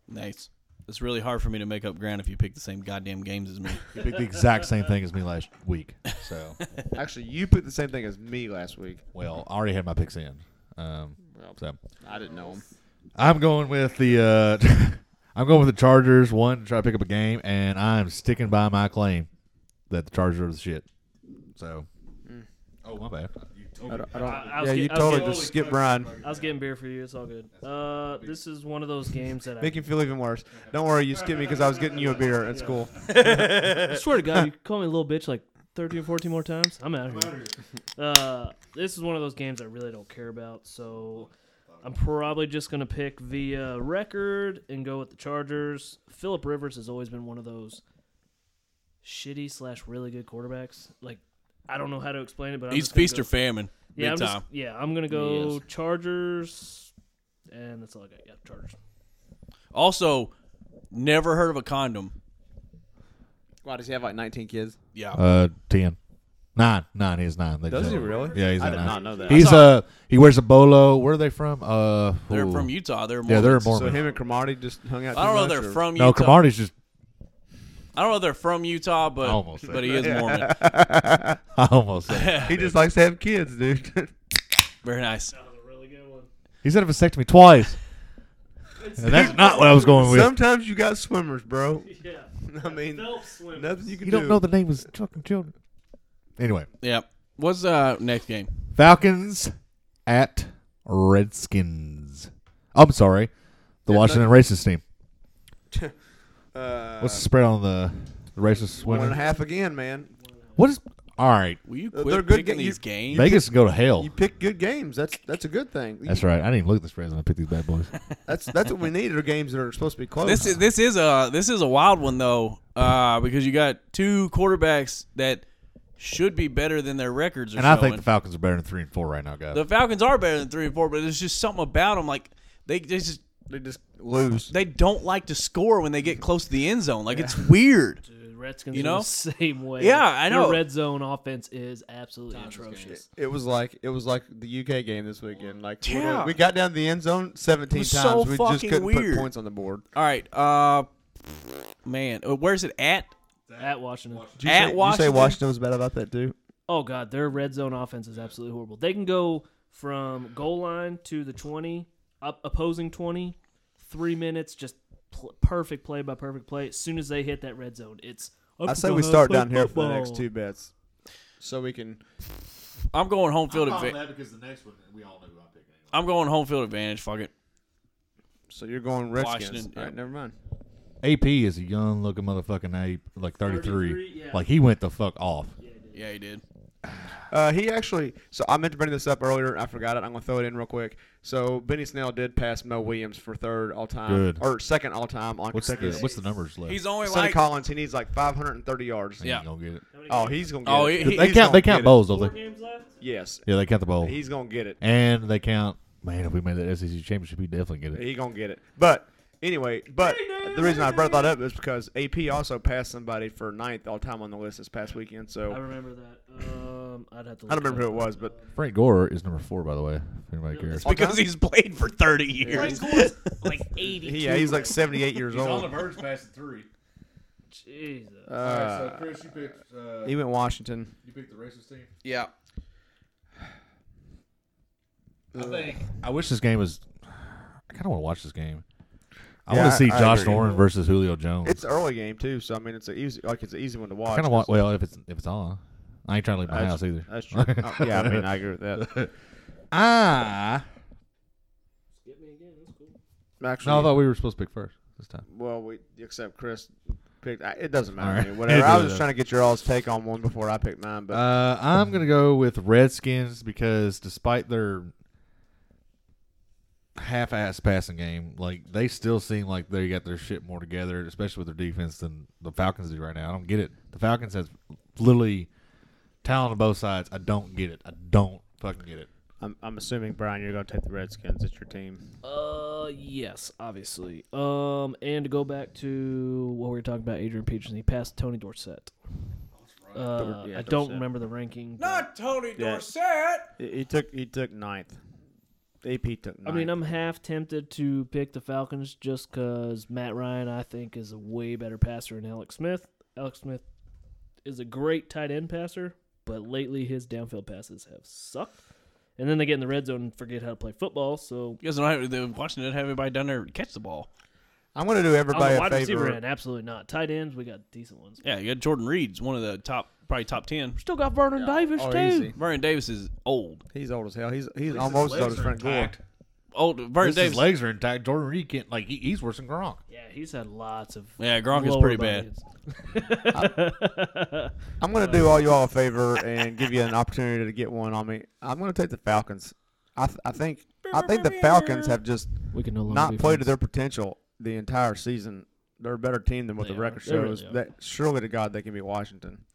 Speaker 2: nice. It's really hard for me to make up ground if you pick the same goddamn games as me.
Speaker 5: You picked the exact same thing as me last week. So,
Speaker 3: Actually, you put the same thing as me last week.
Speaker 5: well, I already had my picks in. Um,
Speaker 8: Well,
Speaker 5: so
Speaker 8: I didn't know him.
Speaker 5: I'm going with the uh, (laughs) I'm going with the Chargers one to try to pick up a game, and I'm sticking by my claim that the Chargers are the shit. So,
Speaker 3: Mm.
Speaker 5: oh my bad.
Speaker 8: I don't. I don't
Speaker 4: I- I was
Speaker 3: yeah,
Speaker 4: get-
Speaker 3: you
Speaker 4: I was
Speaker 3: told it
Speaker 4: getting-
Speaker 3: to skip Brian.
Speaker 4: I was getting beer for you. It's all good. Uh, this is one of those games that I,
Speaker 3: Make him feel even worse. Don't worry, you skipped me because I was getting you a beer at school.
Speaker 4: I
Speaker 2: Uh,
Speaker 4: swear to
Speaker 2: (laughs)
Speaker 4: God, you call me a little bitch like 13 or 14 more times. I'm out of here. Uh, this is one of those games I really don't care about. So I'm probably just going to pick the uh, record and go with the Chargers. Philip Rivers has always been one of those shitty slash really good quarterbacks. Like, I don't know how to explain it, but (laughs) I'm
Speaker 2: He's
Speaker 4: just gonna
Speaker 2: feast
Speaker 4: go-
Speaker 2: or famine.
Speaker 4: Yeah,
Speaker 2: Yeah,
Speaker 4: I'm
Speaker 2: time.
Speaker 4: just, yeah, I'm gonna go
Speaker 8: Yes.
Speaker 4: Chargers, and that's all I got. Yeah, Chargers.
Speaker 2: Also, never heard of a condom.
Speaker 8: Why does he have like 19 kids?
Speaker 2: Yeah.
Speaker 5: Uh, ten. Nine, nine. He's nine. They
Speaker 3: Does
Speaker 5: just-
Speaker 3: he really?
Speaker 5: Yeah, he's
Speaker 8: I
Speaker 5: at
Speaker 8: did
Speaker 5: nine.
Speaker 8: not know that.
Speaker 5: He's
Speaker 2: I saw-
Speaker 5: uh he wears a bolo. Where are they from? Uh
Speaker 2: they're
Speaker 5: ooh.
Speaker 2: from Utah. They're Mormons.
Speaker 5: Yeah, they're
Speaker 3: So
Speaker 5: Mormon.
Speaker 3: him and Cromartie just hung out.
Speaker 2: I don't
Speaker 3: too
Speaker 2: know if
Speaker 3: much,
Speaker 2: they're
Speaker 3: or-
Speaker 2: from Utah.
Speaker 5: no, Cromartie's just (laughs)
Speaker 2: I don't know if they're from Utah, but
Speaker 5: I almost said
Speaker 2: but he is
Speaker 3: (laughs)
Speaker 2: Mormon.
Speaker 5: I almost said.
Speaker 3: He just likes to have kids, (laughs) dude.
Speaker 2: Very nice.
Speaker 4: That was a really good one.
Speaker 5: He's had a vasectomy twice. And that's (laughs) not what I was going with.
Speaker 3: Sometimes you got swimmers, bro. (laughs)
Speaker 4: Yeah,
Speaker 3: I mean,
Speaker 4: Phelps swimmers.
Speaker 3: nothing you can
Speaker 5: you
Speaker 3: do.
Speaker 5: don't know the name was fucking children. Anyway,
Speaker 2: Yeah. What's uh next game?
Speaker 5: Falcons at Redskins. I'm sorry, the Washington racist team.
Speaker 3: uh,
Speaker 5: What's the spread on the, the racist
Speaker 3: one and a
Speaker 5: winner?
Speaker 3: half again, man.
Speaker 5: What is? All right,
Speaker 2: Will you
Speaker 3: They're
Speaker 2: quit
Speaker 3: good
Speaker 2: picking
Speaker 3: ga- you-
Speaker 2: these games?
Speaker 5: Vegas can go to hell.
Speaker 3: You pick good games. That's that's a good thing.
Speaker 5: That's right. I didn't even look at this phrase when I picked these bad boys.
Speaker 3: That's that's what we need are games that are supposed to be close.
Speaker 2: This is this is a this is a wild one though, uh, because you got two quarterbacks that should be better than their records are
Speaker 5: and I
Speaker 2: showing.
Speaker 5: think the Falcons are better than three and four right now, guys.
Speaker 2: the Falcons are better than three and four, but there's just something about them like they, they just
Speaker 3: they just lose.
Speaker 2: they don't like to score when they get close to the end zone. Like it's weird.
Speaker 4: Dude, Redskins
Speaker 2: You
Speaker 4: are
Speaker 2: know?
Speaker 4: the same way.
Speaker 2: Yeah, I know.
Speaker 4: Their red zone offense is absolutely atrocious.
Speaker 3: It was like it was like the UK game this weekend. Like we-
Speaker 2: Yeah.
Speaker 3: we got down to the end zone seventeen
Speaker 2: It was
Speaker 3: times.
Speaker 2: so
Speaker 3: we just
Speaker 2: fucking
Speaker 3: couldn't
Speaker 2: weird.
Speaker 3: put points on the board.
Speaker 2: All right, uh, man, uh, where's it at?
Speaker 4: At Washington.
Speaker 3: Did you
Speaker 2: at
Speaker 3: say,
Speaker 2: Washington.
Speaker 3: You say Washington was bad about that too.
Speaker 4: Oh god, their red zone offense is absolutely horrible. They can go from goal line to the twenty, up opposing twenty, three minutes, just pl- perfect play by perfect play. As soon as they hit that red zone, it's.
Speaker 3: I say we start down here for the next two bets, so we can.
Speaker 2: I'm going home field advantage.
Speaker 5: because the next one we all knew I'm picking.
Speaker 2: I'm going home field advantage. Fuck it.
Speaker 3: So you're going Redskins.
Speaker 2: Washington,
Speaker 3: All right,
Speaker 2: yeah.
Speaker 3: never mind.
Speaker 5: AP is a young looking motherfucking ape, like 33.
Speaker 4: 33, yeah.
Speaker 5: Like he went the fuck off.
Speaker 2: Yeah, he did.
Speaker 3: Uh, he actually. So I meant to bring this up earlier. and I forgot it. I'm gonna throw it in real quick. So Benny Snell did pass Mo Williams for third all time,
Speaker 5: Good.
Speaker 3: or second all time on
Speaker 5: What's the,
Speaker 3: Sunny
Speaker 5: what's the numbers left?
Speaker 2: He's only like
Speaker 3: Collins. He needs like 530 yards.
Speaker 5: He
Speaker 2: Yeah.
Speaker 5: ain't gonna get it.
Speaker 3: Oh, he's gonna. Get
Speaker 2: Oh,
Speaker 3: it.
Speaker 2: he-
Speaker 5: They
Speaker 3: He's
Speaker 5: count.
Speaker 3: gonna
Speaker 5: They count
Speaker 3: get it.
Speaker 5: bowls, don't they?
Speaker 4: games left.
Speaker 3: Yes,
Speaker 5: Yeah, they count the bowl,
Speaker 3: he's gonna get it.
Speaker 5: and they count. Man, if we made that SEC championship, we definitely get it.
Speaker 3: He gonna get it. But anyway, but the reason I brought that up is because AP also passed somebody for ninth all time on the list this past weekend. So
Speaker 4: I remember that. Um, I'd have to. Look
Speaker 3: I don't remember who
Speaker 4: up.
Speaker 3: it was, but
Speaker 5: Frank Gore is number four, by the way. If anybody cares.
Speaker 2: because he's played for 30 years.
Speaker 4: Frank Gore's
Speaker 2: (laughs)
Speaker 4: like eighty.
Speaker 3: he, (laughs) yeah, he's like 78
Speaker 5: (laughs)
Speaker 3: years old.
Speaker 5: verge passing three.
Speaker 4: Jesus.
Speaker 3: Uh,
Speaker 5: Chris, you picked. Uh,
Speaker 3: he went Washington.
Speaker 5: you picked the racist team.
Speaker 2: Yeah.
Speaker 5: I think. I wish this game was. I kind of want to watch this game. I
Speaker 3: Yeah,
Speaker 5: want to see
Speaker 3: I- I
Speaker 5: Josh
Speaker 3: agree.
Speaker 5: Norman versus Julio Jones.
Speaker 3: It's an early game too, so I mean it's a easy like it's an easy one to watch.
Speaker 5: kind of want. Well, if it's if it's on, I ain't trying to leave my
Speaker 3: That's-
Speaker 5: house either.
Speaker 3: That's true. Oh,
Speaker 5: (laughs)
Speaker 3: yeah, I mean I agree with that.
Speaker 5: ah.
Speaker 4: Get me again. That's cool.
Speaker 3: Actually,
Speaker 5: No, I thought we were supposed to pick first this time.
Speaker 3: well, we except Chris picked. I- It doesn't matter.
Speaker 5: All right.
Speaker 3: to me,
Speaker 5: (laughs)
Speaker 3: Whatever. I was
Speaker 5: Yeah.
Speaker 3: just trying to get your all's take on one before I picked mine, but
Speaker 5: Uh, I'm gonna go with Redskins because despite their half-ass passing game, like they still seem like they got their shit more together, especially with their defense than the Falcons do right now. I don't get it. The Falcons has literally talent on both sides. I don't get it. I don't fucking get it.
Speaker 3: I'm, I'm assuming Brian, you're gonna take the Redskins. It's your team.
Speaker 4: Uh, yes, obviously. Um, and to go back to what we were talking about, Adrian Peterson, he passed Tony Dorsett. Uh,
Speaker 3: yeah,
Speaker 4: I don't
Speaker 3: Dorsett.
Speaker 4: remember the ranking.
Speaker 2: Not Tony
Speaker 3: Yeah.
Speaker 2: Dorsett.
Speaker 3: He, he took he took ninth. AP took.
Speaker 4: I
Speaker 3: Ninth.
Speaker 4: mean, I'm half tempted to pick the Falcons just because Matt Ryan, I think, is a way better passer than Alex Smith. Alex Smith is a great tight end passer, but lately his downfield passes have sucked. And then they get in the red zone and forget how to play football. So
Speaker 2: You guys don't have the Washington didn't have anybody down there to catch the ball.
Speaker 3: I'm gonna do
Speaker 4: on the
Speaker 3: everybody
Speaker 4: wide
Speaker 3: a
Speaker 4: receiver
Speaker 3: favor.
Speaker 4: end, absolutely not. Tight ends, we got decent ones.
Speaker 2: Yeah, you got Jordan Reed's one of the top, probably top ten.
Speaker 4: Still got Vernon Davis
Speaker 3: oh,
Speaker 4: too.
Speaker 3: easy.
Speaker 2: Vernon Davis is old.
Speaker 3: He's old as hell. He's he's almost as old as Frank Gore.
Speaker 2: Old Vernon
Speaker 5: His
Speaker 2: Davis.
Speaker 5: legs are intact. Jordan Reed can't like he, he's worse than Gronk.
Speaker 4: Yeah, he's had lots of.
Speaker 2: Yeah, Gronk is
Speaker 4: lower
Speaker 2: pretty
Speaker 4: body
Speaker 2: bad.
Speaker 4: hits.
Speaker 3: I'm gonna do all you all a favor and give you an opportunity to get one on me. I'm gonna take the Falcons. I th- I think I think the Falcons have just
Speaker 4: We can no longer
Speaker 3: not
Speaker 4: be
Speaker 3: played to
Speaker 4: friends.
Speaker 3: their potential the entire season. They're a better team than what
Speaker 4: They
Speaker 3: the
Speaker 4: are.
Speaker 3: record
Speaker 4: They really
Speaker 3: shows.
Speaker 4: are.
Speaker 3: that surely to God they can be Washington.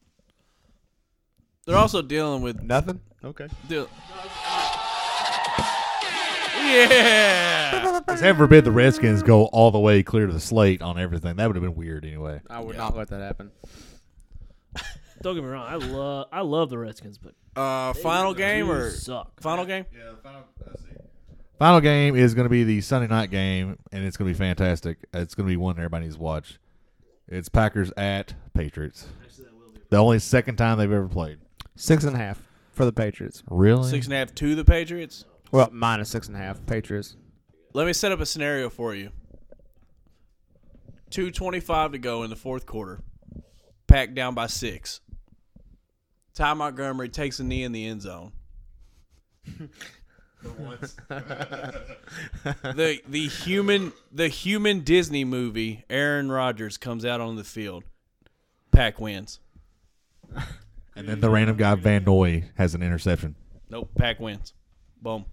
Speaker 2: They're also dealing with.
Speaker 3: Nothing. Okay.
Speaker 2: Deal- yeah.
Speaker 5: Let's heaven forbid the Redskins go all the way clear to the slate on everything. That would have been weird anyway.
Speaker 3: I would not let that happen.
Speaker 4: Don't get me wrong. I love I love the Redskins, but
Speaker 2: Uh, final game
Speaker 4: you
Speaker 2: or
Speaker 4: suck.
Speaker 2: final game?
Speaker 5: uh, Final game is going to be the Sunday night game, and it's going to be fantastic. It's going to be one everybody needs to watch. It's Packers at Patriots. The only second time they've ever played.
Speaker 3: Six and a half for the Patriots.
Speaker 5: Really?
Speaker 2: Six and a half to the Patriots.
Speaker 3: Well, minus six and a half. Patriots.
Speaker 2: Let me set up a scenario for you. 225 to go in the fourth quarter. Packed down by six. Ty Montgomery takes a knee in the end zone. (laughs) the the human the human Disney movie Aaron Rodgers comes out on the field. Pack wins.
Speaker 5: And then the random guy Van Noy has an interception.
Speaker 2: Nope. Pack wins. Boom.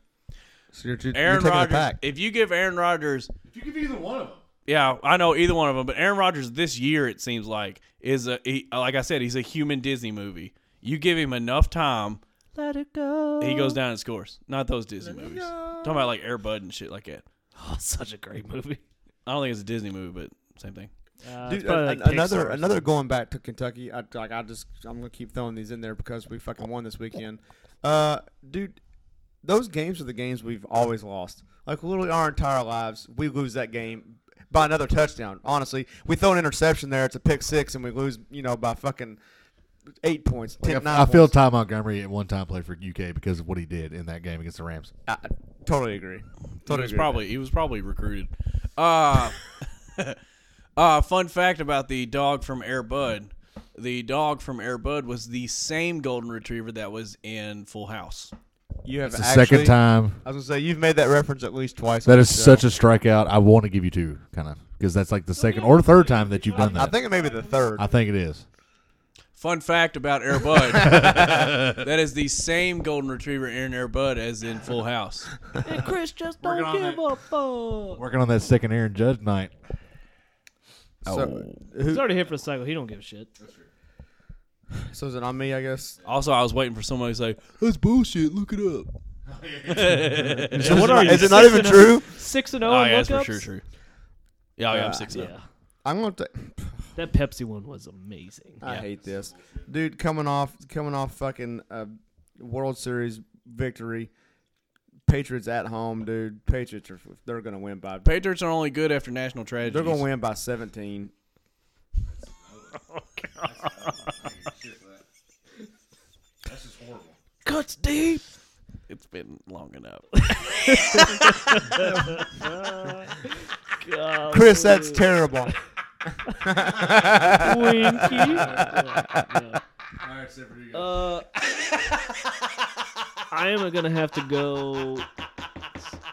Speaker 9: So you're, you're,
Speaker 2: Aaron
Speaker 9: taking the
Speaker 2: Rodgers.
Speaker 9: pack.
Speaker 2: If you give Aaron Rodgers,
Speaker 5: If you give either one of them,
Speaker 2: yeah, I know either one of them, but Aaron Rodgers this year it seems like is a he, like I said, he's a human Disney movie. You give him enough time,
Speaker 4: Let it go.
Speaker 2: he goes down and scores. Not those Disney movies. Talking about like Air Bud and shit like that.
Speaker 4: (laughs) Oh, such a great movie.
Speaker 2: I don't think it's a Disney movie, but same thing.
Speaker 4: Uh,
Speaker 3: Dude,
Speaker 4: it's probably
Speaker 3: an-
Speaker 4: like
Speaker 3: another
Speaker 4: Pixar or
Speaker 3: another
Speaker 4: something.
Speaker 3: going back to Kentucky. I like I just I'm gonna keep throwing these in there because we fucking won this weekend. Uh, dude, those games are the games we've always lost. Like literally our entire lives, we lose that game by another touchdown. Honestly, we throw an interception there, it's a pick six, and we lose. You know, by fucking eight points. 10,
Speaker 5: like I,
Speaker 3: nine
Speaker 5: I feel
Speaker 3: points.
Speaker 5: Ty Montgomery at one time played for UK because of what he did in that game against the Rams.
Speaker 3: I I totally agree.
Speaker 2: he was probably he was probably recruited. Uh, (laughs) uh fun fact about the dog from Air Bud. The dog from Air Bud was the same golden retriever that was in Full House.
Speaker 3: You have
Speaker 5: It's the
Speaker 3: actually,
Speaker 5: second time.
Speaker 3: I was gonna say you've made that reference at least twice.
Speaker 5: That is such a strikeout. I want to give you two, kind of, because that's like the second or third time that you've done
Speaker 3: I
Speaker 5: that.
Speaker 3: think it may be the third.
Speaker 5: I think it is.
Speaker 2: Fun fact about Air
Speaker 3: (laughs)
Speaker 2: Bud. that is the same golden retriever in Air Bud as in Full House.
Speaker 4: Chris just don't give a fuck.
Speaker 5: Working on that second Aaron Judge night.
Speaker 3: So,
Speaker 4: He's already here for the cycle. He don't give a shit.
Speaker 3: so is it on me? I guess.
Speaker 2: Also, I was waiting for somebody to say, That's bullshit, look it up.
Speaker 3: So what
Speaker 4: are you,
Speaker 3: Is it not
Speaker 4: six
Speaker 3: even
Speaker 4: and oh?
Speaker 3: true?
Speaker 4: Six and zero.
Speaker 2: Oh,
Speaker 4: Oh,
Speaker 2: yeah, that's for sure true. Yeah, yeah, I'm six
Speaker 4: Yeah,
Speaker 2: now.
Speaker 3: I'm gonna. ta-
Speaker 4: that Pepsi one was amazing.
Speaker 3: I
Speaker 2: Yeah.
Speaker 3: hate this, dude. Coming off, coming off, fucking uh, World Series victory. Patriots at home, dude. Patriots are they're gonna win by.
Speaker 2: Patriots are only good after national tragedies.
Speaker 3: They're gonna win by 17.
Speaker 2: Cuts deep. It's been long enough. (laughs)
Speaker 4: God,
Speaker 3: Chris, that's terrible.
Speaker 4: Winky. Yeah, yeah.
Speaker 5: All right, except for you.
Speaker 4: Uh, I am gonna have to go.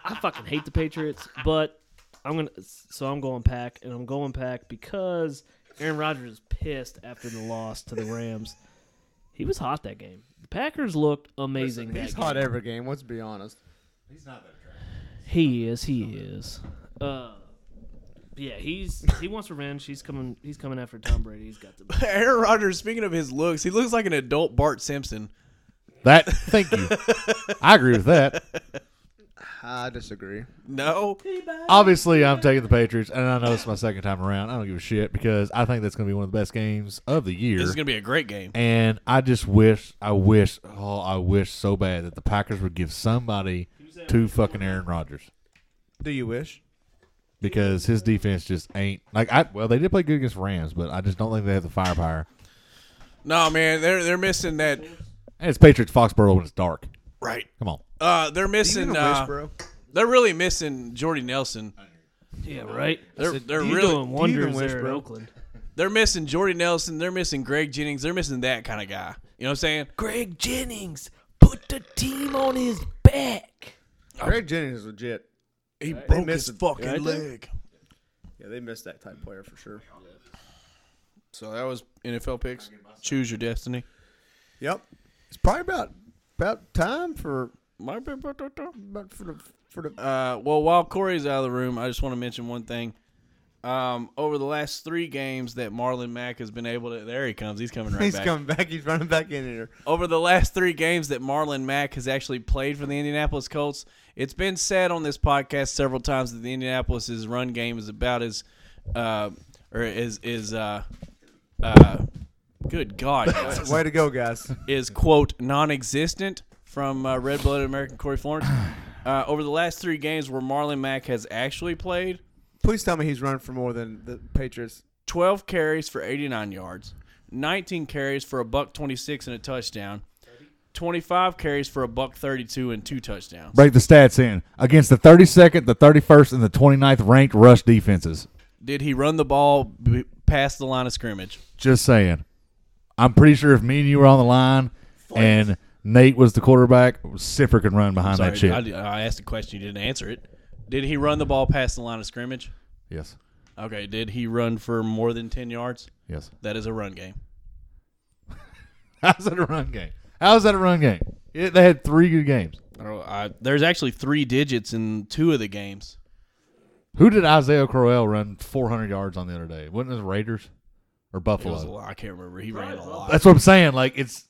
Speaker 4: I fucking hate the Patriots, but I'm gonna. So I'm going pack, and I'm going pack because Aaron Rodgers is pissed after the loss to the Rams. He was hot that game. The Packers looked amazing.
Speaker 3: He's
Speaker 4: that game.
Speaker 3: hot every game. Let's be honest.
Speaker 4: He is. He is. Uh, yeah, he's he wants revenge. He's coming. He's coming after Tom Brady. He's got the.
Speaker 2: Aaron Rodgers, speaking of his looks, he looks like an adult Bart Simpson.
Speaker 5: That. Thank you. I agree with that.
Speaker 3: I disagree.
Speaker 2: No.
Speaker 5: Obviously, I'm taking the Patriots, and I know it's my second time around. I don't give a shit because I think that's going to be one of the best games of the year.
Speaker 2: This is going to be a great game.
Speaker 5: and I just wish, I wish, oh, I wish so bad that the Packers would give somebody to fucking Aaron Rodgers
Speaker 3: Do you wish?
Speaker 5: because his defense just ain't like I. Well, they did play good against Rams, but I just don't think they have the firepower.
Speaker 2: No, man, they're they're missing that.
Speaker 5: And it's Patriots Foxborough when it's dark.
Speaker 2: Right.
Speaker 5: Come on,
Speaker 2: Uh, they're
Speaker 3: Do you
Speaker 2: missing.
Speaker 3: even
Speaker 2: uh,
Speaker 3: wish, bro?
Speaker 2: they're really missing Jordy Nelson.
Speaker 4: Yeah, right.
Speaker 2: They're they're
Speaker 4: He's
Speaker 2: really
Speaker 4: doing
Speaker 3: do you even
Speaker 4: wonders
Speaker 3: wish,
Speaker 4: there in
Speaker 3: bro?
Speaker 4: Oakland.
Speaker 2: they're missing Jordy Nelson. They're missing Greg Jennings. They're missing that kind of guy. You know what I'm saying?
Speaker 4: Greg Jennings put the team on his back.
Speaker 3: Greg Jennings is legit.
Speaker 2: He
Speaker 3: They
Speaker 2: broke his
Speaker 3: missing-
Speaker 2: fucking
Speaker 3: Yeah, they do.
Speaker 2: leg.
Speaker 3: Yeah, they missed that type player for sure.
Speaker 2: So that was NFL picks. Choose your destiny.
Speaker 3: Yep. It's probably about about time for about for the for the
Speaker 2: Uh, well, while Corey's out of the room, I just want to mention one thing. Um, over the last three games that Marlon Mack has been able to, there he comes. He's coming right
Speaker 3: He's
Speaker 2: back.
Speaker 3: coming back. He's running back in here.
Speaker 2: Over the last three games that Marlon Mack has actually played for the Indianapolis Colts, it's been said on this podcast several times that the Indianapolis' run game is about as, uh, or is is uh, uh, good God, guys
Speaker 3: Way to go, guys.
Speaker 2: is quote non-existent from uh, red blooded American Corey Florence. Uh, over the last three games where Marlon Mack has actually played,
Speaker 3: Please tell me he's running for more than the Patriots.
Speaker 2: 12 carries for 89 yards, 19 carries for a buck 26 and a touchdown, 25 carries for a buck 32 and two touchdowns.
Speaker 5: break the stats in against the 32nd, the 31st, and the 29th ranked rush defenses.
Speaker 2: Did he run the ball b- past the line of scrimmage?
Speaker 5: Just saying. I'm pretty sure if me and you were on the line and Nate was the quarterback, Siffer could run behind
Speaker 2: Sorry,
Speaker 5: that shit.
Speaker 2: I, I asked a question. You didn't answer it. Did he run the ball past the line of scrimmage?
Speaker 5: yes.
Speaker 2: Okay. Did he run for more than 10 yards?
Speaker 5: Yes. (laughs)
Speaker 2: That is a run game.
Speaker 5: How's that a run game? How's that a run game? It, they had three good games.
Speaker 2: I don't, I, there's actually three digits in two of the games.
Speaker 5: Who did Isaiah Crowell run 400 yards on the other day? Wasn't it the Raiders or
Speaker 2: It was a
Speaker 5: Buffalo?
Speaker 2: lot. I can't remember. He ran a lot.
Speaker 5: That's what I'm saying. Like it's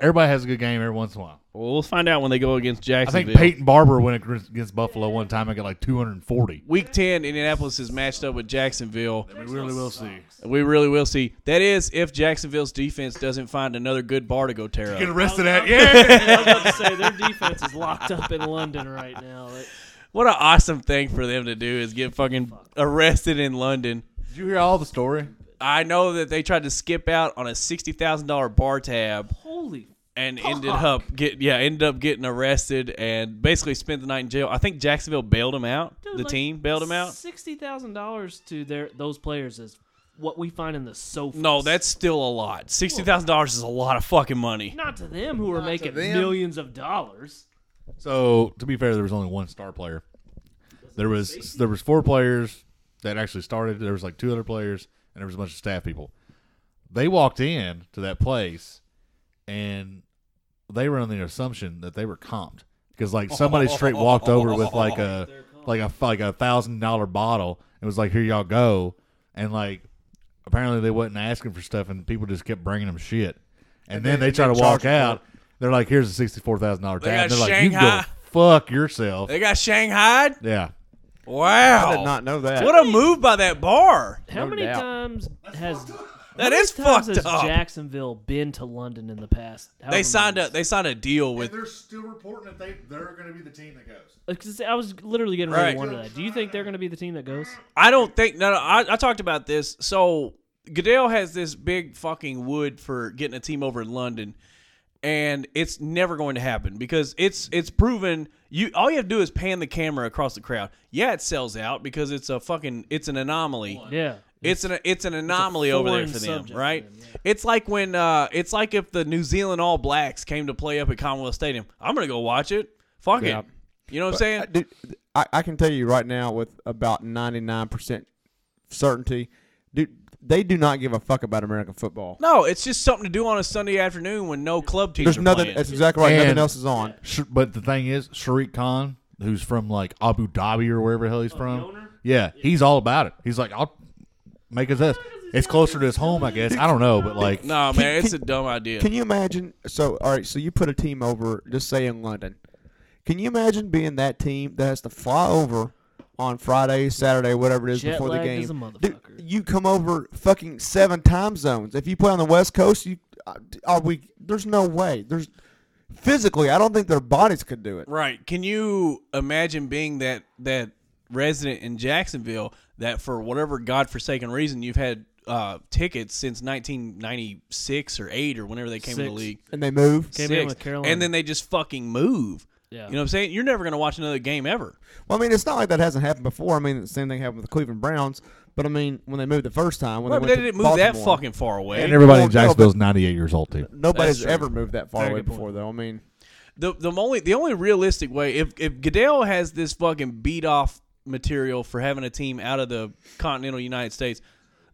Speaker 5: everybody has a good game every once in a while.
Speaker 2: Well, we'll find out when they go against
Speaker 5: I
Speaker 2: Jacksonville.
Speaker 5: think Peyton Barber went against against Buffalo one time and got like 240.
Speaker 2: Week 10, Indianapolis is matched up with Jacksonville.
Speaker 5: We really will see.
Speaker 2: We really will see. That is, if Jacksonville's defense doesn't find another good bar to go tear
Speaker 5: Get
Speaker 2: up. (laughs)
Speaker 5: arrested at yeah.
Speaker 4: (laughs) I was about to say their defense is locked up in London right now. It-
Speaker 2: What an awesome thing for them to do is get fucking arrested in London.
Speaker 5: Did you hear all the story?
Speaker 2: I know that they tried to skip out on a sixty thousand dollar bar tab
Speaker 4: holy
Speaker 2: and ended up get yeah ended up getting arrested and basically spent the night in jail. I think Jacksonville bailed him out.
Speaker 4: dude,
Speaker 2: the
Speaker 4: like,
Speaker 2: team bailed him out.
Speaker 4: Sixty thousand dollars to their those players is what we find in the sofa.
Speaker 2: No, that's still a lot. Sixty thousand dollars is a lot of fucking money.
Speaker 4: not to them who are making
Speaker 8: them.
Speaker 4: millions of dollars.
Speaker 5: So to be fair, there was only one star player. There was there was four players that actually started. There was like two other players, and there was a bunch of staff people. They walked in to that place, and they were on the assumption that they were comped because like somebody straight walked over with like a like a like a thousand dollar bottle and was like, "Here y'all go," and like apparently they wasn't asking for stuff, and people just kept bringing them shit, and, then they, try to walk out. They're like, "Here's a sixty-four thousand dollar tab."
Speaker 2: got
Speaker 5: and they're like, "You can go
Speaker 2: Shanghai.
Speaker 5: fuck yourself."
Speaker 2: They got shanghaied.
Speaker 5: Yeah.
Speaker 2: Wow,
Speaker 3: I did not know that.
Speaker 2: Oh. What a move by that bar.
Speaker 4: How
Speaker 3: No
Speaker 4: many
Speaker 3: doubt.
Speaker 4: times has
Speaker 2: That
Speaker 4: how many
Speaker 2: is
Speaker 4: times
Speaker 2: fucked
Speaker 4: has
Speaker 2: up.
Speaker 4: Jacksonville been to London in the past?
Speaker 2: They signed a they signed a deal with
Speaker 5: they're still reporting that they they're going to be the team that goes.
Speaker 4: Uh, I was literally getting ready
Speaker 2: Right.
Speaker 4: to wonder that. Do you think they're going to be the team that goes?
Speaker 2: I don't think. No, no I, I talked about this. So Goodell has this big fucking wood for getting a team over in London, and it's never going to happen because it's it's proven. You all you have to do is pan the camera across the crowd. Yeah, it sells out because it's a fucking it's an anomaly.
Speaker 4: Yeah.
Speaker 2: It's an it's an anomaly over there
Speaker 4: foreign
Speaker 2: for them,
Speaker 4: subject for
Speaker 2: right?
Speaker 4: them,
Speaker 2: It's like when uh, it's like if the New Zealand All Blacks came to play up at Commonwealth Stadium. I'm gonna go watch it. Fuck
Speaker 8: Yeah.
Speaker 2: it. You know what I'm saying?
Speaker 3: I, dude, I, I can tell you right now with about 99% certainty, dude, they do not give a fuck about American football.
Speaker 2: No, it's just something to do on a Sunday afternoon when no club teams
Speaker 3: There's
Speaker 2: are
Speaker 3: nothing.
Speaker 2: playing.
Speaker 3: That's exactly right. nothing
Speaker 5: And-
Speaker 3: else is on.
Speaker 5: Sh- but the thing is, Sharik Khan, who's from like Abu Dhabi or wherever Oh, the hell he's from, yeah, he's all about it. He's like, I'll make us this. It's closer to his home, I guess. I don't know, but like,
Speaker 2: no, man,
Speaker 3: Can-
Speaker 2: it's a
Speaker 3: can-
Speaker 2: dumb idea.
Speaker 3: Can you imagine? So, all right. So you put a team over, just say in London. Can you imagine being that team that has to fly over on Friday, Saturday, whatever it is
Speaker 4: Jet
Speaker 3: before the
Speaker 4: lag
Speaker 3: game?
Speaker 4: is a
Speaker 3: Dude,
Speaker 4: motherfucker.
Speaker 3: you come over fucking seven time zones. If you play on the West Coast, you uh, are we? There's no way. There's physically, I don't think their bodies could do it.
Speaker 2: right? Can you imagine being that that resident in Jacksonville that for whatever godforsaken reason you've had uh, tickets since 1996 or eight or whenever they came to the
Speaker 4: Six.
Speaker 2: league,
Speaker 3: And they move.
Speaker 4: Came in
Speaker 2: Six.
Speaker 4: with Carolina.
Speaker 2: and then they just fucking move.
Speaker 4: Yeah.
Speaker 2: You know what I'm saying? You're never gonna watch another game ever.
Speaker 3: Well, I mean, it's not like that hasn't happened before. I mean, the same thing happened with the Cleveland Browns. But I mean, when they moved the first time, when
Speaker 2: Right,
Speaker 3: they
Speaker 2: but
Speaker 3: went
Speaker 2: they
Speaker 3: to
Speaker 2: didn't move that
Speaker 3: Baltimore,
Speaker 2: fucking far away.
Speaker 5: and everybody
Speaker 3: Well,
Speaker 5: in
Speaker 3: no, but-
Speaker 5: Jacksonville's 98 years old too.
Speaker 3: Nobody's
Speaker 2: That's true.
Speaker 3: ever moved that far
Speaker 4: Very
Speaker 3: away
Speaker 4: good point.
Speaker 3: before, though. I mean,
Speaker 2: The the only the only realistic way if if Goodell has this fucking beat off material for having a team out of the continental United States,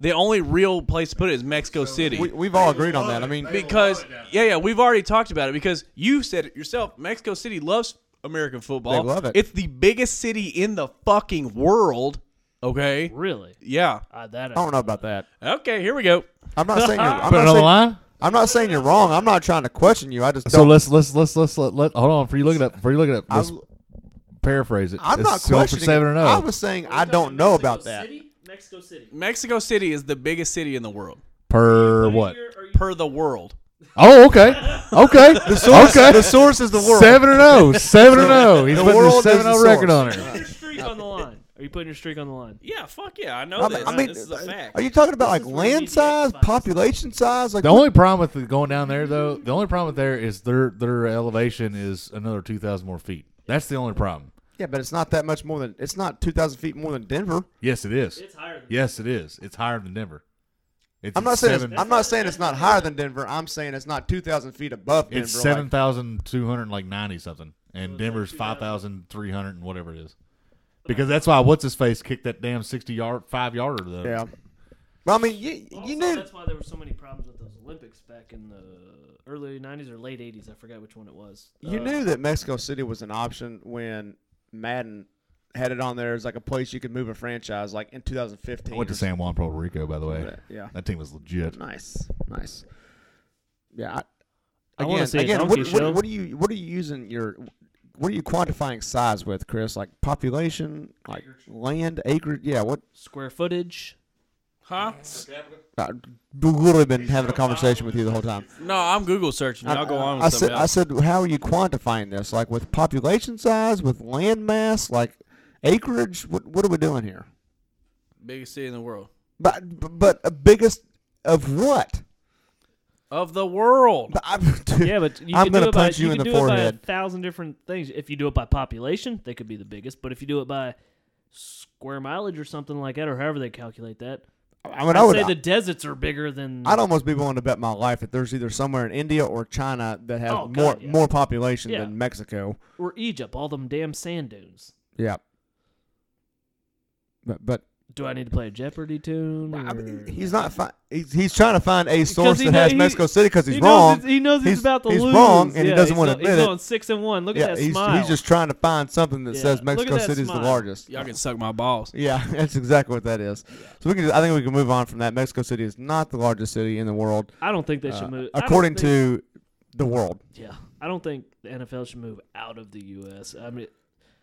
Speaker 2: the only real place to put it is Mexico City.
Speaker 3: we, we've all agreed on that. I mean,
Speaker 2: because yeah, yeah, we've already talked about it because you said it yourself. Mexico City loves American football.
Speaker 3: They love it.
Speaker 2: It's the biggest city in the fucking world. Okay.
Speaker 4: really?
Speaker 2: Yeah.
Speaker 4: Uh, that
Speaker 3: I don't know about that.
Speaker 2: Okay, here we go.
Speaker 3: I'm not
Speaker 5: (laughs)
Speaker 3: saying you're. I'm
Speaker 5: Put
Speaker 3: not
Speaker 5: it on the
Speaker 3: saying,
Speaker 5: line.
Speaker 3: I'm not saying you're wrong. I'm not trying to question you. I just
Speaker 5: So
Speaker 3: don't.
Speaker 5: let's let's let's let's let, let hold on. Before you look it up, before you look it up, let's
Speaker 3: I'm,
Speaker 5: paraphrase it.
Speaker 3: I'm
Speaker 5: It's
Speaker 3: not
Speaker 5: going for
Speaker 3: questioning.
Speaker 5: seven and
Speaker 3: it.
Speaker 5: zero.
Speaker 3: I was saying I don't know about that.
Speaker 4: City? Mexico City.
Speaker 2: Mexico City is the biggest city in the world
Speaker 5: per what?
Speaker 2: per the world.
Speaker 5: Oh, okay, okay. The source, okay.
Speaker 3: The source is the world.
Speaker 5: Seven and zero. Seven and zero. He's
Speaker 3: The
Speaker 5: putting
Speaker 3: world
Speaker 5: a
Speaker 3: is
Speaker 5: seven
Speaker 3: the
Speaker 5: zero record on
Speaker 3: source.
Speaker 5: her.
Speaker 4: your streak on the line? Are you putting your streak on the line?
Speaker 2: Yeah, fuck yeah, I know
Speaker 3: I
Speaker 2: this.
Speaker 3: mean, I mean,
Speaker 2: this is a fact.
Speaker 3: are you talking about like
Speaker 4: is where we
Speaker 3: land
Speaker 4: get
Speaker 3: size,
Speaker 4: advice.
Speaker 3: population size? Like
Speaker 5: The only problem with the- going down there, though, the only problem with there is their their elevation is another two thousand more feet. That's the only problem.
Speaker 3: yeah, but it's not that much more than it's not 2,000 feet more than Denver.
Speaker 5: Yes, it is.
Speaker 4: It's higher than
Speaker 5: Yes, it is. It's higher than Denver. It's
Speaker 3: I'm not saying
Speaker 5: seven-
Speaker 3: it's, I'm not saying it's not higher than Denver. I'm saying it's not 2,000 feet above Denver.
Speaker 5: it's
Speaker 3: like-
Speaker 5: seven thousand two hundred like ninety something, and Denver's five thousand three hundred and whatever it is. Because that's why what's his face kicked that damn sixty yard five yarder though.
Speaker 3: yeah. Well, I mean, you, you
Speaker 4: Also,
Speaker 3: knew
Speaker 4: that's why there were so many problems with those Olympics back in the early '90s or late '80s. I forgot which one it was.
Speaker 3: You
Speaker 4: Uh,
Speaker 3: knew that Mexico City was an option when Madden had it on there as like a place you could move a franchise, like in 2015.
Speaker 5: I went to
Speaker 3: or
Speaker 5: San Juan, Puerto Rico, by the way.
Speaker 3: something. Yeah.
Speaker 5: That team was legit.
Speaker 3: Nice, nice. Yeah. I,
Speaker 4: I wanna
Speaker 3: again,
Speaker 4: say
Speaker 3: again,
Speaker 4: donkey
Speaker 3: what,
Speaker 4: show.
Speaker 3: what, what are you what are you using your what are you quantifying size with, Chris? Like population, like land, acre? Yeah. What?
Speaker 4: Square footage.
Speaker 2: Huh?
Speaker 3: I literally been having a conversation with you the whole time.
Speaker 2: No, I'm Google searching. I'll go on with
Speaker 3: I
Speaker 2: something
Speaker 3: said, I
Speaker 2: else.
Speaker 3: said, how are you quantifying this? Like with population size, with land mass, like acreage. What what are we doing here?
Speaker 2: Biggest city in the world.
Speaker 3: But but uh, biggest of what?
Speaker 2: Of the world.
Speaker 3: But I'm, (laughs) dude,
Speaker 4: Yeah, but you
Speaker 3: I'm
Speaker 4: can
Speaker 3: gonna
Speaker 4: do it
Speaker 3: punch
Speaker 4: by,
Speaker 3: you
Speaker 4: you
Speaker 3: in the
Speaker 4: can do It
Speaker 3: forehead.
Speaker 4: by a thousand different things. If you do it by population, they could be the biggest. But if you do it by square mileage or something like that, or however they calculate that,
Speaker 3: I mean,
Speaker 4: I'd
Speaker 3: I would.
Speaker 4: say the deserts are bigger than.
Speaker 3: I'd almost be willing to bet my life that there's either somewhere in India or China that has
Speaker 4: Oh, God,
Speaker 3: more
Speaker 4: yeah.
Speaker 3: more population
Speaker 4: Yeah.
Speaker 3: than Mexico.
Speaker 4: or Egypt, all them damn sand dunes.
Speaker 3: Yeah. But but
Speaker 4: Do I need to play a Jeopardy tune?
Speaker 3: I mean,
Speaker 4: or-
Speaker 3: he's not. Fi- he's, he's trying to find a source
Speaker 4: Mm. he
Speaker 3: that
Speaker 4: kno-
Speaker 3: has
Speaker 4: he-
Speaker 3: Mexico City because he's
Speaker 4: he
Speaker 3: wrong.
Speaker 4: Knows he's, he knows he's,
Speaker 3: He's-
Speaker 4: about to
Speaker 3: he's
Speaker 4: lose.
Speaker 3: wrong, and he
Speaker 4: Yeah,
Speaker 3: doesn't
Speaker 4: he's
Speaker 3: wanna
Speaker 4: go-
Speaker 3: admit
Speaker 4: He's
Speaker 3: it.
Speaker 4: going six and one. Look at
Speaker 3: yeah,
Speaker 4: that
Speaker 3: he's,
Speaker 4: smile.
Speaker 3: he's just trying to find something that
Speaker 4: Yeah,
Speaker 3: says
Speaker 4: look at
Speaker 3: Mexico
Speaker 4: that
Speaker 3: City's
Speaker 4: smile.
Speaker 3: the largest.
Speaker 2: Y'all can suck my balls.
Speaker 3: Yeah, (laughs) that's exactly what that is. So we can. I think we can move on from that. Mexico City is not the largest city in the world,
Speaker 4: I don't think they
Speaker 3: uh,
Speaker 4: should move. I don't
Speaker 3: according
Speaker 4: think-
Speaker 3: to the world.
Speaker 4: Yeah, I don't think the NFL should move out of the U.S. I mean,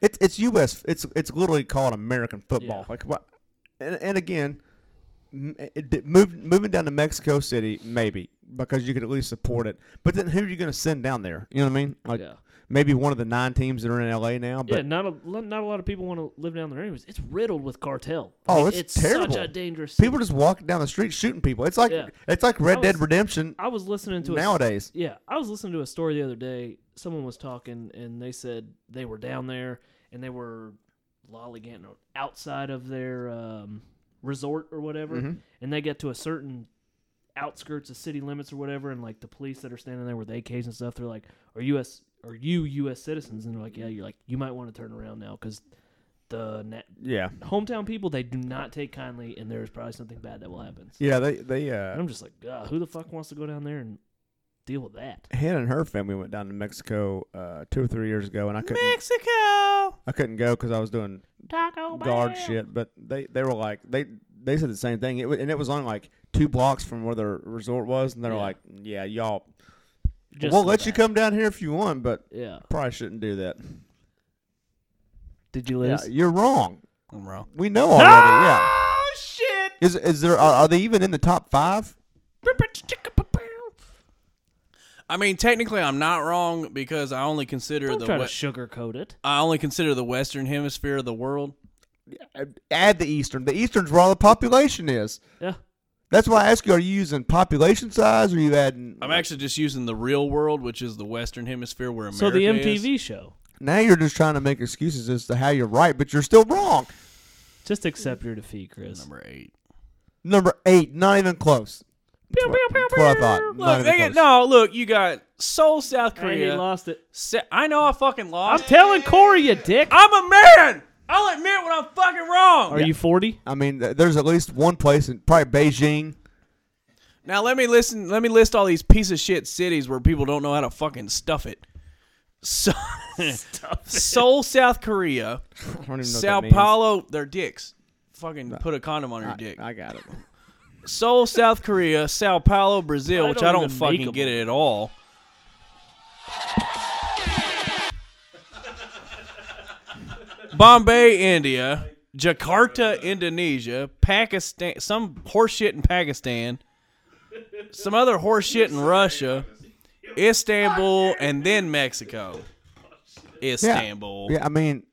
Speaker 3: It's it's U.S. It's it's literally called American football.
Speaker 4: Yeah.
Speaker 3: Like what? And, and again, m- it- it- move, moving down to Mexico City maybe because you could at least support it. But then who are you going to send down there? You know what I mean? Like
Speaker 4: yeah,
Speaker 3: maybe one of the nine teams that are in L.A. now. But
Speaker 4: yeah. Not a lo- not a lot of people want to live down there, anyways. It's riddled with cartel.
Speaker 3: Oh,
Speaker 4: Like,
Speaker 3: it's
Speaker 4: Such a
Speaker 3: terrible.
Speaker 4: dangerous.
Speaker 3: people
Speaker 4: city.
Speaker 3: just walking down the street shooting people. It's like
Speaker 4: Yeah.
Speaker 3: it's like Red
Speaker 4: I
Speaker 3: Dead
Speaker 4: was-
Speaker 3: Redemption
Speaker 4: I was listening to a s-
Speaker 3: nowadays.
Speaker 4: Yeah, I was listening to a story the other day. Someone was talking, and they said they were down there and they were lollygagging outside of their um, resort or whatever,
Speaker 3: Mm-hmm.
Speaker 4: and they get to a certain outskirts of city limits or whatever, and like the police that are standing there with AKs and stuff, they're like, "Are U.S. Are you U.S. citizens?" And they're like, "Yeah." You're like, "You might want to turn around now because the na-
Speaker 3: Yeah.
Speaker 4: hometown people they do not take kindly, and there's probably something bad that will happen."
Speaker 3: Yeah, they they
Speaker 4: And
Speaker 3: uh
Speaker 4: I'm just like, "God, who the fuck wants to go down there and deal with that?"
Speaker 3: Hannah and her family went down to Mexico uh two or three years ago and I couldn't
Speaker 2: Mexico.
Speaker 3: I couldn't go cuz I was doing
Speaker 4: Taco
Speaker 3: guard shit, but they they were like they they said the same thing. It wa- and it was on like two blocks from where their resort was and they're
Speaker 4: Yeah.
Speaker 3: like, "Yeah, y'all
Speaker 4: Just
Speaker 3: we'll
Speaker 4: so
Speaker 3: let you
Speaker 4: bad.
Speaker 3: come down here if you want, but
Speaker 4: Yeah.
Speaker 3: probably shouldn't do that."
Speaker 4: Did you
Speaker 3: Yeah,
Speaker 4: lose?
Speaker 3: you're wrong.
Speaker 2: I'm wrong.
Speaker 3: We know already. Yeah.
Speaker 4: Oh shit! (laughs)
Speaker 3: Is is there are, are they even in the top 5?
Speaker 2: I mean, technically, I'm not wrong because I only consider
Speaker 4: Don't
Speaker 2: the
Speaker 4: try
Speaker 2: we-
Speaker 4: to sugarcoat it.
Speaker 2: I only consider the Western Hemisphere of the world.
Speaker 3: Add the eastern. The eastern's where all the population is.
Speaker 4: Yeah.
Speaker 3: That's why I ask you: Are you using population size, or are you adding?
Speaker 2: I'm actually just using the real world, which is the Western Hemisphere where America
Speaker 4: so the
Speaker 2: is.
Speaker 4: MTV show.
Speaker 3: now you're just trying to make excuses as to how you're right, but you're still wrong.
Speaker 4: Just accept your defeat, Chris.
Speaker 2: number eight.
Speaker 3: Number eight, not even close. That's what, that's what I thought.
Speaker 2: Look,
Speaker 3: Not
Speaker 2: they
Speaker 3: even
Speaker 2: get,
Speaker 3: close.
Speaker 2: no, look, you got Seoul, South
Speaker 4: And he
Speaker 2: Korea.
Speaker 4: lost it.
Speaker 2: Se- I know I fucking
Speaker 4: I'm
Speaker 2: lost.
Speaker 4: telling Corey, you dick.
Speaker 2: I'm a man. I'll admit when I'm fucking wrong.
Speaker 4: Are
Speaker 3: (laughs)
Speaker 4: you 40?
Speaker 3: I mean, th- there's at least one place, in probably Beijing.
Speaker 2: Now let me listen. Let me list all these piece of shit cities where people don't know how to fucking stuff it.
Speaker 3: (laughs)
Speaker 2: So, Seoul, South Korea,
Speaker 3: I don't even know
Speaker 2: Sao Paulo, their dicks. Fucking put a condom on your dick.
Speaker 3: I got it.
Speaker 2: Seoul, South Korea, Sao Paulo, Brazil,
Speaker 4: I
Speaker 2: which
Speaker 4: don't
Speaker 2: I don't
Speaker 4: even make
Speaker 2: fucking
Speaker 4: 'em.
Speaker 2: get it at all. Bombay, India, Jakarta, Indonesia, Pakistan, some horseshit in Pakistan, some other horseshit in Russia, Istanbul, and then Mexico. Istanbul.
Speaker 3: Yeah, I mean,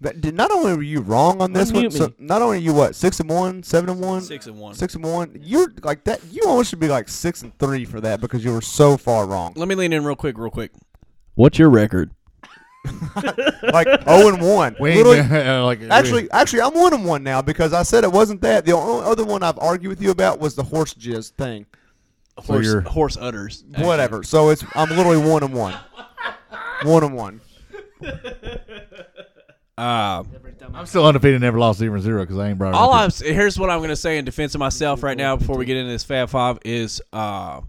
Speaker 3: but did, not only were you wrong on this one,
Speaker 4: Unmute
Speaker 3: so
Speaker 4: me.
Speaker 3: not only are you what six and one, seven and one,
Speaker 2: Six and one.
Speaker 3: six and one. You're like that. You almost should be like six and three for that because you were so far wrong.
Speaker 2: Let me lean in real quick, real quick. What's your record?
Speaker 3: (laughs) like zero and one.
Speaker 5: We
Speaker 3: (laughs)
Speaker 5: ain't
Speaker 3: Literally-
Speaker 5: been- (laughs) like, we-
Speaker 3: actually, actually, I'm one and one now because I said it wasn't that. The only other one I've argued with you about was the horse jizz thing.
Speaker 2: Horse,
Speaker 5: you're-
Speaker 2: horse udders.
Speaker 3: Whatever. So it's I'm literally one and one. One and one.
Speaker 2: Uh,
Speaker 4: Every time
Speaker 5: I'm still undefeated, never lost even zero because I ain't brought it
Speaker 2: All
Speaker 5: up
Speaker 2: I'm here's what I'm gonna say in defense of myself right now before we get into this Fab Five is uh,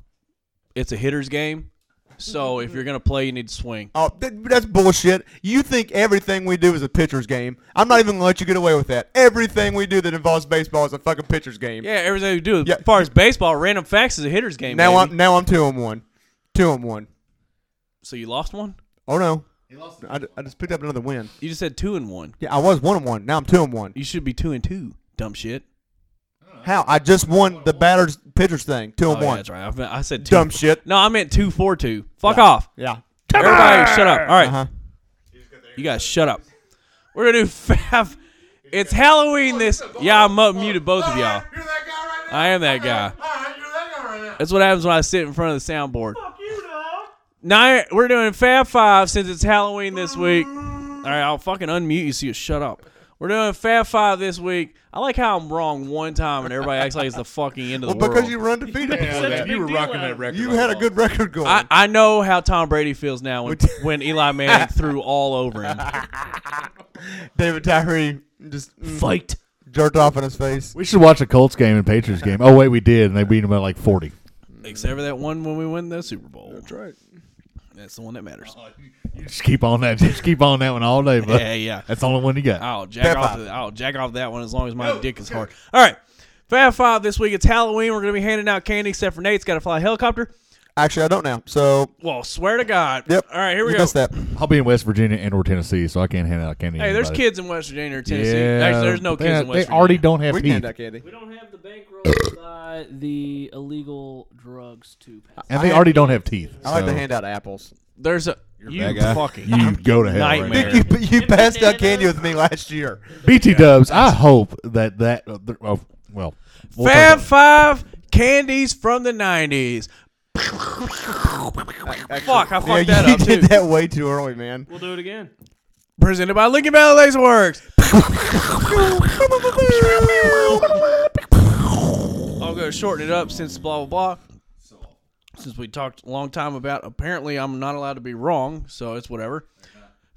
Speaker 2: it's a hitter's game, so if you're gonna play, you need to swing.
Speaker 3: Oh, th- that's bullshit. You think everything we do is a pitcher's game. I'm not even going to let you get away with that. Everything we do that involves baseball is a fucking pitcher's game.
Speaker 2: Yeah, everything you do.
Speaker 3: Yeah.
Speaker 2: As far as baseball, random facts is a hitter's game.
Speaker 3: now
Speaker 2: baby.
Speaker 3: I'm now I'm 2 and 1. 2 and 1.
Speaker 2: so you lost one.
Speaker 3: Oh no. I, ju- I just picked up another win.
Speaker 2: You just had two and one.
Speaker 3: Yeah, I was 1 and 1. Now I'm 2 and 1.
Speaker 2: You should be two and two. Dumb shit.
Speaker 3: How? I just won the batter's pitcher's thing. 2 and
Speaker 2: Oh, yeah,
Speaker 3: 1.
Speaker 2: that's right. I meant- I said two.
Speaker 3: Dumb shit.
Speaker 2: No, I meant two four two. Fuck off.
Speaker 3: Yeah.
Speaker 2: Everybody, shut up. All right.
Speaker 3: Uh-huh.
Speaker 2: You guys shut up. We're gonna do (laughs) Fab. It's Halloween this. Yeah, I'm up muted both (laughs) of y'all.
Speaker 5: (laughs)
Speaker 2: I am that guy. That's what happens when I sit in front of the soundboard.
Speaker 4: Fuck you, dog.
Speaker 2: Now we're doing Fab Five since it's Halloween this week. All right, I'll fucking unmute you so you shut up. We're doing Fab Five this week. I like how I'm wrong one time and everybody acts like it's the fucking end of
Speaker 3: Well,
Speaker 2: the
Speaker 3: because
Speaker 2: world.
Speaker 3: (laughs) you were undefeated.
Speaker 5: Yeah,
Speaker 4: Such a
Speaker 5: that-
Speaker 4: big
Speaker 5: you were
Speaker 4: deal
Speaker 5: rocking
Speaker 4: out of
Speaker 5: that
Speaker 4: it.
Speaker 5: record.
Speaker 3: You
Speaker 5: like
Speaker 3: had a
Speaker 5: that.
Speaker 3: good record going.
Speaker 2: I, I know how Tom Brady feels now
Speaker 3: (laughs)
Speaker 2: when, when Eli Manning threw all over him.
Speaker 3: David Tyree just mm,
Speaker 2: Fight.
Speaker 3: jerked off in his face.
Speaker 5: We should watch a Colts game and Patriots game. Oh wait, we did, and they beat them by like forty.
Speaker 2: Except for that one when we win the Super Bowl.
Speaker 8: That's right.
Speaker 2: That's the one that
Speaker 3: (laughs)
Speaker 2: matters.
Speaker 5: You just keep on that. Just keep on that one all day, but
Speaker 2: Yeah, Uh, yeah.
Speaker 5: that's the only one you got.
Speaker 2: I'll
Speaker 3: Fab
Speaker 2: jack off.
Speaker 3: five.
Speaker 2: The, I'll jack off that one as long as my dick is hard. All right, Fab Five this week. It's Halloween. We're gonna be handing out candy. Except for Nate's got to fly a helicopter.
Speaker 3: Actually, I don't now. So,
Speaker 2: Well, swear to God.
Speaker 3: yep.
Speaker 2: All right, here we
Speaker 3: you
Speaker 2: go.
Speaker 3: missed that.
Speaker 5: I'll be in West Virginia and or Tennessee, so I can't hand out candy. to
Speaker 2: Hey, there's
Speaker 5: anybody.
Speaker 2: kids in West Virginia or Tennessee.
Speaker 5: Yeah,
Speaker 2: Actually, there's no
Speaker 5: they,
Speaker 2: kids in West
Speaker 5: They already
Speaker 2: Virginia.
Speaker 5: don't have
Speaker 3: We can hand
Speaker 5: teeth,
Speaker 3: out candy.
Speaker 4: We don't have the bankroll to buy the illegal drugs to pass.
Speaker 5: and they already don't have teeth.
Speaker 3: I like
Speaker 5: so
Speaker 3: to hand out apples.
Speaker 2: There's a
Speaker 5: that
Speaker 2: you
Speaker 5: guy.
Speaker 2: fucking
Speaker 5: (laughs) You go to hell. right
Speaker 2: nightmare.
Speaker 5: now.
Speaker 3: Dude, (laughs) you, you
Speaker 4: And
Speaker 3: passed out
Speaker 4: bananas.
Speaker 3: candy with me last year.
Speaker 5: BT Dubs, I hope that that uh, th- oh, well, we'll
Speaker 2: Fab
Speaker 5: talk
Speaker 2: Five candies from the '90s. Fuck, I fucked
Speaker 3: Yeah,
Speaker 2: that
Speaker 3: you
Speaker 2: up
Speaker 3: did
Speaker 2: too.
Speaker 3: that way too early, man.
Speaker 4: We'll do it again.
Speaker 2: Presented by Lincoln Valley Laser Works. I'm gonna shorten it up since blah blah blah. Since we talked a long time about, apparently I'm not allowed to be wrong, so it's whatever.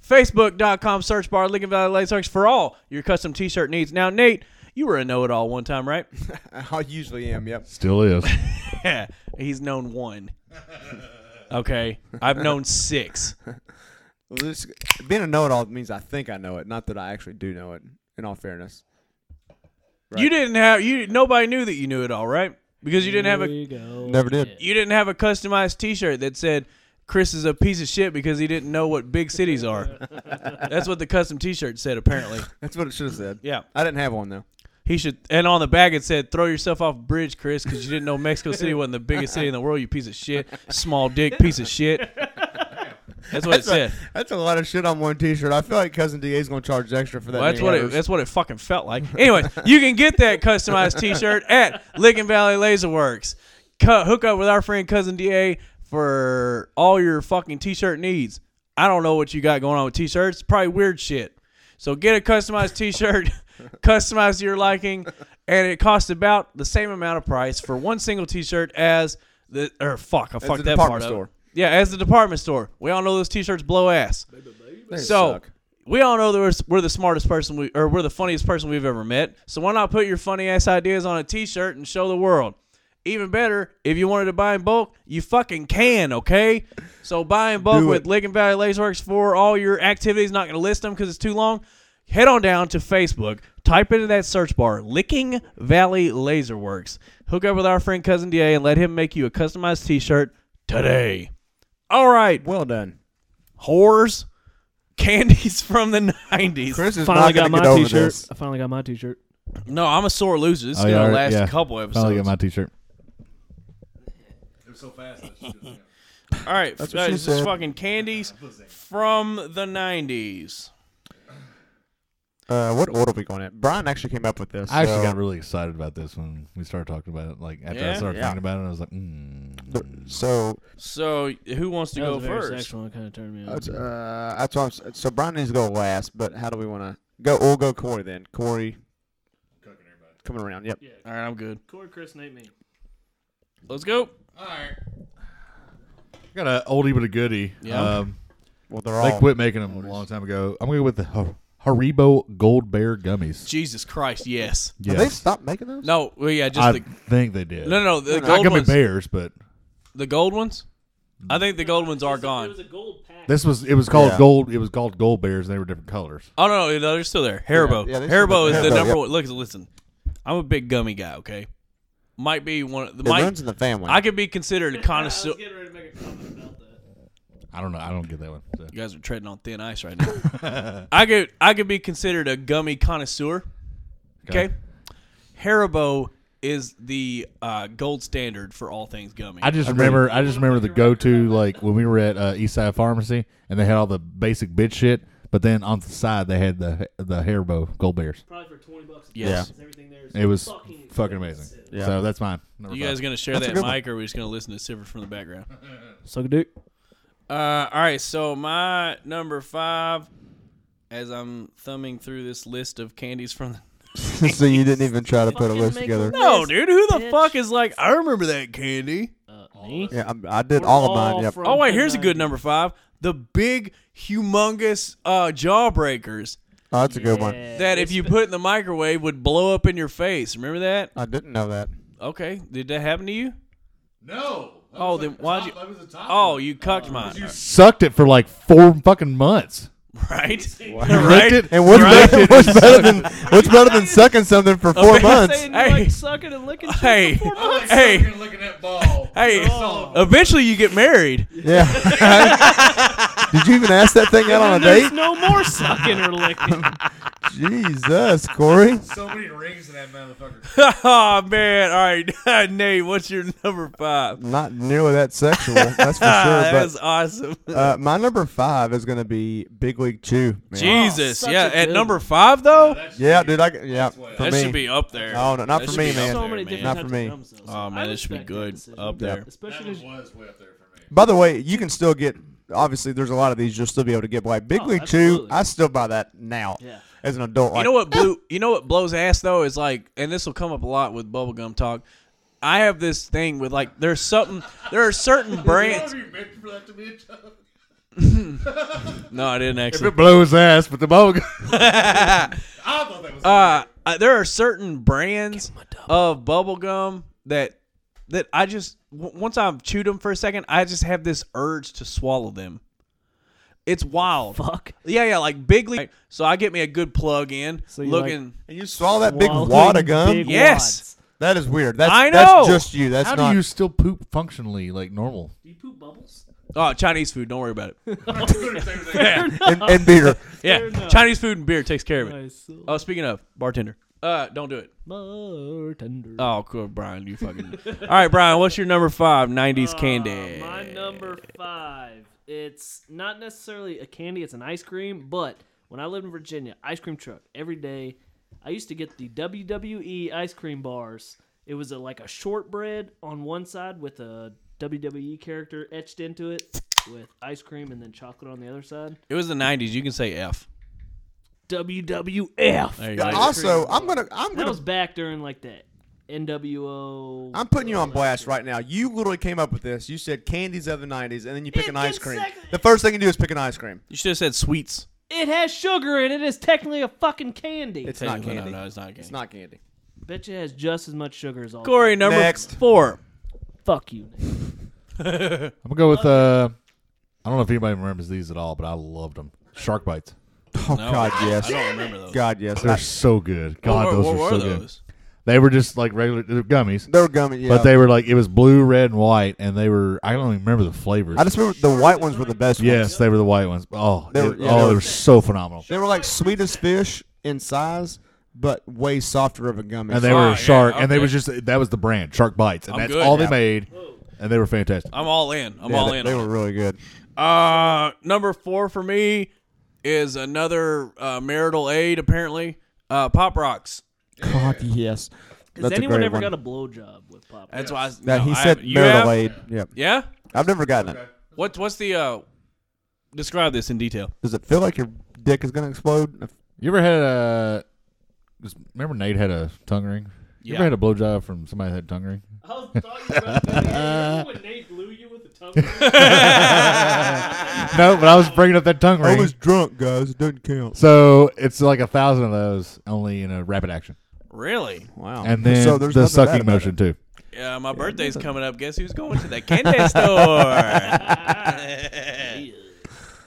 Speaker 2: Facebook.com search bar Lincoln Valley Laser Works for all your custom T-shirt needs. Now, Nate, you were a know-it-all one time, right?
Speaker 3: (laughs)
Speaker 2: (laughs)
Speaker 3: I usually am. Yep.
Speaker 5: Still is.
Speaker 2: Yeah, he's known one. Okay, I've known six.
Speaker 3: Well, this- being a know-it-all means I think I know it, not that I actually do know it. In all fairness,
Speaker 2: You didn't have you. Nobody knew that you knew it all, right? Because you didn't have
Speaker 4: Here
Speaker 2: a
Speaker 4: we go.
Speaker 3: never did.
Speaker 2: you didn't have a customized T-shirt that said Chris is a piece of shit because he didn't know what big cities are. That's what the custom T-shirt said apparently.
Speaker 3: That's what it should have said.
Speaker 2: Yeah,
Speaker 3: I didn't have one though.
Speaker 2: he should. And on the back it said, "Throw yourself off a bridge, Chris, because you didn't know Mexico City wasn't the biggest city in the world. You piece of shit, small dick, piece of shit." That's what it said.
Speaker 3: That's a lot of shit on one T-shirt. I feel like cousin Da is gonna charge extra for that.
Speaker 2: Well, that's
Speaker 3: many
Speaker 2: what it,
Speaker 3: orders.
Speaker 2: that's what it fucking felt like. Anyways, you can get that customized T-shirt at Licking Valley Laser Works. Co- hook up with our friend cousin Da for all your fucking T-shirt needs. I don't know what you got going on with T-shirts. Probably weird shit. So get a customized
Speaker 3: (laughs)
Speaker 2: T-shirt, customized to your liking, and it costs about the same amount of price for one single T-shirt as the or fuck I fucked
Speaker 3: a
Speaker 2: that part up.
Speaker 3: department store.
Speaker 2: Yeah, as the department store. We all know those T-shirts blow ass. So
Speaker 3: suck.
Speaker 2: we all know that we're, we're the smartest person we or we're the funniest person we've ever met. So why not put your funny ass ideas on a T-shirt and show the world? Even better, if you wanted to buy in bulk, you fucking can, okay? So buy in bulk
Speaker 3: Do
Speaker 2: with
Speaker 3: it.
Speaker 2: Lincoln Valley Laserworks for all your activities. Not going to list them because it's too long. Head on down to Facebook. Type into that search bar, Licking Valley Laserworks. Hook up with our friend Cousin DA and let him make you a customized T-shirt today. All right,
Speaker 3: Well done.
Speaker 2: whores, candies (laughs) from the 90s.
Speaker 3: Chris is
Speaker 4: Finally
Speaker 3: not
Speaker 4: got
Speaker 3: gonna
Speaker 4: my
Speaker 3: get over
Speaker 4: T-shirt.
Speaker 3: this.
Speaker 4: I finally got my T-shirt.
Speaker 2: No, I'm a sore loser. This is
Speaker 5: Oh, yeah,
Speaker 2: gonna
Speaker 5: alright,
Speaker 2: last
Speaker 5: yeah.
Speaker 2: a couple episodes.
Speaker 5: Finally got my T-shirt.
Speaker 2: All right, that's
Speaker 3: what she
Speaker 2: this is
Speaker 3: said.
Speaker 2: fucking candies from the '90s.
Speaker 3: Uh, what order are we going at? Brian actually came up with this.
Speaker 5: I
Speaker 3: so-
Speaker 5: actually got really excited about this when we started talking about it. Like after
Speaker 2: Yeah?
Speaker 5: I started
Speaker 3: Yeah.
Speaker 5: thinking about it, I was like, mm.
Speaker 3: So uh,
Speaker 2: So who wants to
Speaker 4: That
Speaker 2: go
Speaker 4: was very
Speaker 2: first?
Speaker 4: sexual. It kind of turned me on.
Speaker 3: that's, uh, that's what I'm, s- so Brian needs to go last. But how do we want to go? We'll go Corey then. Corey, coming around. Yep.
Speaker 4: yeah,
Speaker 2: All right, I'm good.
Speaker 4: Corey, Chris, Nate, me.
Speaker 2: Let's go.
Speaker 5: I got an oldie but a goodie.
Speaker 2: Yeah.
Speaker 5: Um,
Speaker 3: Well, they're
Speaker 5: they
Speaker 3: all.
Speaker 10: Oh.
Speaker 5: quit making them a long time ago. I'm gonna go with the ho- Haribo Gold Bear gummies.
Speaker 2: Jesus Christ, yes.
Speaker 5: Yes.
Speaker 10: They stopped making those.
Speaker 2: No, well, yeah, just
Speaker 5: I
Speaker 2: the
Speaker 5: think they did.
Speaker 2: no, no, no, the
Speaker 5: Not
Speaker 2: gold
Speaker 5: gummy
Speaker 2: ones.
Speaker 5: bears, but
Speaker 2: The gold ones. I think the gold ones
Speaker 4: It
Speaker 2: are
Speaker 4: was a- It
Speaker 2: gone.
Speaker 4: was a gold pack.
Speaker 5: this was it was called
Speaker 10: Yeah.
Speaker 5: gold. It was called gold bears. and They were different colors.
Speaker 2: Oh no, no, no, they're still there. Haribo.
Speaker 10: yeah, they're still
Speaker 2: Haribo
Speaker 10: there.
Speaker 2: is the
Speaker 10: Haribo,
Speaker 2: number
Speaker 10: yep.
Speaker 2: one. Look, listen, I'm a big gummy guy. Okay, might be one. Of the,
Speaker 10: It
Speaker 2: might,
Speaker 10: runs in the family.
Speaker 2: I could be considered a
Speaker 4: I was
Speaker 2: connoisseur.
Speaker 4: getting ready to make a comment about that.
Speaker 5: I don't know. I don't get that one. so.
Speaker 2: You guys are treading on thin ice right now. I could I could be considered a gummy connoisseur. Okay, Haribo is the uh, gold standard for all things gummy.
Speaker 5: I just remember. I just remember the go-to like when we were at uh, Eastside Pharmacy and they had all the basic bitch shit, but then on the side they had the the Haribo Gold Bears.
Speaker 4: Probably for twenty bucks.
Speaker 2: Yes.
Speaker 4: Yeah. Everything there is
Speaker 5: It was
Speaker 4: fucking,
Speaker 5: fucking amazing.
Speaker 10: Yeah.
Speaker 5: So that's mine. Number
Speaker 2: you
Speaker 5: five.
Speaker 2: guys gonna share that mic, or are we just gonna listen to Sivers from the (laughs) background?
Speaker 11: Suck a dick.
Speaker 2: Uh, all right, so my number five, as I'm thumbing through this list of candies from. The-
Speaker 3: (laughs) so you didn't even try to put a
Speaker 4: Fucking
Speaker 3: list
Speaker 4: make
Speaker 3: together.
Speaker 4: a
Speaker 2: no,
Speaker 4: list,
Speaker 2: dude, who the
Speaker 4: bitch.
Speaker 2: fuck is like? I remember that candy.
Speaker 4: Uh, me?
Speaker 3: Yeah, I'm, I did all of mine. Yep.
Speaker 2: Oh wait, here's a good number five: the big, humongous uh, jawbreakers
Speaker 3: Oh, that's a good one.
Speaker 2: that if you put in the microwave would blow up in your face. Remember that?
Speaker 3: I didn't know that.
Speaker 2: Okay, did that happen to you?
Speaker 5: No.
Speaker 2: Oh, then why'd you? Oh, you cucked
Speaker 5: Uh,
Speaker 2: mine,
Speaker 5: Sucked it for like four fucking months.
Speaker 2: (laughs) right?
Speaker 5: (laughs) You
Speaker 2: right?
Speaker 5: licked it,
Speaker 3: And what's,
Speaker 5: right?
Speaker 3: better,
Speaker 2: (laughs)
Speaker 3: what's better than what's better than sucking something for four
Speaker 2: Okay. (laughs)
Speaker 3: months?
Speaker 2: Hey.
Speaker 4: like sucking and
Speaker 3: Uh,
Speaker 4: licking shit
Speaker 2: Hey.
Speaker 4: for (laughs) four months.
Speaker 2: Hey,
Speaker 5: Looking at ball.
Speaker 2: hey! Eventually, you get married. (laughs)
Speaker 3: Yeah. (laughs) did you even ask that thing out on a
Speaker 4: (laughs) There's
Speaker 3: date?
Speaker 4: no more sucking
Speaker 3: (laughs)
Speaker 4: or licking.
Speaker 3: Jesus, Corey.
Speaker 5: So many rings in that motherfucker.
Speaker 2: oh man! All right, (laughs) Nate, what's your number five?
Speaker 3: Not nearly that sexual. That's
Speaker 2: (laughs)
Speaker 3: for
Speaker 2: Ah,
Speaker 3: sure.
Speaker 2: that was
Speaker 3: But
Speaker 2: awesome.
Speaker 3: uh, my number five is gonna be Big League Chew. man.
Speaker 2: Jesus,
Speaker 4: such
Speaker 2: yeah.
Speaker 4: a
Speaker 2: At
Speaker 4: good
Speaker 2: number five though,
Speaker 3: Yeah, dude. I, c- yeah, for
Speaker 2: that
Speaker 3: me.
Speaker 2: should be up there.
Speaker 3: No, no, not
Speaker 2: That
Speaker 3: for
Speaker 2: should
Speaker 3: me,
Speaker 2: be
Speaker 3: man.
Speaker 2: up
Speaker 4: So many
Speaker 2: there,
Speaker 4: different
Speaker 3: Not
Speaker 4: types
Speaker 3: for me.
Speaker 4: of gum cells.
Speaker 2: Oh
Speaker 4: I
Speaker 2: man, this should be
Speaker 4: respect that
Speaker 2: good
Speaker 4: decision.
Speaker 2: up there.
Speaker 4: Especially as-
Speaker 5: was way up there for me.
Speaker 3: By the way, you can still get. Obviously, there's a lot of these you'll still be able to get. But like Big
Speaker 4: Oh,
Speaker 3: League Chew,
Speaker 4: absolutely.
Speaker 3: I still buy that now
Speaker 4: Yeah.
Speaker 3: as an adult.
Speaker 2: You
Speaker 3: Like,
Speaker 2: know what blew? You know what blows ass though is like, and this will come up a lot with bubblegum talk. I have this thing with like, there's something, there are
Speaker 3: (laughs)
Speaker 2: certain brands. (laughs) No, I didn't
Speaker 5: If
Speaker 2: actually.
Speaker 5: it blows ass, but the (laughs) ball.
Speaker 2: Uh, uh, there are certain brands of bubblegum that that I just w- once I've chewed them for a second, I just have this urge to swallow them. It's wild.
Speaker 11: Fuck.
Speaker 2: Yeah, yeah, like big league. So I get me a good plug in,
Speaker 11: So you like-
Speaker 2: looking.
Speaker 3: and you swallow that big
Speaker 11: Swallowing
Speaker 3: wad of gum.
Speaker 11: big
Speaker 2: Yes.
Speaker 3: That is weird. That's,
Speaker 2: I know.
Speaker 3: That's just you. That's
Speaker 5: How
Speaker 3: not.
Speaker 5: do you still poop functionally like normal?
Speaker 4: Do you poop bubbles?
Speaker 2: Oh, Chinese food. Don't worry about
Speaker 11: (laughs)
Speaker 2: it.
Speaker 3: and,
Speaker 2: (laughs)
Speaker 3: and beer.
Speaker 2: Yeah, Chinese food and beer takes care of it.
Speaker 11: Nice.
Speaker 2: Oh, speaking of bartender, uh, don't do it.
Speaker 11: Bartender.
Speaker 2: Oh, cool, Brian, you fucking. (laughs) All right, Brian, what's your number five '90s candy?
Speaker 4: Uh, my number five. It's not necessarily a candy, it's an ice cream, but when I lived in Virginia, ice cream truck every day. I used to get the WWE ice cream bars. It was a, like a shortbread on one side with a WWE character etched into it with ice cream and then chocolate on the other side.
Speaker 2: It was the '90s. You can say F.
Speaker 4: WWF.
Speaker 2: There you
Speaker 4: ice
Speaker 2: go.
Speaker 4: cream
Speaker 3: Also,
Speaker 4: bar.
Speaker 3: I'm gonna. I'm
Speaker 4: That
Speaker 3: gonna.
Speaker 4: was back during like that NWO.
Speaker 3: I'm putting you on blast right now. You literally came up with this. You said candies of the '90s, and then you pick an ice cream. The first thing you do is pick an ice cream.
Speaker 2: You should have said sweets.
Speaker 4: It has sugar in it. It is technically a fucking candy.
Speaker 3: It's not
Speaker 2: Technically,
Speaker 3: candy.
Speaker 2: No, no, it's not candy.
Speaker 3: It's not candy.
Speaker 4: Bet you it has just as much sugar as all.
Speaker 2: Corey, number
Speaker 3: Next.
Speaker 2: four.
Speaker 4: Fuck you. Nate.
Speaker 5: I'm gonna go with. uh I don't know if anybody remembers these at all, but I loved them. Shark bites.
Speaker 3: Oh
Speaker 2: No,
Speaker 3: God, yes.
Speaker 2: I don't remember those.
Speaker 3: God, yes.
Speaker 5: They're so good. God,
Speaker 2: what,
Speaker 5: those
Speaker 2: what
Speaker 5: are
Speaker 2: were
Speaker 5: so good.
Speaker 2: those?
Speaker 5: They were just like regular they're gummies,
Speaker 3: They were gummy. Yeah.
Speaker 5: but they were like it was blue, red, and white, and they were. I don't even remember the flavors.
Speaker 3: I just remember the white ones were the best.
Speaker 5: yes,
Speaker 3: ones.
Speaker 5: they were the white ones. Oh,
Speaker 3: They were-
Speaker 5: it-
Speaker 3: yeah,
Speaker 5: oh,
Speaker 3: they
Speaker 5: they
Speaker 3: were-
Speaker 5: were, so phenomenal.
Speaker 3: They were like sweet as fish in size, but way softer of a gummy.
Speaker 5: And they
Speaker 2: Oh,
Speaker 5: were
Speaker 2: yeah,
Speaker 5: a shark, and they
Speaker 2: okay.
Speaker 5: was just that was the brand, Shark Bites, and
Speaker 2: I'm
Speaker 5: that's
Speaker 2: good
Speaker 5: all they
Speaker 2: now.
Speaker 5: made, and they were fantastic.
Speaker 2: I'm all in. I'm
Speaker 3: Yeah,
Speaker 2: all
Speaker 3: they,
Speaker 2: in.
Speaker 3: they
Speaker 2: on
Speaker 3: were really good.
Speaker 2: Uh, number four for me is another uh, marital aid. Apparently, uh, Pop Rocks.
Speaker 3: God, yes.
Speaker 4: Has
Speaker 3: That's a
Speaker 4: anyone
Speaker 3: great
Speaker 4: ever
Speaker 3: one.
Speaker 4: got a blowjob with Pop?
Speaker 2: That's why I,
Speaker 3: That
Speaker 2: no,
Speaker 3: he
Speaker 2: I
Speaker 3: said
Speaker 2: haven't. You
Speaker 3: marital
Speaker 2: have?
Speaker 3: aid. Yeah.
Speaker 2: Yeah.
Speaker 3: I've never gotten it.
Speaker 2: What What's the uh? Describe this in detail.
Speaker 3: Does it feel like your dick is gonna explode? If-
Speaker 5: You ever had a? just- Remember Nate had a tongue ring. You ever
Speaker 2: Yeah.
Speaker 5: had a blowjob from somebody that had a
Speaker 2: (laughs)
Speaker 5: tongue ring?
Speaker 4: I
Speaker 3: (laughs)
Speaker 4: was talking about that. Remember when Nate blew you with the tongue?
Speaker 5: no, but I was bringing up that tongue ring.
Speaker 3: drunk, guys. It doesn't count.
Speaker 5: so it's like a thousand of those, only in a rapid action,
Speaker 2: Really?
Speaker 3: Wow.
Speaker 5: and then
Speaker 3: Oh. so there's
Speaker 5: the
Speaker 3: nothing bad
Speaker 5: sucking
Speaker 3: about
Speaker 5: motion
Speaker 3: it. (laughs)
Speaker 5: too.
Speaker 2: Yeah, my birthday's coming up. Guess who's going to the candy store?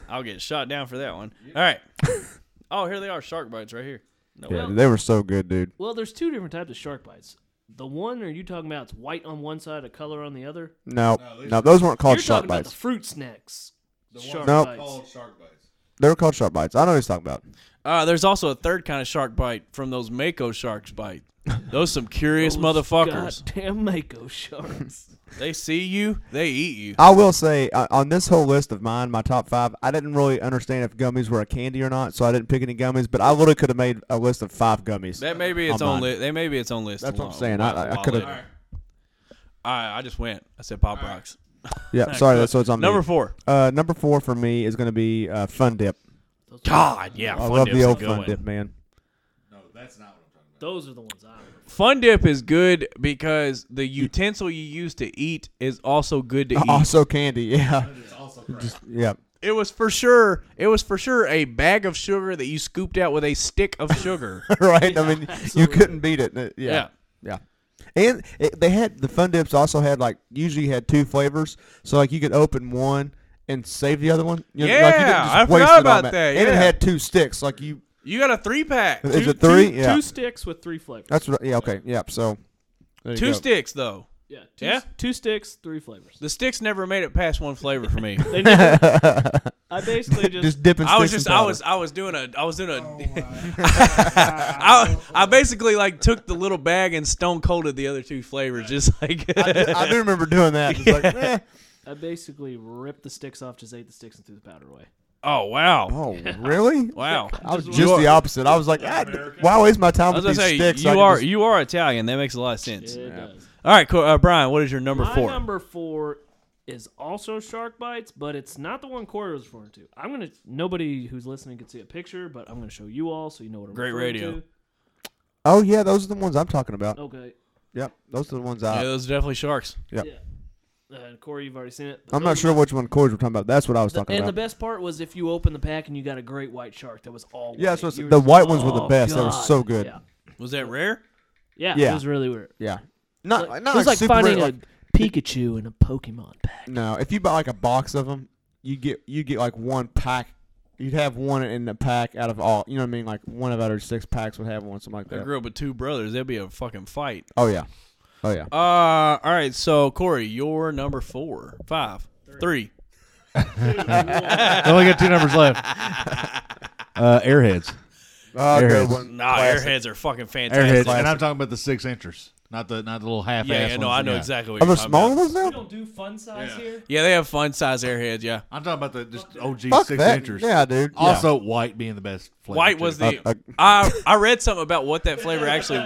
Speaker 2: I'll get shot down for that one. All right. Oh, here they are, shark bites right here. No,
Speaker 3: Yeah, dude, they were so good, dude.
Speaker 4: Well, there's two different types of shark bites. The one are you talking about? It's white on one side, a color on the other.
Speaker 3: No, no, those weren't called Oh,
Speaker 4: You're
Speaker 3: shark
Speaker 4: talking about
Speaker 3: bites.
Speaker 4: the fruit snacks. Shark
Speaker 3: No.
Speaker 4: bites.
Speaker 3: they were called shark bites. I know what he's talking about.
Speaker 2: Uh, there's also a third kind of shark bite from those mako sharks bite. Those some curious motherfuckers.
Speaker 3: (laughs)
Speaker 4: Goddamn mako sharks.
Speaker 2: They see you, they eat you.
Speaker 3: I will say uh, on this whole list of mine, my top five, I didn't really understand if gummies were a candy or not, so I didn't pick any gummies. But I literally could have made a list of five gummies.
Speaker 2: That may be its
Speaker 3: on
Speaker 2: own
Speaker 3: mine.
Speaker 2: list. They may be its own list.
Speaker 3: That's what I'm
Speaker 2: alone.
Speaker 3: saying. I- I- I
Speaker 2: Wow,
Speaker 3: could've-
Speaker 2: later. I I just went. I said pop rocks.
Speaker 3: Yeah, sorry, that's what's on me.
Speaker 2: Number four.
Speaker 3: Uh, number four for me is going to be uh, Fun Dip.
Speaker 2: God, yeah.
Speaker 3: I
Speaker 2: Fun
Speaker 3: love
Speaker 2: Dip's
Speaker 3: the
Speaker 2: a
Speaker 3: old
Speaker 2: good
Speaker 3: Fun
Speaker 2: one.
Speaker 3: Dip, man.
Speaker 4: Those are the ones I remember.
Speaker 2: Fun dip is good because the utensil you use to eat is also good to eat.
Speaker 3: (laughs) Also candy, yeah. Just- yeah.
Speaker 2: It was for sure. It was for sure a bag of sugar that you scooped out with a stick of sugar.
Speaker 3: (laughs) right? I mean, you couldn't beat it. Uh,
Speaker 2: Yeah.
Speaker 3: Yeah. Yeah. And it, they had the Fun Dips also had like usually had two flavors, so like you could open one and save the other one. You like, you
Speaker 2: Yeah, I
Speaker 3: waste
Speaker 2: forgot
Speaker 3: it on
Speaker 2: about that,
Speaker 3: And it
Speaker 2: yeah.
Speaker 3: had two sticks, like you.
Speaker 2: you got a three pack.
Speaker 3: Is it three?
Speaker 4: Two,
Speaker 3: yeah,
Speaker 4: two sticks with three flavors.
Speaker 3: that's what. Yeah, okay, yeah. So there you
Speaker 2: Two
Speaker 3: go.
Speaker 2: sticks though.
Speaker 4: yeah, two,
Speaker 2: Yeah.
Speaker 4: two sticks,
Speaker 3: (laughs)
Speaker 4: three flavors.
Speaker 2: The sticks never made it past one flavor for me.
Speaker 4: They never, I
Speaker 3: (laughs)
Speaker 4: basically just,
Speaker 3: Just dipping.
Speaker 2: I was
Speaker 3: sticks
Speaker 2: just
Speaker 3: in
Speaker 2: I
Speaker 3: powder.
Speaker 2: was I was doing a I was doing a (laughs) I I basically like took the little bag and stone colded the other two flavors just (laughs) like
Speaker 3: I do remember doing that.
Speaker 2: (laughs)
Speaker 3: It's like, eh.
Speaker 4: I basically ripped the sticks off, just ate the sticks and threw the powder away.
Speaker 2: oh wow
Speaker 3: Oh, really?
Speaker 2: wow
Speaker 3: I was
Speaker 4: Just
Speaker 3: just
Speaker 2: one.
Speaker 3: the opposite. I was like, ah, why waste my time
Speaker 2: I was
Speaker 3: with
Speaker 2: gonna
Speaker 3: these
Speaker 2: say
Speaker 3: sticks?
Speaker 2: you
Speaker 3: I can
Speaker 2: are
Speaker 3: just-
Speaker 2: you are Italian that makes a lot of sense
Speaker 4: It does.
Speaker 2: all right cool. uh, Brian what is your number
Speaker 4: My
Speaker 2: four
Speaker 4: number four is also shark bites, but it's not the one Corey was referring to. I'm gonna nobody who's listening can see a picture, but I'm gonna show you all so you know what I'm
Speaker 2: Great
Speaker 4: referring
Speaker 2: radio.
Speaker 4: to.
Speaker 3: oh yeah, those are the ones I'm talking about.
Speaker 4: Okay.
Speaker 3: Yep, those are the ones
Speaker 2: yeah
Speaker 3: I.
Speaker 2: those are definitely sharks
Speaker 4: Yeah. Uh, Corey, you've already seen it. but
Speaker 3: I'm not
Speaker 4: those-
Speaker 3: sure which one Cords were talking about. That's what I was
Speaker 4: The,
Speaker 3: talking
Speaker 4: and the
Speaker 3: about.
Speaker 4: best part was if you open the pack and you got a great white shark that was all
Speaker 3: Yeah,
Speaker 4: white.
Speaker 3: so it's-
Speaker 4: You were
Speaker 3: the
Speaker 4: just,
Speaker 3: white ones were
Speaker 4: "Oh,
Speaker 3: the best. They were
Speaker 4: God."
Speaker 3: so good.
Speaker 4: Yeah.
Speaker 3: Yeah,
Speaker 2: was that rare
Speaker 4: Yeah,
Speaker 3: Yeah.
Speaker 4: it was really weird.
Speaker 3: not
Speaker 4: Like,
Speaker 3: not
Speaker 4: it was like,
Speaker 3: super
Speaker 4: finding
Speaker 3: rare, like-
Speaker 4: a Pikachu in a Pokemon pack.
Speaker 3: no. If you buy like a box of them, you get you get like one pack. You'd have one in the pack out of all. You know what I mean? Like one of out of six packs would have one, something like
Speaker 2: I
Speaker 3: that.
Speaker 2: grew up with two brothers that'd be a fucking fight
Speaker 3: Oh yeah, oh yeah.
Speaker 2: uh all right so Corey your number four five three
Speaker 5: I only got two numbers left.
Speaker 3: (laughs)
Speaker 5: Uh, airheads,
Speaker 3: Oh,
Speaker 5: There it
Speaker 3: good
Speaker 5: is.
Speaker 3: one.
Speaker 2: nah airheads are fucking
Speaker 5: airheads,
Speaker 2: fantastic
Speaker 5: and I'm talking about the six inchers, not the not the little half.
Speaker 2: yeah, yeah no I know exactly what
Speaker 3: Are
Speaker 2: you're
Speaker 3: there
Speaker 2: talking about.
Speaker 3: smaller ones now?
Speaker 4: don't do fun size here.
Speaker 2: Yeah, they have fun size airheads. Yeah,
Speaker 5: I'm talking about the just OG
Speaker 3: Fuck
Speaker 5: six
Speaker 3: that.
Speaker 5: inchers.
Speaker 3: Yeah, dude. Yeah.
Speaker 5: Also, white being the best. Flavor
Speaker 2: white
Speaker 5: too.
Speaker 2: was
Speaker 3: Uh,
Speaker 2: the.
Speaker 3: uh,
Speaker 2: I I read something about what that flavor actually.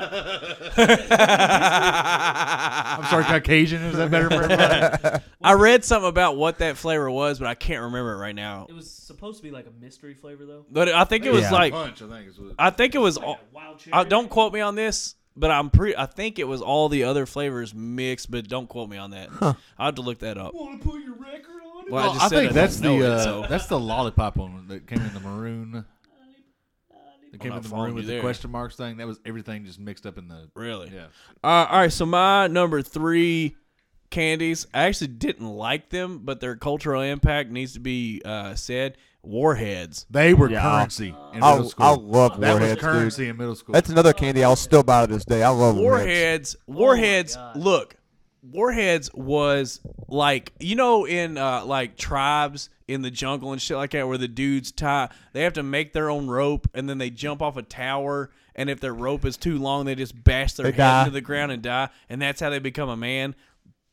Speaker 5: I'm sorry, Caucasian. Is
Speaker 2: (laughs)
Speaker 5: that better for everybody?
Speaker 2: I read something about what that flavor was, but I can't remember it right now.
Speaker 4: It was supposed to be like a mystery flavor though.
Speaker 2: But I think it was
Speaker 3: Yeah.
Speaker 2: like
Speaker 5: punch. I think is what.
Speaker 2: I think it was all.
Speaker 4: Wild cherry.
Speaker 2: I, Uh, don't quote me on this, but I'm pretty. I think it was all the other flavors mixed, but don't quote me on that. I have to look that up.
Speaker 4: want to put your record on it?
Speaker 2: Well, I,
Speaker 5: Well,
Speaker 2: just
Speaker 5: I
Speaker 2: said
Speaker 5: think
Speaker 2: don't
Speaker 5: that's
Speaker 2: know
Speaker 5: the
Speaker 2: it,
Speaker 5: uh,
Speaker 2: so
Speaker 5: that's the lollipop one that came in the maroon. That came
Speaker 2: not
Speaker 5: in the
Speaker 2: following
Speaker 5: maroon with
Speaker 2: you
Speaker 5: the
Speaker 2: there.
Speaker 5: question marks thing. That was everything just mixed up in the.
Speaker 2: really.
Speaker 5: Yeah.
Speaker 2: Uh, all right, so my number three candies, I actually didn't like them, but their cultural impact needs to be uh, said. Warheads.
Speaker 5: They were
Speaker 3: Yeah.
Speaker 5: currency in
Speaker 3: I,
Speaker 5: middle school.
Speaker 3: I love
Speaker 5: that was
Speaker 3: warheads,
Speaker 5: currency
Speaker 3: dude.
Speaker 5: in middle school.
Speaker 3: That's another candy I'll still buy to this day. I love warheads.
Speaker 2: Warheads. Warheads. look, Warheads was like you know in uh, like tribes in the jungle and shit like that where the dudes tie they have to make their own rope and then they jump off a tower and if their rope is too long they just bash their
Speaker 3: They
Speaker 2: head
Speaker 3: die.
Speaker 2: into the ground and die and that's how they become a man.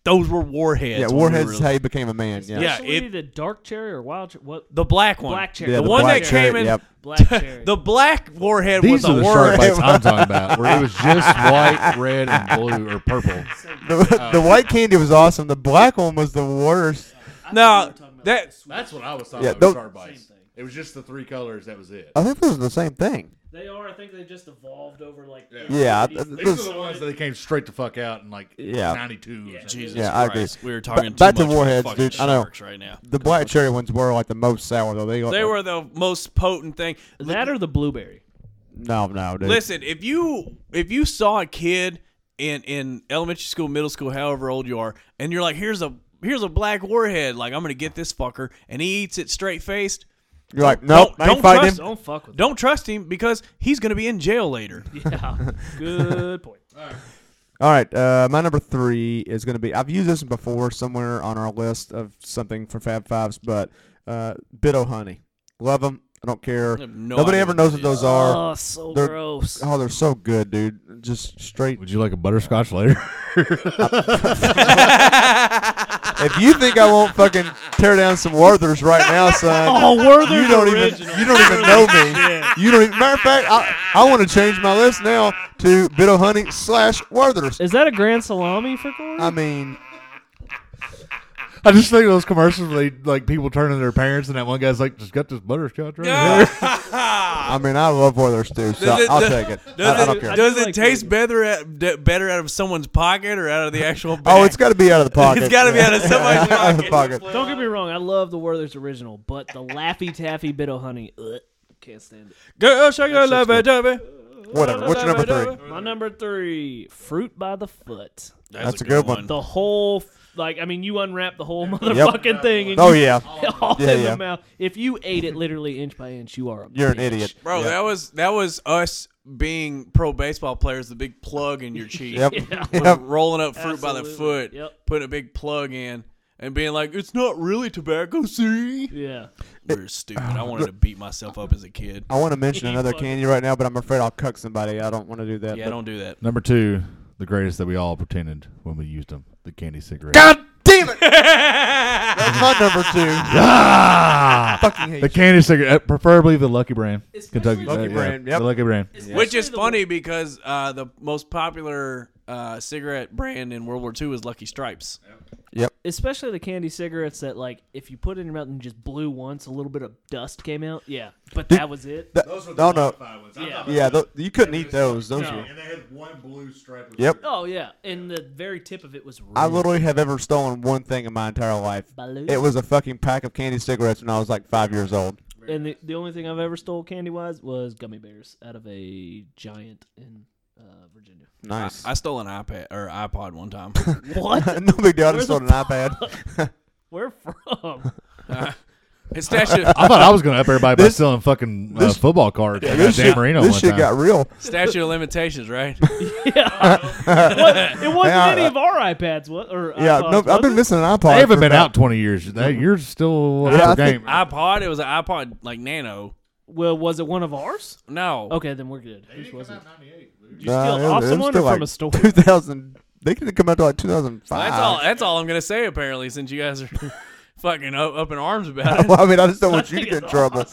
Speaker 2: Those were warheads.
Speaker 3: Yeah,
Speaker 2: when we
Speaker 3: warheads
Speaker 2: were-
Speaker 3: is how you became a man. Yeah.
Speaker 2: Yeah,
Speaker 4: Actually,
Speaker 2: it-
Speaker 4: the dark cherry or wild cherry?
Speaker 2: (laughs)
Speaker 4: What?
Speaker 2: the black one.
Speaker 4: Black cherry.
Speaker 3: Yeah,
Speaker 2: The,
Speaker 3: the
Speaker 2: one
Speaker 3: black
Speaker 2: that
Speaker 3: cherry,
Speaker 2: came in.
Speaker 3: yep.
Speaker 4: Black cherry.
Speaker 2: The black warhead
Speaker 5: These
Speaker 2: was
Speaker 5: are
Speaker 2: a
Speaker 5: the
Speaker 2: warhead.
Speaker 5: shark bites I'm talking about, where it was just
Speaker 3: (laughs)
Speaker 5: white, red, and blue or purple.
Speaker 2: Oh.
Speaker 3: The, (laughs) the white candy was awesome. The black one was the worst.
Speaker 2: No, uh, that
Speaker 5: That's what I was talking
Speaker 3: Yeah, Uh,
Speaker 5: about. with
Speaker 3: those-
Speaker 5: Shark bites. It was just the three colors. That was it.
Speaker 3: I think those are the same thing.
Speaker 4: They are. think they just evolved over like
Speaker 5: Yeah.
Speaker 3: Yeah,
Speaker 4: these-
Speaker 3: th-
Speaker 4: these
Speaker 3: this-
Speaker 5: These are the ones that came straight the fuck out in like
Speaker 3: Yeah.
Speaker 5: '92.
Speaker 4: Yeah.
Speaker 2: Jesus
Speaker 3: Yeah, I agree.
Speaker 2: Christ. We were talking
Speaker 3: Ba- back
Speaker 2: too
Speaker 3: to
Speaker 2: much for
Speaker 3: Warheads,
Speaker 2: fucking
Speaker 3: dude. I know.
Speaker 2: sharks right now.
Speaker 3: The black cherry ones were like the most sour though. They, got-
Speaker 2: They were the most potent thing.
Speaker 4: that or the blueberry.
Speaker 3: no, no, dude.
Speaker 2: Listen, if you if you saw a kid in in elementary school, middle school, however old you are, and you're like, here's a here's a black warhead, like I'm gonna get this fucker, and he eats it straight faced.
Speaker 3: You're like, nope,
Speaker 2: don't-
Speaker 3: I ain't
Speaker 2: don't
Speaker 3: fighting
Speaker 2: trust
Speaker 3: him.
Speaker 4: Don't fuck with.
Speaker 2: Don't trust him because he's gonna be in jail
Speaker 3: (laughs)
Speaker 2: later.
Speaker 4: (laughs)
Speaker 2: (laughs)
Speaker 4: Yeah, good point.
Speaker 3: All right, uh, my number three is going to be. I've used this before somewhere on our list of something for Fab Fives, but uh, Bitto Honey, love them. I don't care.
Speaker 2: I have no
Speaker 3: Nobody
Speaker 2: idea
Speaker 3: ever
Speaker 2: what
Speaker 3: knows
Speaker 2: that
Speaker 3: what those are.
Speaker 4: oh, so
Speaker 3: They're-
Speaker 4: gross.
Speaker 3: Oh, they're so good, dude. Just straight.
Speaker 5: Would you like a butterscotch later?
Speaker 3: if you think I won't fucking tear down some Werthers right
Speaker 2: (laughs)
Speaker 3: now, son,
Speaker 4: Oh, Werther's
Speaker 3: you don't
Speaker 4: original.
Speaker 3: even you don't even know me. You don't. Even, matter of fact, I, I want to change my list now to Bitto Honey slash Werthers.
Speaker 4: Is that a grand salami for corn?
Speaker 3: I mean,
Speaker 5: I just think of those commercials where they like people turning to their parents, and that one guy's like, "Just got this butterscotch right here."
Speaker 3: I mean, I love Werthers too, so
Speaker 2: Does it-
Speaker 3: I'll
Speaker 2: does-
Speaker 3: take it. I,
Speaker 2: Does
Speaker 3: I
Speaker 2: it,
Speaker 3: don't care.
Speaker 2: does
Speaker 4: I
Speaker 2: it
Speaker 4: like
Speaker 2: taste better at, d- better out of someone's pocket or out of the actual? Bag?
Speaker 3: Oh, it's got to be out of the pocket.
Speaker 2: It's gotta be out of
Speaker 3: (laughs)
Speaker 2: somebody's
Speaker 3: Out of the
Speaker 2: pocket.
Speaker 3: pocket.
Speaker 4: Don't get me wrong, I love the Werther's original, but the Laffy Taffy bit of honey, ugh, can't stand it.
Speaker 2: Girl, shake your love, baby.
Speaker 3: Whatever. What's your number three?
Speaker 4: My number three, fruit by the foot.
Speaker 3: That's a good one.
Speaker 4: The whole, like, I mean, you unwrap the whole motherfucking thing and
Speaker 3: Oh
Speaker 4: you
Speaker 3: yeah,
Speaker 4: (laughs) all
Speaker 3: Yeah,
Speaker 4: in
Speaker 3: yeah.
Speaker 4: the mouth. If you ate it literally inch by inch, you are a
Speaker 3: you're an
Speaker 4: bitch.
Speaker 3: idiot.
Speaker 2: Bro,
Speaker 3: Yeah.
Speaker 2: that was that was us being pro baseball players, the big plug in your cheek. (laughs)
Speaker 3: Yep.
Speaker 4: Yeah.
Speaker 2: Was
Speaker 3: Yep.
Speaker 2: Rolling up fruit by
Speaker 4: Absolutely.
Speaker 2: the foot,
Speaker 4: Yep.
Speaker 2: putting a big plug in, and being like, it's not really tobacco,
Speaker 3: (laughs)
Speaker 2: see?
Speaker 4: Yeah.
Speaker 2: We were stupid. I wanted to beat myself up as a kid.
Speaker 3: I want to mention another candy right now, but I'm afraid I'll cuck somebody. I don't want to do that.
Speaker 2: Yeah,
Speaker 3: but-
Speaker 2: don't do that.
Speaker 5: Number two, the greatest that we all pretended when we used them, the candy cigarette.
Speaker 3: God damn it! That's my number two.
Speaker 5: Ah!
Speaker 3: (laughs) Fucking hate.
Speaker 5: (laughs) the candy cigarette, uh, preferably the Lucky Brand,
Speaker 4: Especially
Speaker 5: Kentucky
Speaker 4: the-
Speaker 5: uh,
Speaker 3: Lucky
Speaker 5: yeah,
Speaker 3: Brand,
Speaker 5: the
Speaker 3: yep.
Speaker 5: Lucky Brand.
Speaker 2: Which is
Speaker 4: Especially the-
Speaker 2: funny because uh, the most popular uh, cigarette brand in World War II was Lucky Stripes.
Speaker 4: Especially the candy cigarettes that, like, if you put it in your mouth and just blew once, a little bit of dust came out. Yeah. But
Speaker 3: Did-
Speaker 4: that was it.
Speaker 3: That- no, no.
Speaker 4: Yeah.
Speaker 3: Yeah, th- you couldn't eat those. Those
Speaker 4: No.
Speaker 3: were.
Speaker 5: they had one blue stripe.
Speaker 3: Yep.
Speaker 4: Oh, yeah. And the very tip of it was red.
Speaker 3: I literally have ever stolen one thing in my entire life.
Speaker 4: Baloo.
Speaker 3: It was a fucking pack of candy cigarettes when I was like five years old.
Speaker 4: And the, the only thing I've ever stole candy wise was gummy bears out of a giant in uh, Virginia.
Speaker 3: Nice.
Speaker 2: I stole an iPad or iPod one time. (laughs)
Speaker 4: What?
Speaker 3: (laughs) no big deal. I just
Speaker 4: Where's
Speaker 3: sold an
Speaker 4: the- (laughs)
Speaker 3: iPad.
Speaker 4: Where (laughs) from?
Speaker 2: It's stashed, (laughs)
Speaker 5: I thought I was gonna up everybody by
Speaker 3: This-
Speaker 5: selling fucking uh,
Speaker 3: this-
Speaker 5: football cards. Yeah,
Speaker 3: this shit,
Speaker 5: Dan Marino
Speaker 3: this
Speaker 5: one
Speaker 3: shit
Speaker 5: time.
Speaker 3: got real.
Speaker 2: statute of limitations, right?
Speaker 4: yeah. (laughs) What- it wasn't
Speaker 3: Yeah,
Speaker 4: any
Speaker 3: I-
Speaker 4: of our iPads. What? Or
Speaker 3: Yeah,
Speaker 4: iPods,
Speaker 3: no,
Speaker 4: was
Speaker 3: I've been
Speaker 4: it?
Speaker 3: missing an iPod.
Speaker 5: They haven't
Speaker 3: for
Speaker 5: been
Speaker 3: about-
Speaker 5: out twenty years. That, you're still
Speaker 3: Yeah, I
Speaker 5: up for
Speaker 3: think-
Speaker 5: game.
Speaker 2: iPod. It was an iPod like Nano.
Speaker 4: Well, was it one of ours?
Speaker 2: No.
Speaker 4: Okay, then we're good. Whose was it?
Speaker 3: You
Speaker 4: steal it off someone or from
Speaker 3: (laughs)
Speaker 4: a store?
Speaker 3: 2000. They could have come out to like 2005.
Speaker 2: That's all. That's all I'm gonna say. Apparently, since you guys are (laughs) fucking up, up in arms about it.
Speaker 3: (laughs) well, I mean, I just don't want you to
Speaker 4: (laughs) think
Speaker 3: get in
Speaker 4: it's
Speaker 3: trouble.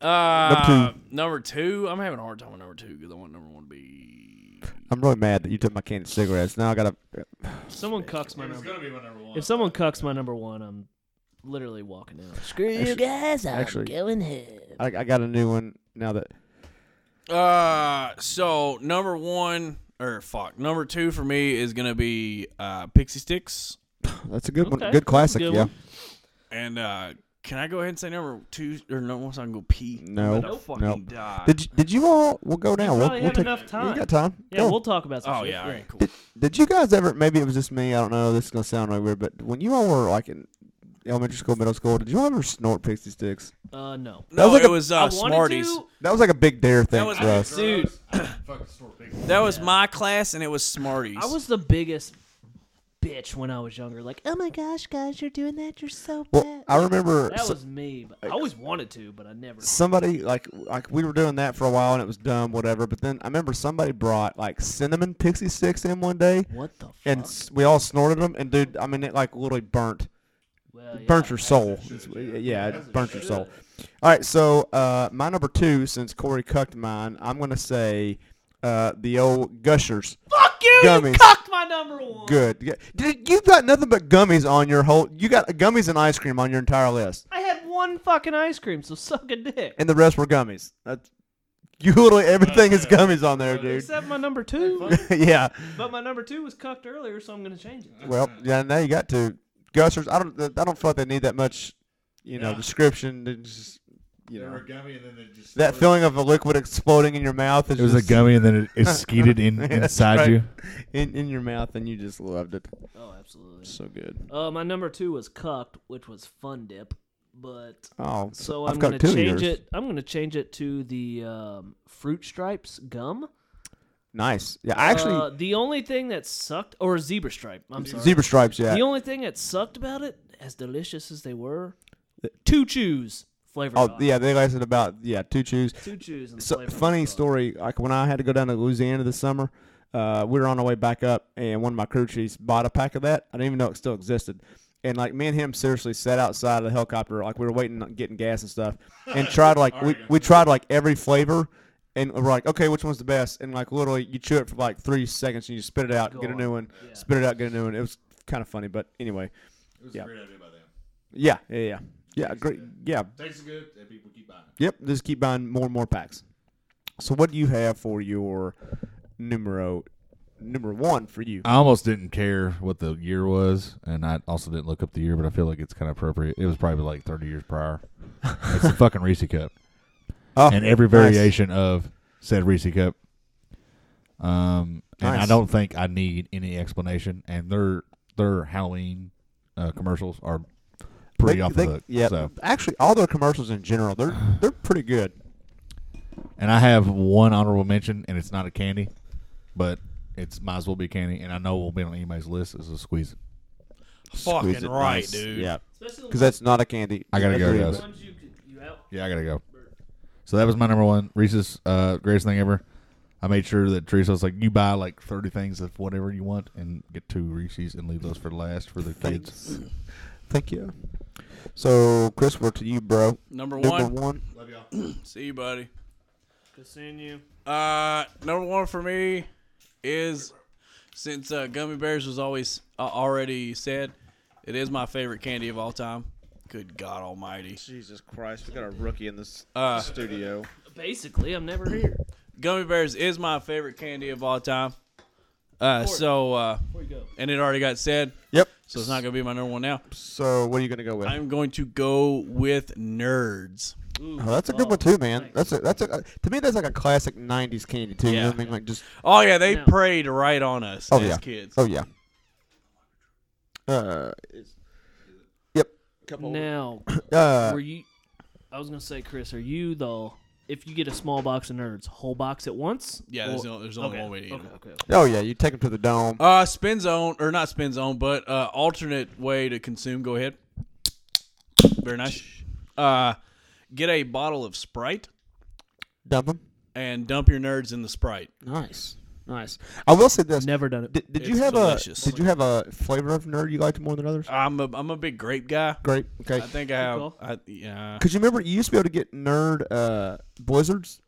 Speaker 2: Uh, number two. I'm having a hard time with number two because I want number one to be.
Speaker 3: I'm really mad that you took my candy cigarettes. Now I gotta. (laughs)
Speaker 4: If someone cucks my number. If someone cucks my number one, I'm literally walking out. Screw you guys. I'm
Speaker 3: actually-
Speaker 4: going home.
Speaker 3: I, I got a new one now that.
Speaker 2: Uh, so number one or fuck, number two for me is gonna be uh Pixie Sticks.
Speaker 3: That's a good one.
Speaker 4: Okay.
Speaker 3: Good classic.
Speaker 4: Good
Speaker 3: yeah.
Speaker 4: one.
Speaker 2: And uh can I go ahead and say number two or no? Once I can go pee.
Speaker 3: No.
Speaker 2: I'm gonna
Speaker 3: Nope.
Speaker 2: fucking
Speaker 3: Nope.
Speaker 2: die.
Speaker 3: Did you, did you all? We'll go now. We'll,
Speaker 4: probably
Speaker 3: we'll
Speaker 4: have
Speaker 3: take.
Speaker 4: enough time.
Speaker 3: We got time.
Speaker 4: Yeah,
Speaker 3: Go.
Speaker 4: we'll talk about some
Speaker 2: oh
Speaker 4: shit.
Speaker 2: yeah. All right. Cool.
Speaker 3: did, did you guys ever? Maybe it was just me. I don't know. This is gonna sound really weird, but when you all were like in elementary school, middle school, did you all ever snort pixie sticks?
Speaker 4: Uh, no.
Speaker 2: No,
Speaker 3: was like
Speaker 2: it
Speaker 3: a-
Speaker 2: was
Speaker 4: I
Speaker 2: uh,
Speaker 4: wanted
Speaker 2: Smarties.
Speaker 4: to-
Speaker 3: That was like a big dare thing
Speaker 2: was-
Speaker 3: for us.
Speaker 4: Dude,
Speaker 2: That was my class, and it was Smarties.
Speaker 4: I was the biggest bitch when I was younger. Like, oh my gosh, guys, you're doing that. You're so
Speaker 3: Well,
Speaker 4: bad.
Speaker 3: I remember.
Speaker 4: that
Speaker 3: so-
Speaker 4: was me. But I always wanted to, but I never.
Speaker 3: somebody like like we were doing that for a while and it was dumb whatever but then i remember somebody brought like cinnamon pixie sticks in one day
Speaker 4: What the fuck?
Speaker 3: and s- we all snorted them and dude i mean it like literally burnt
Speaker 4: well, yeah,
Speaker 3: burnt your soul It's- yeah it burnt your soul all right so uh my number two since corey cucked mine i'm gonna say uh the old gushers
Speaker 4: Fuck you!
Speaker 3: Gummies.
Speaker 4: You cucked my number one.
Speaker 3: good Yeah, dude, you've got nothing but gummies on your whole you got gummies and ice cream on your entire list
Speaker 4: I had one fucking ice cream, so suck a dick.
Speaker 3: and the rest were gummies that's You (laughs) literally everything is
Speaker 4: yeah.
Speaker 3: gummies on there, dude.
Speaker 4: Except my number two.
Speaker 3: (laughs) yeah.
Speaker 4: but my number two was cucked earlier, so I'm gonna change it.
Speaker 3: Well, yeah. Now you got to gushers. I don't. I don't feel like they need that much, you know,
Speaker 5: Yeah.
Speaker 3: description. They Just, you know,
Speaker 5: gummy and then they just
Speaker 3: that feeling of a liquid exploding in your mouth is
Speaker 5: It was a
Speaker 3: just
Speaker 5: gummy and then (laughs) it, it skeeted in
Speaker 3: Yeah, that's
Speaker 5: inside
Speaker 3: right.
Speaker 5: you.
Speaker 3: in in your mouth, and you just loved it.
Speaker 4: Oh, absolutely.
Speaker 3: So good.
Speaker 4: Uh, my number two was cucked, which was fun dip, but
Speaker 3: Oh,
Speaker 4: so
Speaker 3: I've
Speaker 4: I'm
Speaker 3: got
Speaker 4: gonna
Speaker 3: two of yours.
Speaker 4: change it. I'm gonna change it to the um, fruit stripes gum.
Speaker 3: nice. Yeah, I actually
Speaker 4: uh, the only thing that sucked, or zebra stripe. I'm sorry.
Speaker 3: zebra stripes. Yeah,
Speaker 4: The only thing that sucked about it, as delicious as they were, two chews flavor.
Speaker 3: Oh
Speaker 4: gone.
Speaker 3: yeah, they lasted about yeah two chews.
Speaker 4: two chews. And the
Speaker 3: So,
Speaker 4: flavor
Speaker 3: funny
Speaker 4: gone.
Speaker 3: story. Like when I had to go down to Louisiana this summer, uh, we were on our way back up, and one of my crew chiefs bought a pack of that. I didn't even know it still existed. And like me and him seriously sat outside of the helicopter, like we were waiting, on getting gas and stuff,
Speaker 4: (laughs)
Speaker 3: and tried like we, we tried like every flavor, and we're like, okay, which one's the best? And like literally, you chew it for like three seconds, and you spit it out, get a
Speaker 4: Gone.
Speaker 3: new one,
Speaker 4: Yeah.
Speaker 3: spit it out, get a new one. It was kind of funny, but anyway,
Speaker 5: It was
Speaker 3: a Yeah.
Speaker 5: great idea by them.
Speaker 3: yeah, yeah, yeah, yeah, great, yeah,
Speaker 5: Tastes good and people keep buying it.
Speaker 3: Yep, just keep buying more and more packs. So what do you have for your numero number one for you?
Speaker 5: I almost didn't care what the year was, and I also didn't look up the year, but I feel like it's kind of appropriate. It was probably like 30 years prior. it's the fucking Reese Cup.
Speaker 3: (laughs) Oh,
Speaker 5: Uh, and every
Speaker 3: nice.
Speaker 5: variation of said Reese cup. Um, and I
Speaker 3: Nice.
Speaker 5: don't think I need any explanation. And their their Halloween uh, commercials are pretty
Speaker 3: They-
Speaker 5: off
Speaker 3: they-
Speaker 5: the hook.
Speaker 3: Yeah,
Speaker 5: So,
Speaker 3: actually, all their commercials in general,
Speaker 5: (sighs)
Speaker 3: they're they're pretty good.
Speaker 5: and I have one honorable mention, and it's not a candy, but it's might as well be candy. And I know will be on anybody's list is a squeeze. It.
Speaker 3: Squeeze
Speaker 2: Fucking
Speaker 3: it
Speaker 2: right,
Speaker 3: nice.
Speaker 2: dude.
Speaker 3: Yeah,
Speaker 4: Especially
Speaker 3: because
Speaker 4: the
Speaker 3: that's not a candy.
Speaker 5: I gotta go,
Speaker 3: Agreed.
Speaker 5: guys.
Speaker 4: ones you could- you out.
Speaker 5: Yeah, I gotta go. So that was my number one Reese's uh, greatest thing ever. I made sure that Teresa was like, "You buy like thirty things of whatever you want, and get two Reese's, and leave those for last for the kids."
Speaker 3: Thanks. Thank you. So, Chris, we're to you, bro.
Speaker 2: Number
Speaker 3: Number
Speaker 2: one.
Speaker 3: one.
Speaker 2: See you, buddy.
Speaker 4: Good seeing you.
Speaker 2: Uh, number one for me is since uh, gummy bears was always uh, already said, it is my favorite candy of all time. Good God Almighty!
Speaker 12: Jesus Christ, we got a rookie in this
Speaker 2: Uh,
Speaker 12: studio.
Speaker 4: Basically, I'm never here.
Speaker 2: Gummy bears is my favorite candy of all time. Uh, so uh,
Speaker 4: Where you go?
Speaker 2: and it already got said,
Speaker 3: Yep.
Speaker 2: so it's not gonna be my number one now.
Speaker 3: So, what are you gonna go with?
Speaker 2: I'm going to go with nerds.
Speaker 4: Ooh,
Speaker 3: Oh, that's a good
Speaker 4: wow.
Speaker 3: one too, man.
Speaker 4: Thanks.
Speaker 3: That's a that's a to me that's like a classic '90s candy too. You know
Speaker 2: Yeah.
Speaker 3: what I mean? Like just
Speaker 2: Oh yeah, they
Speaker 4: No.
Speaker 2: preyed right on us
Speaker 3: Oh,
Speaker 2: as
Speaker 3: yeah.
Speaker 2: kids.
Speaker 3: Oh yeah. Uh, it's- yep.
Speaker 4: Now,
Speaker 3: Uh,
Speaker 4: were you? I was gonna say, Chris, are you though? If you get a small box of nerds, whole box at once?
Speaker 2: Yeah, there's,
Speaker 4: Or-
Speaker 2: no, there's only
Speaker 4: okay,
Speaker 2: one way to eat
Speaker 4: okay,
Speaker 2: them.
Speaker 4: okay, okay.
Speaker 3: oh yeah, you take them to the dome.
Speaker 2: Uh, spin zone or not spin zone, but uh, alternate way to consume. Go ahead. Very nice. Uh, get a bottle of Sprite
Speaker 3: Dump them.
Speaker 2: and dump your nerds in the Sprite.
Speaker 3: Nice, nice. I will say this.
Speaker 4: Never done it.
Speaker 3: Did, did you
Speaker 2: It's
Speaker 3: have
Speaker 2: delicious.
Speaker 3: a Did you have a flavor of nerd you liked more than others?
Speaker 2: I'm a I'm a big grape guy.
Speaker 3: Great. Okay.
Speaker 2: I think I have.
Speaker 4: call.
Speaker 2: I, yeah.
Speaker 3: Because you remember you used to be able to get nerd uh, blizzards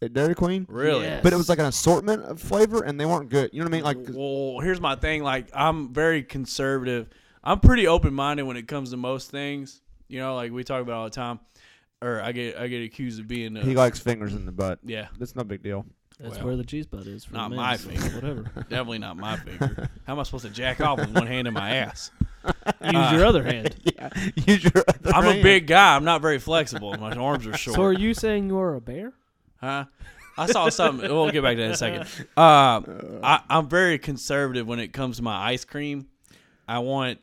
Speaker 3: at Dairy Queen,
Speaker 2: Really.
Speaker 4: Yeah.
Speaker 3: but it was like an assortment of flavor, and they weren't good. You know what I mean? Like 'cause-
Speaker 2: Well, here's my thing. Like, I'm very conservative. I'm pretty open minded when it comes to most things. You know, like we talk about all the time. Or I get I get accused of being
Speaker 3: he
Speaker 2: a,
Speaker 3: likes fingers in the butt.
Speaker 2: yeah.
Speaker 3: That's no big deal.
Speaker 4: That's
Speaker 2: Well,
Speaker 4: where the cheese butt is. For
Speaker 2: not
Speaker 4: the men,
Speaker 2: my
Speaker 4: so
Speaker 2: finger. (laughs)
Speaker 4: Whatever.
Speaker 2: Definitely not my finger. How am I supposed to jack off with one hand in my ass?
Speaker 4: Use
Speaker 2: Uh,
Speaker 4: your other hand.
Speaker 3: Yeah. (laughs) Use your. other
Speaker 2: (laughs) I'm a
Speaker 3: hand.
Speaker 2: big guy. I'm not very flexible. My (laughs) arms are
Speaker 4: So, are
Speaker 2: short.
Speaker 4: you saying you are a bear?
Speaker 2: Huh? I saw something. We'll get back to that in a
Speaker 4: (laughs)
Speaker 2: second. Uh, I, I'm very conservative when it comes to my ice cream. I want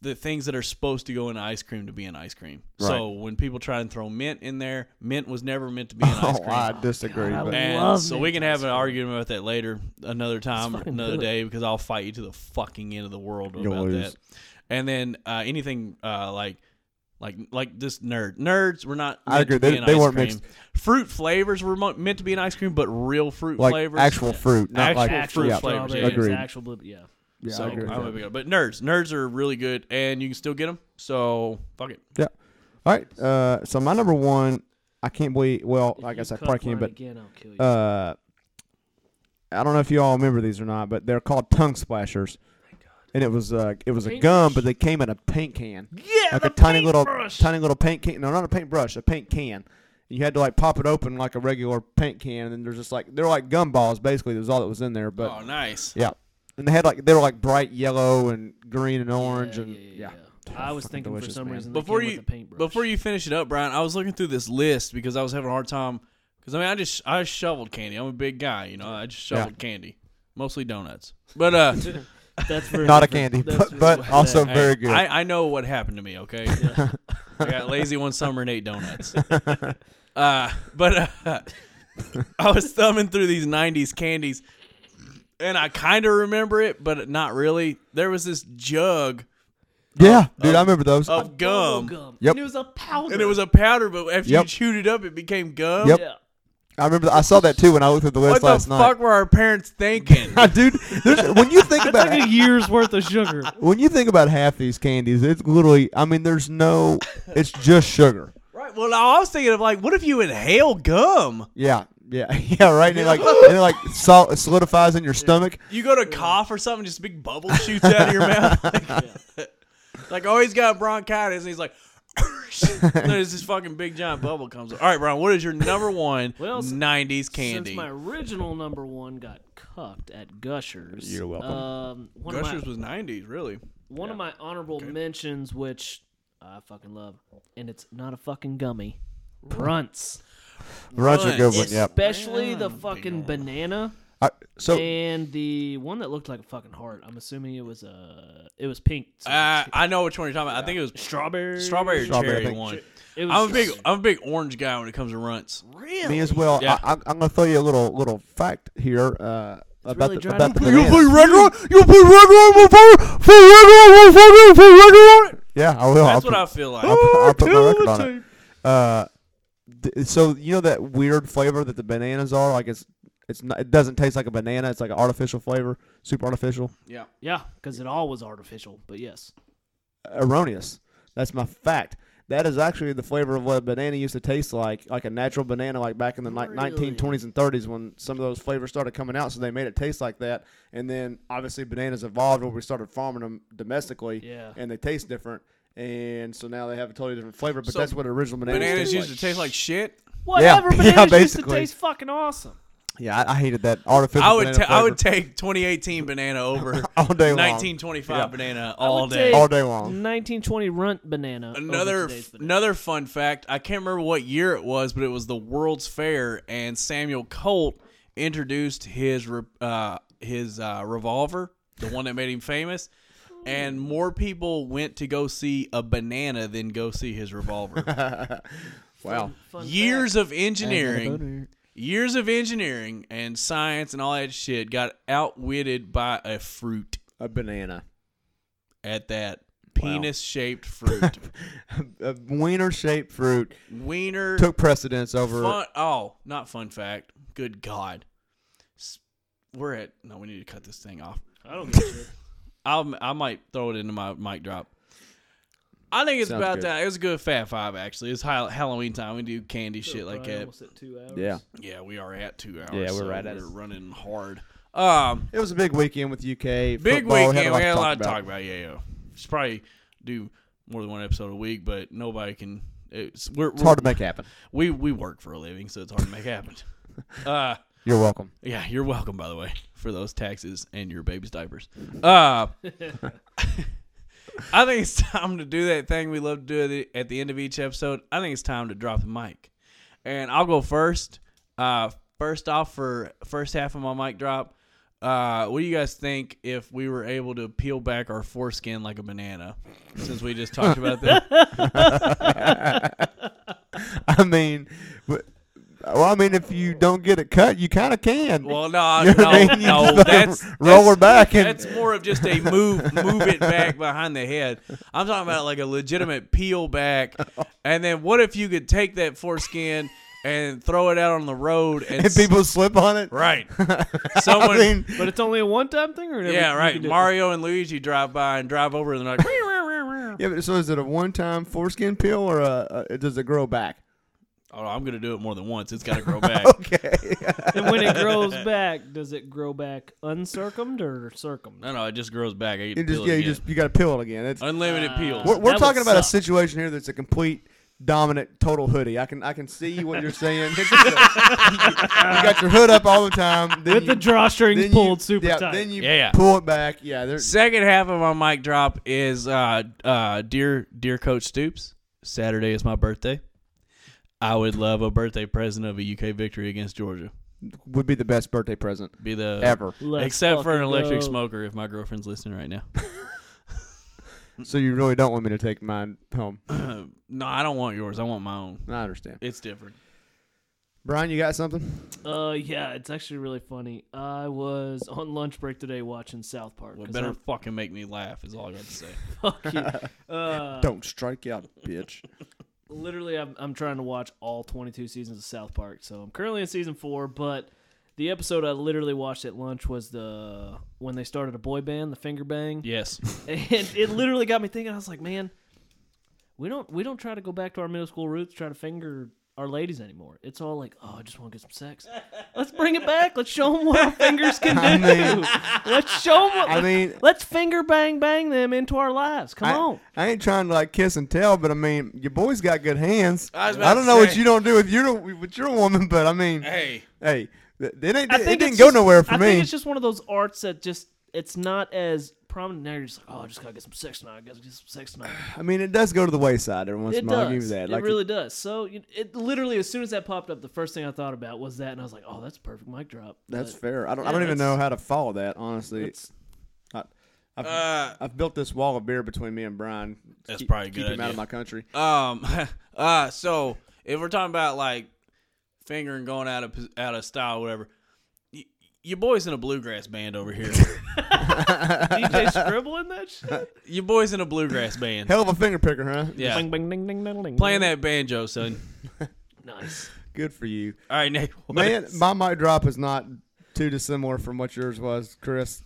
Speaker 2: the things that are supposed to go in ice cream to be in ice cream. So when people try and throw mint in there, mint was never meant to be in
Speaker 4: (laughs)
Speaker 2: ice
Speaker 3: (laughs) Oh,
Speaker 2: cream.
Speaker 3: I disagree.
Speaker 4: God, I
Speaker 3: but-
Speaker 4: would-
Speaker 2: And
Speaker 4: Love
Speaker 2: so
Speaker 4: mint
Speaker 2: we can have
Speaker 4: ice
Speaker 2: an
Speaker 4: cream.
Speaker 2: argument about that later, another time,
Speaker 4: fucking
Speaker 2: another
Speaker 4: do it.
Speaker 2: day, because I'll fight you to the fucking end of the world
Speaker 3: You'll
Speaker 2: about
Speaker 3: lose.
Speaker 2: that. And then uh, anything uh, like, like, like this nerd. Nerds were not.
Speaker 3: I
Speaker 2: meant
Speaker 3: agree.
Speaker 2: To be
Speaker 3: They-
Speaker 2: in
Speaker 3: they
Speaker 2: ice
Speaker 3: weren't
Speaker 2: cream.
Speaker 3: mixed.
Speaker 2: Fruit flavors were mo- meant to be in ice cream, but real fruit
Speaker 3: like
Speaker 2: flavors,
Speaker 3: actual fruit, not
Speaker 2: Actual
Speaker 3: like
Speaker 2: fruit
Speaker 3: yeah,
Speaker 2: flavors,
Speaker 4: strawberries,
Speaker 2: yeah.
Speaker 3: Agreed.
Speaker 4: Actual blue. Yeah.
Speaker 3: Yeah,
Speaker 2: So
Speaker 3: I agree.
Speaker 2: I'm a big- but nerds, nerds are really good, and you can still get them. So fuck it.
Speaker 3: yeah. All right. Uh, so my number one, I can't believe. Well, I
Speaker 4: If
Speaker 3: guess
Speaker 4: you
Speaker 3: I
Speaker 4: cut
Speaker 3: probably can,
Speaker 4: mine
Speaker 3: but
Speaker 4: again, I'll kill you.
Speaker 3: uh, I don't know if you all remember these or not, but they're called tongue splashers. And it was uh, it was a gum, but they came in a paint can,
Speaker 4: yeah,
Speaker 3: like a tiny little, tiny little paint can. No, not a paintbrush, a paint can. You had to like pop it open like a regular paint can, and then there's just like they're like gumballs basically. That was all that was in there, but
Speaker 2: oh, nice.
Speaker 3: yeah, and they had like they were like bright yellow and green and orange and yeah.
Speaker 4: I was thinking for
Speaker 3: delicious,
Speaker 4: some
Speaker 3: man.
Speaker 4: reason they
Speaker 2: Before
Speaker 4: came
Speaker 2: you
Speaker 4: with a paintbrush.
Speaker 2: before you finish it up, Brian, I was looking through this list because I was having a hard time. Because I mean, I just I shoveled candy. I'm a big guy, you know. I just shoveled candy, mostly donuts. But
Speaker 3: (laughs)
Speaker 2: uh,
Speaker 4: that's for
Speaker 3: Not a
Speaker 4: different-
Speaker 3: candy,
Speaker 4: that's
Speaker 3: but,
Speaker 4: for-
Speaker 3: but also
Speaker 2: hey,
Speaker 3: very good.
Speaker 2: I, I know what happened to me.
Speaker 3: (laughs)
Speaker 2: Okay, I got lazy one summer and ate donuts. Uh, but uh, (laughs) I was thumbing through these '90s candies, and I kind of remember it, but not really. There was this jug
Speaker 3: yeah, dude, I remember those.
Speaker 2: of
Speaker 4: Bubble
Speaker 2: gum,
Speaker 4: gum.
Speaker 3: Yep.
Speaker 4: And it was a powder.
Speaker 2: and it was a powder. But after
Speaker 3: Yep.
Speaker 2: you chewed it up, it became gum.
Speaker 3: Yep.
Speaker 4: Yeah.
Speaker 3: I remember. I saw that too when I looked at the
Speaker 2: What
Speaker 3: list
Speaker 2: the
Speaker 3: last night.
Speaker 2: fuck were our parents thinking?
Speaker 3: (laughs) dude, there's, when you think about
Speaker 4: Like a year's worth of sugar.
Speaker 3: when you think about half these candies, it's literally. I mean, there's no. It's just sugar.
Speaker 2: right. Well, I was thinking of like, what if you inhale gum?
Speaker 3: Yeah, yeah, (laughs) yeah. Right. And it like and it like sol- it solidifies in your stomach.
Speaker 2: You go to cough or something, just a big bubble shoots out of your mouth.
Speaker 3: (laughs)
Speaker 2: Like, like, oh, he's got bronchitis, and he's like, (laughs) there's this fucking big giant bubble comes up. All right, Brian, what is your number one
Speaker 4: Well, s-
Speaker 2: 90s (laughs) candy?
Speaker 4: Since my original number one got cucked at Gushers.
Speaker 3: You're welcome.
Speaker 4: Um, one of my,
Speaker 2: Gushers was 90s, really.
Speaker 4: one of my honorable mentions, which I fucking love, and it's not a fucking gummy. Brunts,
Speaker 3: Brunch a good one.
Speaker 2: Yes.
Speaker 3: Yep.
Speaker 4: especially the fucking banana
Speaker 3: I, so
Speaker 4: and the one that looked like a fucking heart. I'm assuming it was uh, it was pink. so
Speaker 2: Uh, I know which one you're talking about. I think it was
Speaker 4: Strawberry-
Speaker 2: strawberry, or
Speaker 3: Strawberry, I
Speaker 2: cherry
Speaker 3: think.
Speaker 2: one.
Speaker 4: It was
Speaker 2: I'm a big, I'm a big orange guy when it comes to runts.
Speaker 3: me as well.
Speaker 2: Yeah.
Speaker 3: I, I, I'm gonna throw you a little little fact here uh, about
Speaker 4: really
Speaker 3: the
Speaker 4: dry.
Speaker 3: about the
Speaker 4: You
Speaker 3: bananas.
Speaker 2: regular? You play
Speaker 3: yeah, I will. I'll
Speaker 2: That's
Speaker 3: put-
Speaker 2: what I feel like.
Speaker 3: I'll, put- I'll put my record on it. Uh, th- so you know that weird flavor that the bananas are like it's it's not, it doesn't taste like a banana. It's like an artificial flavor, super artificial,
Speaker 2: Yeah.
Speaker 4: yeah, because it all was artificial. But yes,
Speaker 3: erroneous. That's my fact. That is actually the flavor of what a banana used to taste like, like a natural banana, like back in the like 1920s and 30s when some of those flavors started coming out. So they made it taste like that, and then obviously bananas evolved where we started farming them domestically,
Speaker 4: Yeah.
Speaker 3: and they taste different, and so now they have a totally different flavor. But
Speaker 2: So
Speaker 3: that's what original bananas,
Speaker 2: Bananas
Speaker 3: taste
Speaker 2: used
Speaker 3: like.
Speaker 2: to taste like shit.
Speaker 4: whatever.
Speaker 3: (laughs) yeah,
Speaker 4: bananas used to
Speaker 3: basically.
Speaker 4: taste fucking awesome.
Speaker 3: Yeah, I, I hated that artificial.
Speaker 2: I would
Speaker 3: banana
Speaker 2: ta- I
Speaker 3: flavor
Speaker 2: would take 2018 banana over
Speaker 3: (laughs) all day long.
Speaker 2: 1925
Speaker 3: Yeah.
Speaker 2: banana
Speaker 4: would
Speaker 2: all day.
Speaker 4: take-
Speaker 3: all day (laughs) long.
Speaker 4: 1920 runt banana. over
Speaker 2: Another
Speaker 4: today's banana.
Speaker 2: another fun fact. I can't remember what year it was, but it was the World's Fair, and Samuel Colt introduced his re- uh, his uh, revolver, the one that made him famous. And more people went to go see a banana than go see his
Speaker 3: (laughs)
Speaker 2: revolver.
Speaker 3: Wow.
Speaker 4: Fun
Speaker 2: years of engineering, years of engineering and science and all that shit got outwitted by a fruit
Speaker 3: A banana.
Speaker 2: at that penis shaped
Speaker 3: (laughs)
Speaker 2: fruit.
Speaker 3: A wiener shaped fruit
Speaker 2: Wiener.
Speaker 3: took precedence over.
Speaker 2: fun, oh, not fun fact. Good God. S- We're at. No, we need to cut this thing off.
Speaker 4: I don't give a shit.
Speaker 2: I'll, I might throw it into my mic drop. I think it's
Speaker 3: Sounds
Speaker 2: about
Speaker 3: good.
Speaker 2: that. It was a good Fat Five, actually. It's ha- Halloween time. We do candy shit like
Speaker 4: Probably
Speaker 2: that.
Speaker 4: almost at two hours.
Speaker 3: Yeah.
Speaker 2: Yeah, we are at two hours.
Speaker 3: Yeah, we're
Speaker 2: so
Speaker 3: right at
Speaker 2: We're
Speaker 3: it.
Speaker 2: running hard. Um,
Speaker 3: It was a big weekend with UK.
Speaker 2: Big
Speaker 3: football.
Speaker 2: weekend. We
Speaker 3: to
Speaker 2: had a lot to talk about. Yeah, yeah. Should probably do more than one episode a week, but nobody can. It's, we're,
Speaker 3: It's hard to make happen.
Speaker 2: we we work for a living, so it's hard to make happen. Uh,
Speaker 3: You're welcome. (laughs)
Speaker 2: yeah, you're welcome, by the way, for those taxes and your baby's diapers. Uh, (laughs) I think it's time to do that thing we love to do at the, at the end of each episode. I think it's time to drop the mic. And I'll go first. Uh, first off, for first half of my mic drop, uh, what do you guys think if we were able to peel back our foreskin like a banana? Since we just talked about that.
Speaker 3: I mean, but, well, I mean, if you don't get it cut, you kind of can.
Speaker 2: Well, no, I-
Speaker 3: (laughs) You know
Speaker 2: no,
Speaker 3: what I mean? You (laughs)
Speaker 2: no,
Speaker 3: just let
Speaker 2: that's
Speaker 3: it roll her
Speaker 2: that's-
Speaker 3: back and-
Speaker 2: that's more of just a move, move it back behind the head. I'm talking about like a legitimate peel
Speaker 3: (laughs)
Speaker 2: back. And then what if you could take that foreskin and throw it out on the road and,
Speaker 3: and (laughs) people slip on it.
Speaker 2: right? Someone,
Speaker 3: (laughs) I mean,
Speaker 4: But it's only a one-time thing,
Speaker 2: (laughs)
Speaker 4: or
Speaker 2: yeah, right. Mario and Luigi drive by and drive over, and they're like, "Oh,
Speaker 3: yeah. But so is it a one-time foreskin peel or a, a, does it grow back? (laughs)
Speaker 2: Oh, I'm gonna do it more than once. It's got to grow back."
Speaker 3: Okay.
Speaker 4: And when it grows back, does it grow back uncircummed or circummed?
Speaker 2: No, no, it just grows back. I get
Speaker 3: you
Speaker 2: to
Speaker 3: just
Speaker 2: peel it
Speaker 3: yeah, you
Speaker 2: again.
Speaker 3: just you got to peel it again. It's,
Speaker 2: unlimited peels.
Speaker 3: We're, we're
Speaker 4: That would
Speaker 3: talking about a
Speaker 4: suck.
Speaker 3: situation here that's a complete dominant total hoodie. I can I can see what you're saying. (laughs) you got your hood up all the time. Then
Speaker 4: With
Speaker 3: you,
Speaker 4: the drawstrings
Speaker 3: then
Speaker 4: pulled
Speaker 3: you,
Speaker 4: super
Speaker 3: yeah,
Speaker 4: tight.
Speaker 3: Then you
Speaker 2: Yeah, yeah.
Speaker 3: pull it back. Yeah, there's
Speaker 2: Second half of my mic drop is uh, uh, dear dear Coach Stoops. Saturday is my birthday. I would love a birthday present of a UK victory against Georgia.
Speaker 3: would be the best birthday present
Speaker 2: Be the
Speaker 3: ever.
Speaker 4: Let's
Speaker 2: except for an
Speaker 4: fucking
Speaker 2: electric
Speaker 4: go.
Speaker 2: smoker. If my girlfriend's listening right now,
Speaker 3: So you really don't want me to take mine home.
Speaker 2: no, I don't want yours. I want my own.
Speaker 3: I understand.
Speaker 2: It's different.
Speaker 3: Brian, you got something?
Speaker 4: Uh, yeah, it's actually really funny. I was on lunch break today watching South Park.
Speaker 2: Well,
Speaker 4: 'cause
Speaker 2: better
Speaker 4: I'm
Speaker 2: fucking make me laugh is all I got to
Speaker 4: (laughs)
Speaker 2: say. (laughs)
Speaker 4: fucking- uh,
Speaker 3: Don't strike out, bitch.
Speaker 4: literally I'm, I'm trying to watch all 22 seasons of south park so i'm currently in season four but the episode i literally watched at lunch was the when they started a boy band the finger bang
Speaker 2: Yes,
Speaker 4: (laughs) and it literally got me thinking i was like man we don't we don't try to go back to our middle school roots try to finger our ladies anymore it's all like oh i just want to get some sex let's bring it back let's show them what our fingers can do
Speaker 3: (laughs) I mean-
Speaker 4: let's show them
Speaker 3: I mean,
Speaker 4: let's finger bang bang them into our lives come on
Speaker 3: I, I ain't trying to like kiss and tell, but I mean, your boy's got good hands.
Speaker 2: I
Speaker 3: I,
Speaker 2: was about
Speaker 3: don't
Speaker 2: to
Speaker 3: know what
Speaker 2: say.
Speaker 3: you don't do with your with your woman, but I mean, hey,
Speaker 2: hey,
Speaker 3: th- it, ain't,
Speaker 4: I
Speaker 3: it
Speaker 4: think
Speaker 3: didn't
Speaker 4: it's
Speaker 3: go
Speaker 4: just-
Speaker 3: nowhere for
Speaker 4: I
Speaker 3: me.
Speaker 4: think it's just one of those arts that just it's not as prominent now. You're just like, oh, I just gotta get some sex tonight. I gotta get some
Speaker 3: (sighs)
Speaker 4: sex tonight.
Speaker 3: I mean, it does go to the wayside every once
Speaker 4: It
Speaker 3: in a while. I'll give you
Speaker 4: does.
Speaker 3: that.
Speaker 4: It
Speaker 3: Like,
Speaker 4: really does. So you- it literally, as soon as that popped up, the first thing I thought about was that, and I was like, oh, that's a perfect mic drop.
Speaker 3: that's
Speaker 4: (laughs) But
Speaker 3: fair. I don't. I
Speaker 4: Yeah,
Speaker 3: don't even know
Speaker 4: that's-
Speaker 3: how to follow that. Honestly,
Speaker 4: It's
Speaker 3: I've,
Speaker 2: uh,
Speaker 3: I've built this wall of beer between me and Brian. to
Speaker 2: That's
Speaker 3: keep,
Speaker 2: probably a
Speaker 3: to keep
Speaker 2: good
Speaker 3: him out of
Speaker 2: idea.
Speaker 3: my country.
Speaker 2: um, (laughs) uh, so if we're talking about like fingering going out of pos- out of style, whatever, y- your boy's in a bluegrass band over here.
Speaker 3: (laughs)
Speaker 4: DJ Scribble in that shit.
Speaker 2: your boy's in a
Speaker 3: (clears throat)
Speaker 2: bluegrass band.
Speaker 3: Hell of a finger picker, huh?
Speaker 2: Yeah,
Speaker 4: Bing, bing, ding, ding, ding, ding.
Speaker 2: playing that banjo, son. (laughs)
Speaker 4: Nice.
Speaker 3: Good for you,
Speaker 2: All right, Nate. (laughs) what
Speaker 3: (laughs) man.
Speaker 2: is-
Speaker 3: My mic drop is not too dissimilar from what yours was, Chris.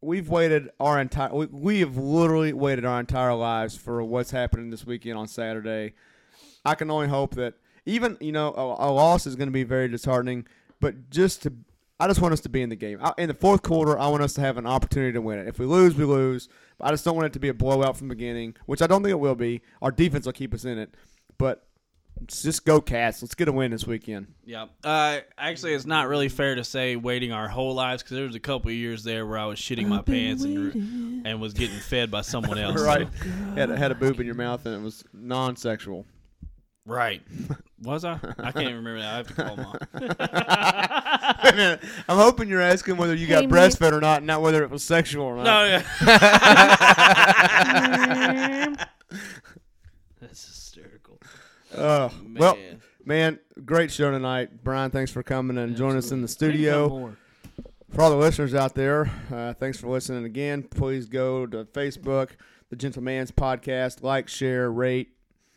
Speaker 3: We've waited our entire. We, we have literally waited our entire lives for what's happening this weekend on Saturday. I can only hope that even you know a, a loss is going to be very disheartening, but just to I just want us to be in the game. I, in the fourth quarter, I want us to have an opportunity to win it. If we lose, we lose. But I just don't want it to be a blowout from the beginning, which I don't think it will be. Our defense will keep us in it, but let's just go Cats. Let's get a win this weekend.
Speaker 2: Yeah. Uh, actually, it's not really fair to say waiting our whole lives because there was a couple of years there where I was shitting my pants and, and was getting fed by
Speaker 3: (laughs)
Speaker 2: someone
Speaker 4: (laughs)
Speaker 2: else.
Speaker 3: right?
Speaker 4: Oh,
Speaker 3: Had a, had a boob in your mouth and it was non-sexual. (laughs)
Speaker 2: Right. Was I? I can't remember that. I have to
Speaker 3: (laughs)
Speaker 2: call
Speaker 3: Oh,
Speaker 2: mom.
Speaker 3: Wait a minute. I'm hoping you're asking whether you got breastfed or not, not whether it was sexual or not.
Speaker 2: No, yeah.
Speaker 4: That's hysterical.
Speaker 3: Oh, well,
Speaker 2: Man.
Speaker 3: man, great show tonight, Brian. Thanks for coming and joining us in the
Speaker 4: Come
Speaker 3: studio.
Speaker 4: more.
Speaker 3: For all the listeners out there, uh, thanks for listening again. Please go to Facebook, the Gentleman's Podcast, like, share, rate.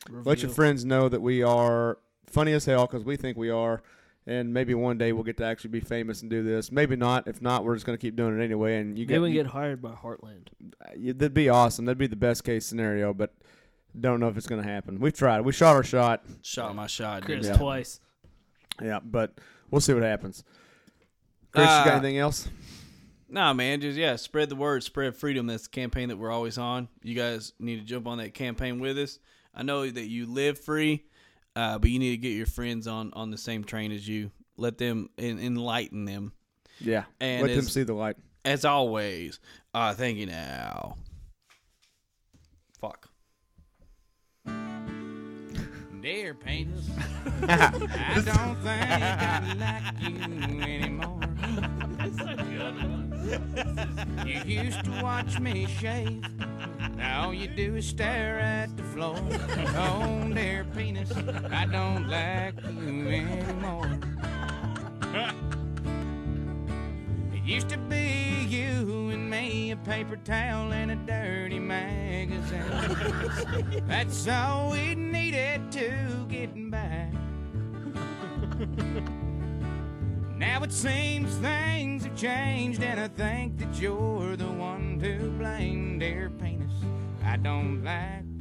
Speaker 3: Let your friends know that we are funny as hell because we think we are. And maybe one day we'll get to actually be famous and do this. Maybe not. If not, we're just going to keep doing it anyway. And you
Speaker 4: Maybe we
Speaker 3: you-
Speaker 4: can get hired by Heartland.
Speaker 3: Yeah, that'd be awesome. That'd be the best case scenario, but don't know if it's going to happen. We've tried. We shot our shot.
Speaker 2: Shot my shot. dude.
Speaker 4: Chris
Speaker 3: Yeah.
Speaker 4: twice. (laughs)
Speaker 3: Yeah, but we'll see what happens. Chris, you
Speaker 2: Uh,
Speaker 3: got anything else?
Speaker 2: Nah, man. Just, yeah, spread the word, spread freedom. That's the campaign that we're always on. You guys need to jump on that campaign with us. I know that you live free, uh, but you need to get your friends on, on the same train as you. Let them en- enlighten them.
Speaker 3: Yeah.
Speaker 2: and
Speaker 3: Let them
Speaker 2: it's-
Speaker 3: see the light.
Speaker 2: As always, uh, thank you now. Fuck. Dear painters, I don't think I like you anymore. You used to watch me shave. Now all you do is stare at the floor. Oh, dear penis, I don't like you anymore. It used to be you and me, a paper towel and a dirty magazine. That's all we needed to get by. Now it seems things have changed, and I think that you're the one to blame, dear penis. I don't like